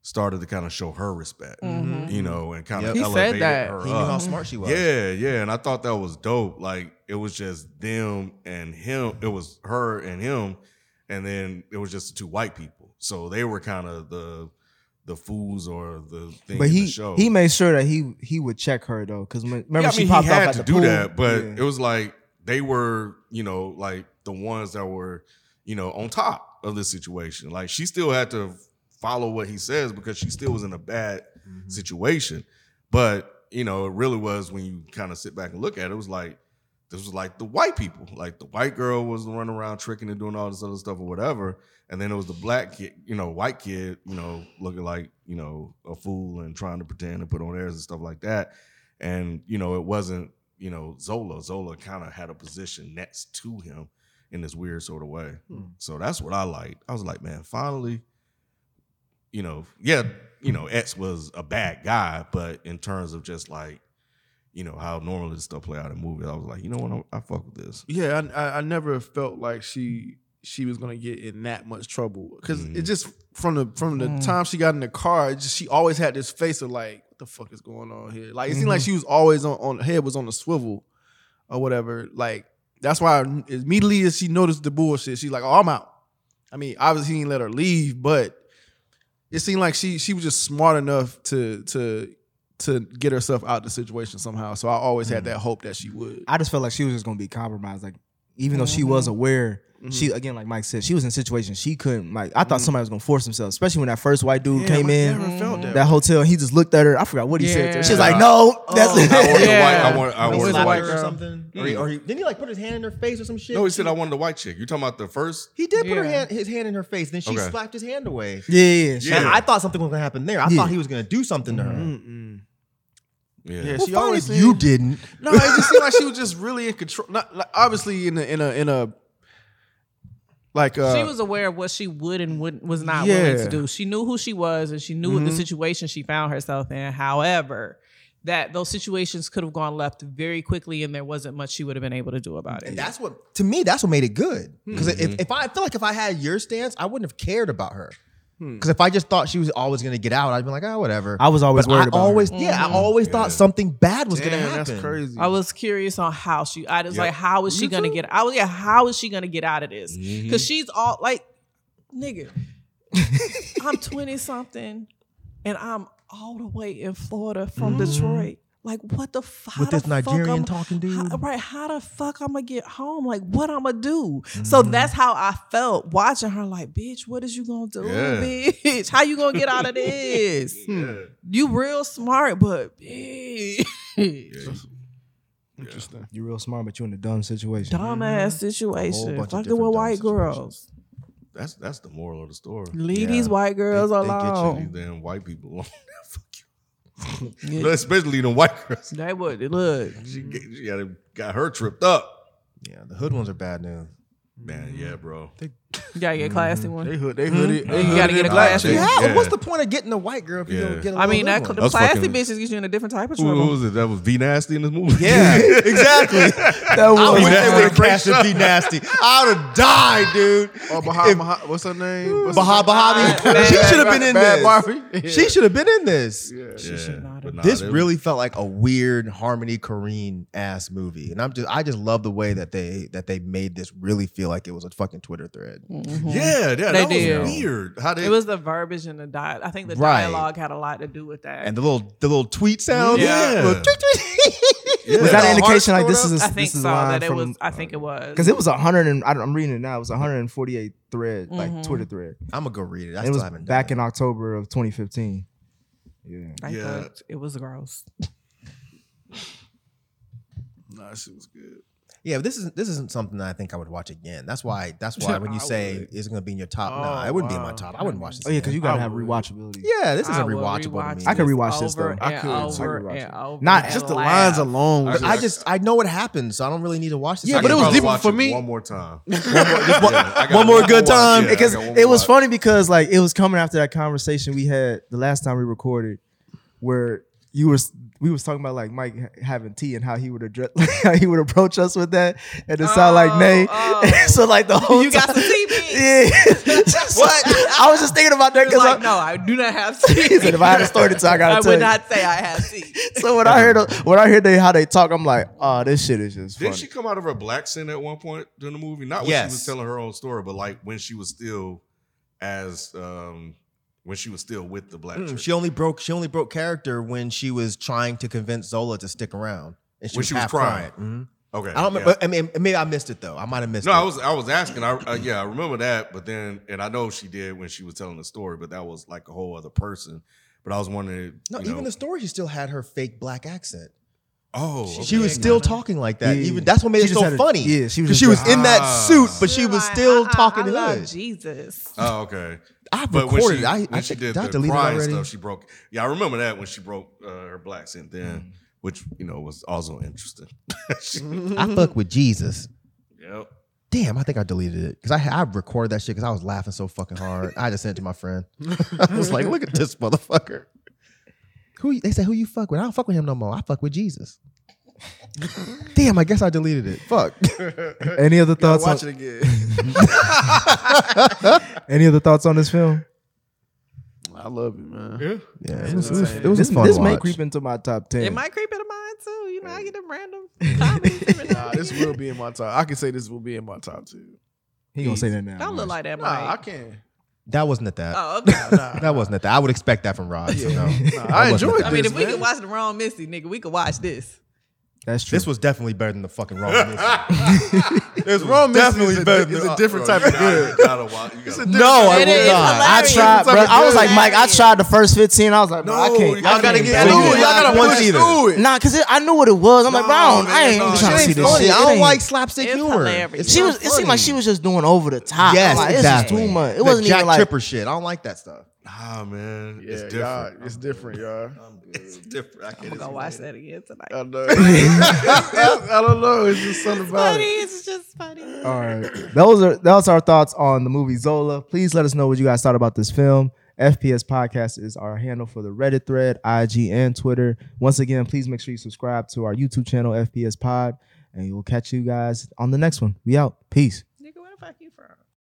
Speaker 1: started to kind of show her respect,
Speaker 4: Mm-hmm.
Speaker 9: Mm-hmm.
Speaker 1: you know, and kind of
Speaker 6: Yep.
Speaker 5: He said
Speaker 1: elevated
Speaker 5: that.
Speaker 1: her
Speaker 6: He knew
Speaker 1: up.
Speaker 6: how smart she was.
Speaker 1: Uh-huh. Yeah, yeah, and I thought that was dope. Like it was just them and him. It was her and him, and then it was just the two white people. So they were kind of the the fools or the thing.
Speaker 4: But
Speaker 1: in
Speaker 4: he
Speaker 1: the show.
Speaker 4: he
Speaker 1: Yeah,
Speaker 4: made sure that he he would check her though, because remember
Speaker 1: I mean,
Speaker 4: she popped
Speaker 1: he
Speaker 4: off
Speaker 1: had
Speaker 4: at
Speaker 1: to
Speaker 4: the
Speaker 1: do
Speaker 4: pool.
Speaker 1: that, but
Speaker 4: Yeah.
Speaker 1: it was like they were, you know, like the ones that were, you know, on top of this situation. Like she still had to follow what he says because she still was in a bad
Speaker 6: Mm-hmm.
Speaker 1: situation. But you know, it really was when you kind of sit back and look at it, it was like this was like the white people. Like the white girl was running around tricking and doing all this other stuff or whatever. And then it was the black kid, you know, white kid, you know, looking like, you know, a fool and trying to pretend and put on airs and stuff like that. And, you know, it wasn't, you know, Zola. Zola kind of had a position next to him in this weird sort of way. So that's what I liked. I was like, man, finally, you know, yeah, you know, X was a bad guy, but in terms of just like, you know, how normally this stuff play out in movies, I was like, you know what, I'm, I fuck with this.
Speaker 7: Yeah, I, I, I never felt like she she was gonna get in that much trouble because it just from the from the time she got in the car, it just, she always had this face of like, what the fuck is going on here? Like it seemed like she was always on on her head was on the swivel or whatever. Like that's why immediately as she noticed the bullshit, she's like, oh, I'm out. I mean, obviously he didn't let her leave, but it seemed like she she was just smart enough to to to get herself out the situation somehow. So I always had that hope that she would.
Speaker 4: I just felt like she was just gonna be compromised. Like even though she
Speaker 5: Mm-hmm.
Speaker 4: was aware,
Speaker 7: Mm-hmm.
Speaker 4: she again, like Mike said, she was in situations she couldn't. Like I
Speaker 5: Mm-hmm.
Speaker 4: thought somebody was gonna force himself, especially when that first white dude
Speaker 7: Damn,
Speaker 4: came
Speaker 7: I
Speaker 4: in
Speaker 7: never felt that
Speaker 4: that hotel. and He just looked at her. I forgot what he said. To her. She was
Speaker 5: Yeah.
Speaker 4: like, "No, that's."
Speaker 6: <laughs>
Speaker 1: I wanted
Speaker 5: Yeah.
Speaker 1: the white. I
Speaker 6: Or
Speaker 5: It
Speaker 1: wanted,
Speaker 5: was
Speaker 1: I
Speaker 5: a
Speaker 1: wanted the
Speaker 5: white girl.
Speaker 6: slapped her
Speaker 1: white.
Speaker 6: or something. Or, he, or he- didn't he like put his hand in her face or some shit?
Speaker 1: No, he said I wanted the white chick. You talking about the first?
Speaker 6: He did put her
Speaker 5: Yeah.
Speaker 6: hand, his hand in her face. Then she
Speaker 1: Okay.
Speaker 6: slapped his hand away.
Speaker 4: yeah, yeah, yeah. She-
Speaker 1: Yeah.
Speaker 6: And I thought something was gonna happen there. I
Speaker 4: Yeah.
Speaker 6: thought he was gonna do something to her.
Speaker 5: Mm-hmm.
Speaker 1: Yeah.
Speaker 7: Yeah,
Speaker 6: Well,
Speaker 7: she
Speaker 6: fine
Speaker 7: always
Speaker 6: if
Speaker 7: seemed-
Speaker 6: you didn't.
Speaker 7: No, it just seemed like she was just really in control. Not like, obviously in a in a in a like uh
Speaker 5: she was aware of what she would and would was not willing
Speaker 7: Yeah.
Speaker 5: to do. She knew who she was and she knew the
Speaker 6: Mm-hmm.
Speaker 5: situation she found herself in. However, that those situations could have gone left very quickly and there wasn't much she would have been able to do about it.
Speaker 6: And that's
Speaker 5: Mm-hmm.
Speaker 6: what to me, that's what made it good. Because if, if I I feel like if I had your stance, I wouldn't have cared about her.
Speaker 5: Hmm.
Speaker 6: Because if I just thought she was always gonna get out, I'd be like, oh, whatever.
Speaker 4: I was always
Speaker 6: But
Speaker 4: worried
Speaker 6: I
Speaker 4: about her.
Speaker 6: always, yeah,
Speaker 5: Mm-hmm.
Speaker 6: I always thought something bad was gonna
Speaker 7: Damn,
Speaker 6: happen.
Speaker 7: that's crazy.
Speaker 5: I was curious on how she. I was
Speaker 1: Yep.
Speaker 5: like, how is she gonna get? I was yeah, how is she gonna get out of this?
Speaker 6: Mm-hmm.
Speaker 5: Because she's all like,
Speaker 6: <laughs>
Speaker 5: nigga, I'm twenty something, and I'm all the way in Florida from Detroit. Like, what the fuck?
Speaker 6: Mm-hmm. With this Nigerian talking dude.
Speaker 5: right? How the fuck I'm gonna get home? Like, what I'm gonna do? So
Speaker 6: Mm-hmm.
Speaker 5: that's how I felt watching her. Like, bitch, what is you gonna do,
Speaker 1: Yeah.
Speaker 5: bitch? How you gonna get out of this? You real smart, but bitch.
Speaker 6: Mm-hmm.
Speaker 7: Interesting.
Speaker 4: You're real smart, but you're in a dumb situation.
Speaker 5: dumbass situation.
Speaker 6: bunch of
Speaker 5: Fucking with
Speaker 6: different dumb
Speaker 5: white girls.
Speaker 6: situations.
Speaker 1: That's that's the moral of the story.
Speaker 5: Leave
Speaker 6: Yeah.
Speaker 5: these white girls
Speaker 6: They- they get you
Speaker 1: Leave
Speaker 5: alone.
Speaker 1: them white people <laughs> alone. Fuck
Speaker 5: Yeah,
Speaker 1: you. <laughs> Especially the white girls.
Speaker 5: They would look.
Speaker 1: She, get- she got, got her tripped up.
Speaker 6: Yeah, the hood ones are bad news.
Speaker 1: Man, yeah, bro.
Speaker 5: You gotta get
Speaker 6: Mm-hmm.
Speaker 5: classy one.
Speaker 7: They hood. They hooded. They
Speaker 5: You
Speaker 7: hooded
Speaker 5: gotta get a
Speaker 7: black
Speaker 5: class.
Speaker 1: chick.
Speaker 6: Yeah,
Speaker 1: Yeah.
Speaker 6: what's the point of getting a white girl if you
Speaker 1: Yeah.
Speaker 6: don't get a
Speaker 5: I mean,
Speaker 6: little
Speaker 5: that
Speaker 6: hood
Speaker 5: the
Speaker 6: one?
Speaker 1: That's
Speaker 5: classy
Speaker 1: fucking-
Speaker 5: bitches get you in a different type of
Speaker 1: Who, who
Speaker 5: trouble.
Speaker 1: was it? That was V Nasty in this movie. <laughs>
Speaker 6: Yeah, exactly.
Speaker 4: That
Speaker 6: I
Speaker 4: was
Speaker 6: wish they would
Speaker 1: Nasty.
Speaker 6: have crashed <laughs> and be nasty. I would have died, dude.
Speaker 5: <laughs>
Speaker 7: Oh,
Speaker 6: If-
Speaker 7: Baha, Baha, what's her
Speaker 5: Mm.
Speaker 7: name? What's her
Speaker 6: Baha
Speaker 7: name?
Speaker 6: Bahabi.
Speaker 5: Bad-
Speaker 6: She should have been in
Speaker 7: Bad
Speaker 6: this.
Speaker 7: Barbie. Yeah.
Speaker 6: She should have been in this.
Speaker 1: Yeah, but nah,
Speaker 6: this
Speaker 1: they-
Speaker 6: really felt like a weird Harmony Korine ass movie, and I'm just I just love the way that they that they made this really feel like it was a fucking Twitter thread.
Speaker 4: Mm.
Speaker 1: Yeah, yeah, that
Speaker 5: did.
Speaker 1: was weird. How they
Speaker 5: It was the verbiage and the diet. I think the
Speaker 6: Right.
Speaker 5: dialogue had a lot to do with that.
Speaker 6: And the little the little tweet sound, <laughs>
Speaker 1: Yeah.
Speaker 6: Little tweet, tweet.
Speaker 1: yeah.
Speaker 4: Was that
Speaker 6: Yeah.
Speaker 4: an indication like this
Speaker 6: Hearts
Speaker 4: is a,
Speaker 5: I think
Speaker 4: this is
Speaker 5: so.
Speaker 4: a line
Speaker 5: That it
Speaker 4: from,
Speaker 5: was. I think it was.
Speaker 4: because it was a hundred and I don't- I'm reading it now. It was 148 thread
Speaker 5: Mm-hmm.
Speaker 4: like Twitter thread.
Speaker 6: I'm gonna go read it. I
Speaker 4: it
Speaker 6: still
Speaker 4: was
Speaker 6: haven't
Speaker 4: back
Speaker 6: done
Speaker 4: in October of 2015. Yeah,
Speaker 5: I
Speaker 1: Yeah.
Speaker 5: thought it was gross.
Speaker 7: Nah, she was good.
Speaker 6: it. Yeah, but this is this isn't something that I think I would watch again. That's why that's why when you
Speaker 5: I
Speaker 6: say
Speaker 5: would.
Speaker 6: is it gonna be in your top,
Speaker 7: Oh,
Speaker 6: nah, it wouldn't be in my
Speaker 7: wow.
Speaker 6: top. I wouldn't watch this.
Speaker 4: Oh yeah, because
Speaker 6: again.
Speaker 4: you gotta
Speaker 7: I
Speaker 4: have
Speaker 7: would.
Speaker 5: <laughs>
Speaker 4: rewatchability.
Speaker 6: yeah, this
Speaker 5: I
Speaker 6: isn't
Speaker 5: will
Speaker 6: rewatchable. To me.
Speaker 5: rewatch
Speaker 4: I could
Speaker 5: this
Speaker 4: rewatch this, though.
Speaker 5: over
Speaker 7: I
Speaker 5: and
Speaker 7: could, too.
Speaker 5: over
Speaker 4: I could rewatch
Speaker 5: and
Speaker 4: it.
Speaker 5: over
Speaker 4: Not
Speaker 5: and
Speaker 4: just
Speaker 7: The
Speaker 5: laugh.
Speaker 7: lines alone. was
Speaker 6: I just I know what happened, so I don't really need to watch this.
Speaker 7: Yeah,
Speaker 1: I
Speaker 7: but it
Speaker 1: could
Speaker 7: was
Speaker 6: again.
Speaker 1: probably
Speaker 7: deeper
Speaker 1: watch
Speaker 7: for
Speaker 1: it
Speaker 7: me.
Speaker 1: One more time.
Speaker 6: one,
Speaker 1: I got
Speaker 6: one more good
Speaker 1: watch.
Speaker 6: time.
Speaker 1: Yeah, I
Speaker 4: because
Speaker 1: got one more
Speaker 4: it was
Speaker 1: watch.
Speaker 4: funny because like it was coming after that conversation we had the last time we recorded where you were we was talking about like Mike ha- having tea and how he would <laughs> address how he would approach us with that and it sounded like
Speaker 5: Oh,
Speaker 4: nay
Speaker 5: oh.
Speaker 4: <laughs> so like the whole
Speaker 5: You got
Speaker 4: time-
Speaker 5: some tea, bitch?
Speaker 4: yeah what <laughs> I was just thinking about that
Speaker 5: It's
Speaker 4: because
Speaker 5: like,
Speaker 4: I,
Speaker 5: no, I do not have seats.
Speaker 4: if I had a story to tell I gotta
Speaker 5: I
Speaker 4: tell
Speaker 5: would
Speaker 4: you.
Speaker 5: not say I have seats.
Speaker 4: so when I heard when I heard they how they talk I'm like oh this shit is just funny
Speaker 1: Did she come out of her black sin at one point during the movie? Not when
Speaker 6: Yes.
Speaker 1: she was telling her own story, but like when she was still as um when she was still with the black
Speaker 6: <laughs> Mm,
Speaker 1: chick.
Speaker 6: she only broke she only broke character when she was trying to convince Zola to stick around. And
Speaker 1: When she was
Speaker 6: half
Speaker 1: crying.
Speaker 6: Mhm.
Speaker 1: okay,
Speaker 6: I don't
Speaker 1: yeah.
Speaker 6: remember. I mean, maybe I missed it though. I might have missed
Speaker 1: No,
Speaker 6: it.
Speaker 1: I was I was asking. I uh, yeah, I remember that, but then and I know she did when she was telling the story, but that was like a whole other person. But I was wondering.
Speaker 6: no,
Speaker 1: you
Speaker 6: even
Speaker 1: know,
Speaker 6: the story, she still had her fake black accent.
Speaker 1: oh,
Speaker 6: She was
Speaker 1: okay.
Speaker 6: still talking like that.
Speaker 4: Yeah.
Speaker 6: Even that's what made
Speaker 4: She
Speaker 6: it
Speaker 4: just
Speaker 6: so
Speaker 4: had a-
Speaker 6: funny.
Speaker 4: yeah, she was just
Speaker 6: 'Cause she was
Speaker 4: like,
Speaker 6: in that
Speaker 1: ah.
Speaker 6: suit, but she was
Speaker 5: Like,
Speaker 6: still
Speaker 5: uh-uh,
Speaker 6: talking
Speaker 5: I love
Speaker 6: hood.
Speaker 5: Jesus.
Speaker 1: Oh, okay.
Speaker 6: I
Speaker 1: But when
Speaker 6: recorded.
Speaker 1: she,
Speaker 6: it. I,
Speaker 1: when
Speaker 6: I,
Speaker 1: she
Speaker 6: think-
Speaker 1: did
Speaker 6: did I
Speaker 1: the
Speaker 6: delete it
Speaker 1: crying
Speaker 6: already?
Speaker 1: stuff, she broke. Yeah, I remember that when she broke uh, her black scent
Speaker 7: ah.
Speaker 1: then,
Speaker 6: Mm.
Speaker 1: which you know was also interesting. She-
Speaker 6: I fuck with Jesus.
Speaker 1: Yep.
Speaker 6: Damn, I think I deleted it because I I recorded that shit because I was laughing so fucking hard. I just sent it to my friend. <laughs> I was
Speaker 7: <laughs>
Speaker 6: like, look at this motherfucker. Who you- they say who you fuck with? I don't fuck with him no more. I fuck with Jesus. Damn, I guess I deleted it. Fuck.
Speaker 4: any other
Speaker 7: Gotta
Speaker 4: thoughts on,
Speaker 7: watch it
Speaker 6: <laughs>
Speaker 7: again.
Speaker 4: any other thoughts on this film
Speaker 7: I love it, man. Yeah.
Speaker 6: Yeah,
Speaker 7: That's
Speaker 6: it was, it
Speaker 7: what I'm
Speaker 6: was,
Speaker 7: saying.
Speaker 6: it was
Speaker 4: this,
Speaker 6: a fun
Speaker 4: this
Speaker 6: watch.
Speaker 4: may creep into my top 10
Speaker 5: It might creep into mine too. You know, I get them random comments. every now
Speaker 7: Nah,
Speaker 5: and
Speaker 7: this
Speaker 5: then.
Speaker 7: will be in my top. I can say this will be in my top two.
Speaker 4: he gonna say that now
Speaker 5: Don't look like that,
Speaker 7: Nah, I
Speaker 5: Mike.
Speaker 7: can.
Speaker 6: that wasn't at that.
Speaker 5: Oh, okay.
Speaker 7: Nah,
Speaker 6: that wasn't at that. I would expect that from Rod. So no,
Speaker 7: nah,
Speaker 6: That wasn't at
Speaker 7: I enjoyed this.
Speaker 6: that.
Speaker 5: I mean, if we
Speaker 7: man.
Speaker 5: could watch the wrong Missy, nigga, we could watch this.
Speaker 4: that's true
Speaker 6: This was definitely better than the fucking wrong. Mission.
Speaker 7: It's wrong.
Speaker 6: definitely better
Speaker 7: Definitely better. It's
Speaker 6: than-
Speaker 7: a different
Speaker 1: Bro,
Speaker 7: type of
Speaker 1: you gotta-
Speaker 7: good.
Speaker 1: you gotta watch- you gotta-
Speaker 6: no, I
Speaker 5: It
Speaker 6: would
Speaker 5: is
Speaker 6: not.
Speaker 5: hilarious.
Speaker 4: I tried,
Speaker 7: It's like
Speaker 4: bro.
Speaker 7: a
Speaker 4: I was like,
Speaker 5: good
Speaker 4: Mike, I
Speaker 5: variant.
Speaker 4: tried the first 15. I was like, bro,
Speaker 1: No,
Speaker 4: I can't.
Speaker 1: you
Speaker 4: I
Speaker 1: gotta
Speaker 4: can't
Speaker 1: get
Speaker 4: even
Speaker 1: through it.
Speaker 4: figure it
Speaker 1: Y'all
Speaker 4: out.
Speaker 1: gotta
Speaker 6: One
Speaker 1: push
Speaker 6: either.
Speaker 1: through it.
Speaker 4: Nah, cause it, I knew what it was. I'm like, bro, I, don't,
Speaker 1: No,
Speaker 4: I ain't
Speaker 1: man, no,
Speaker 4: trying to
Speaker 1: she
Speaker 4: see
Speaker 1: ain't
Speaker 4: this
Speaker 1: funny.
Speaker 4: shit.
Speaker 6: I
Speaker 4: It
Speaker 6: don't
Speaker 4: ain't-
Speaker 6: like slapstick
Speaker 5: It's
Speaker 6: humor.
Speaker 5: hilarious.
Speaker 6: It's
Speaker 4: She
Speaker 6: not
Speaker 4: was. It seemed like
Speaker 6: funny.
Speaker 4: she was just doing over the top.
Speaker 6: Yes,
Speaker 4: I'm like, this is
Speaker 6: exactly.
Speaker 4: too much. It
Speaker 6: The
Speaker 4: wasn't
Speaker 6: Jack
Speaker 4: even like.
Speaker 6: Tripper shit. I don't like that stuff.
Speaker 1: Nah, man,
Speaker 7: Yeah,
Speaker 1: it's
Speaker 7: y'all,
Speaker 1: different.
Speaker 7: it's
Speaker 6: <laughs>
Speaker 7: different, y'all.
Speaker 1: It's different. I
Speaker 5: I'm
Speaker 1: can't
Speaker 5: gonna go watch that again tonight.
Speaker 7: I don't know. I don't know. It's just something about
Speaker 5: Funny,
Speaker 7: it.
Speaker 5: it's just funny.
Speaker 7: Uh,
Speaker 4: All right, those are those are our thoughts on the movie Zola. Please let us know what you guys thought about this film. FPS Podcast is our handle for the Reddit thread, IG, and Twitter. Once again, please make sure you subscribe to our YouTube channel, FPS Pod, and we'll catch you guys on the next one. We out. Peace.
Speaker 5: Nigga, where the fuck you from?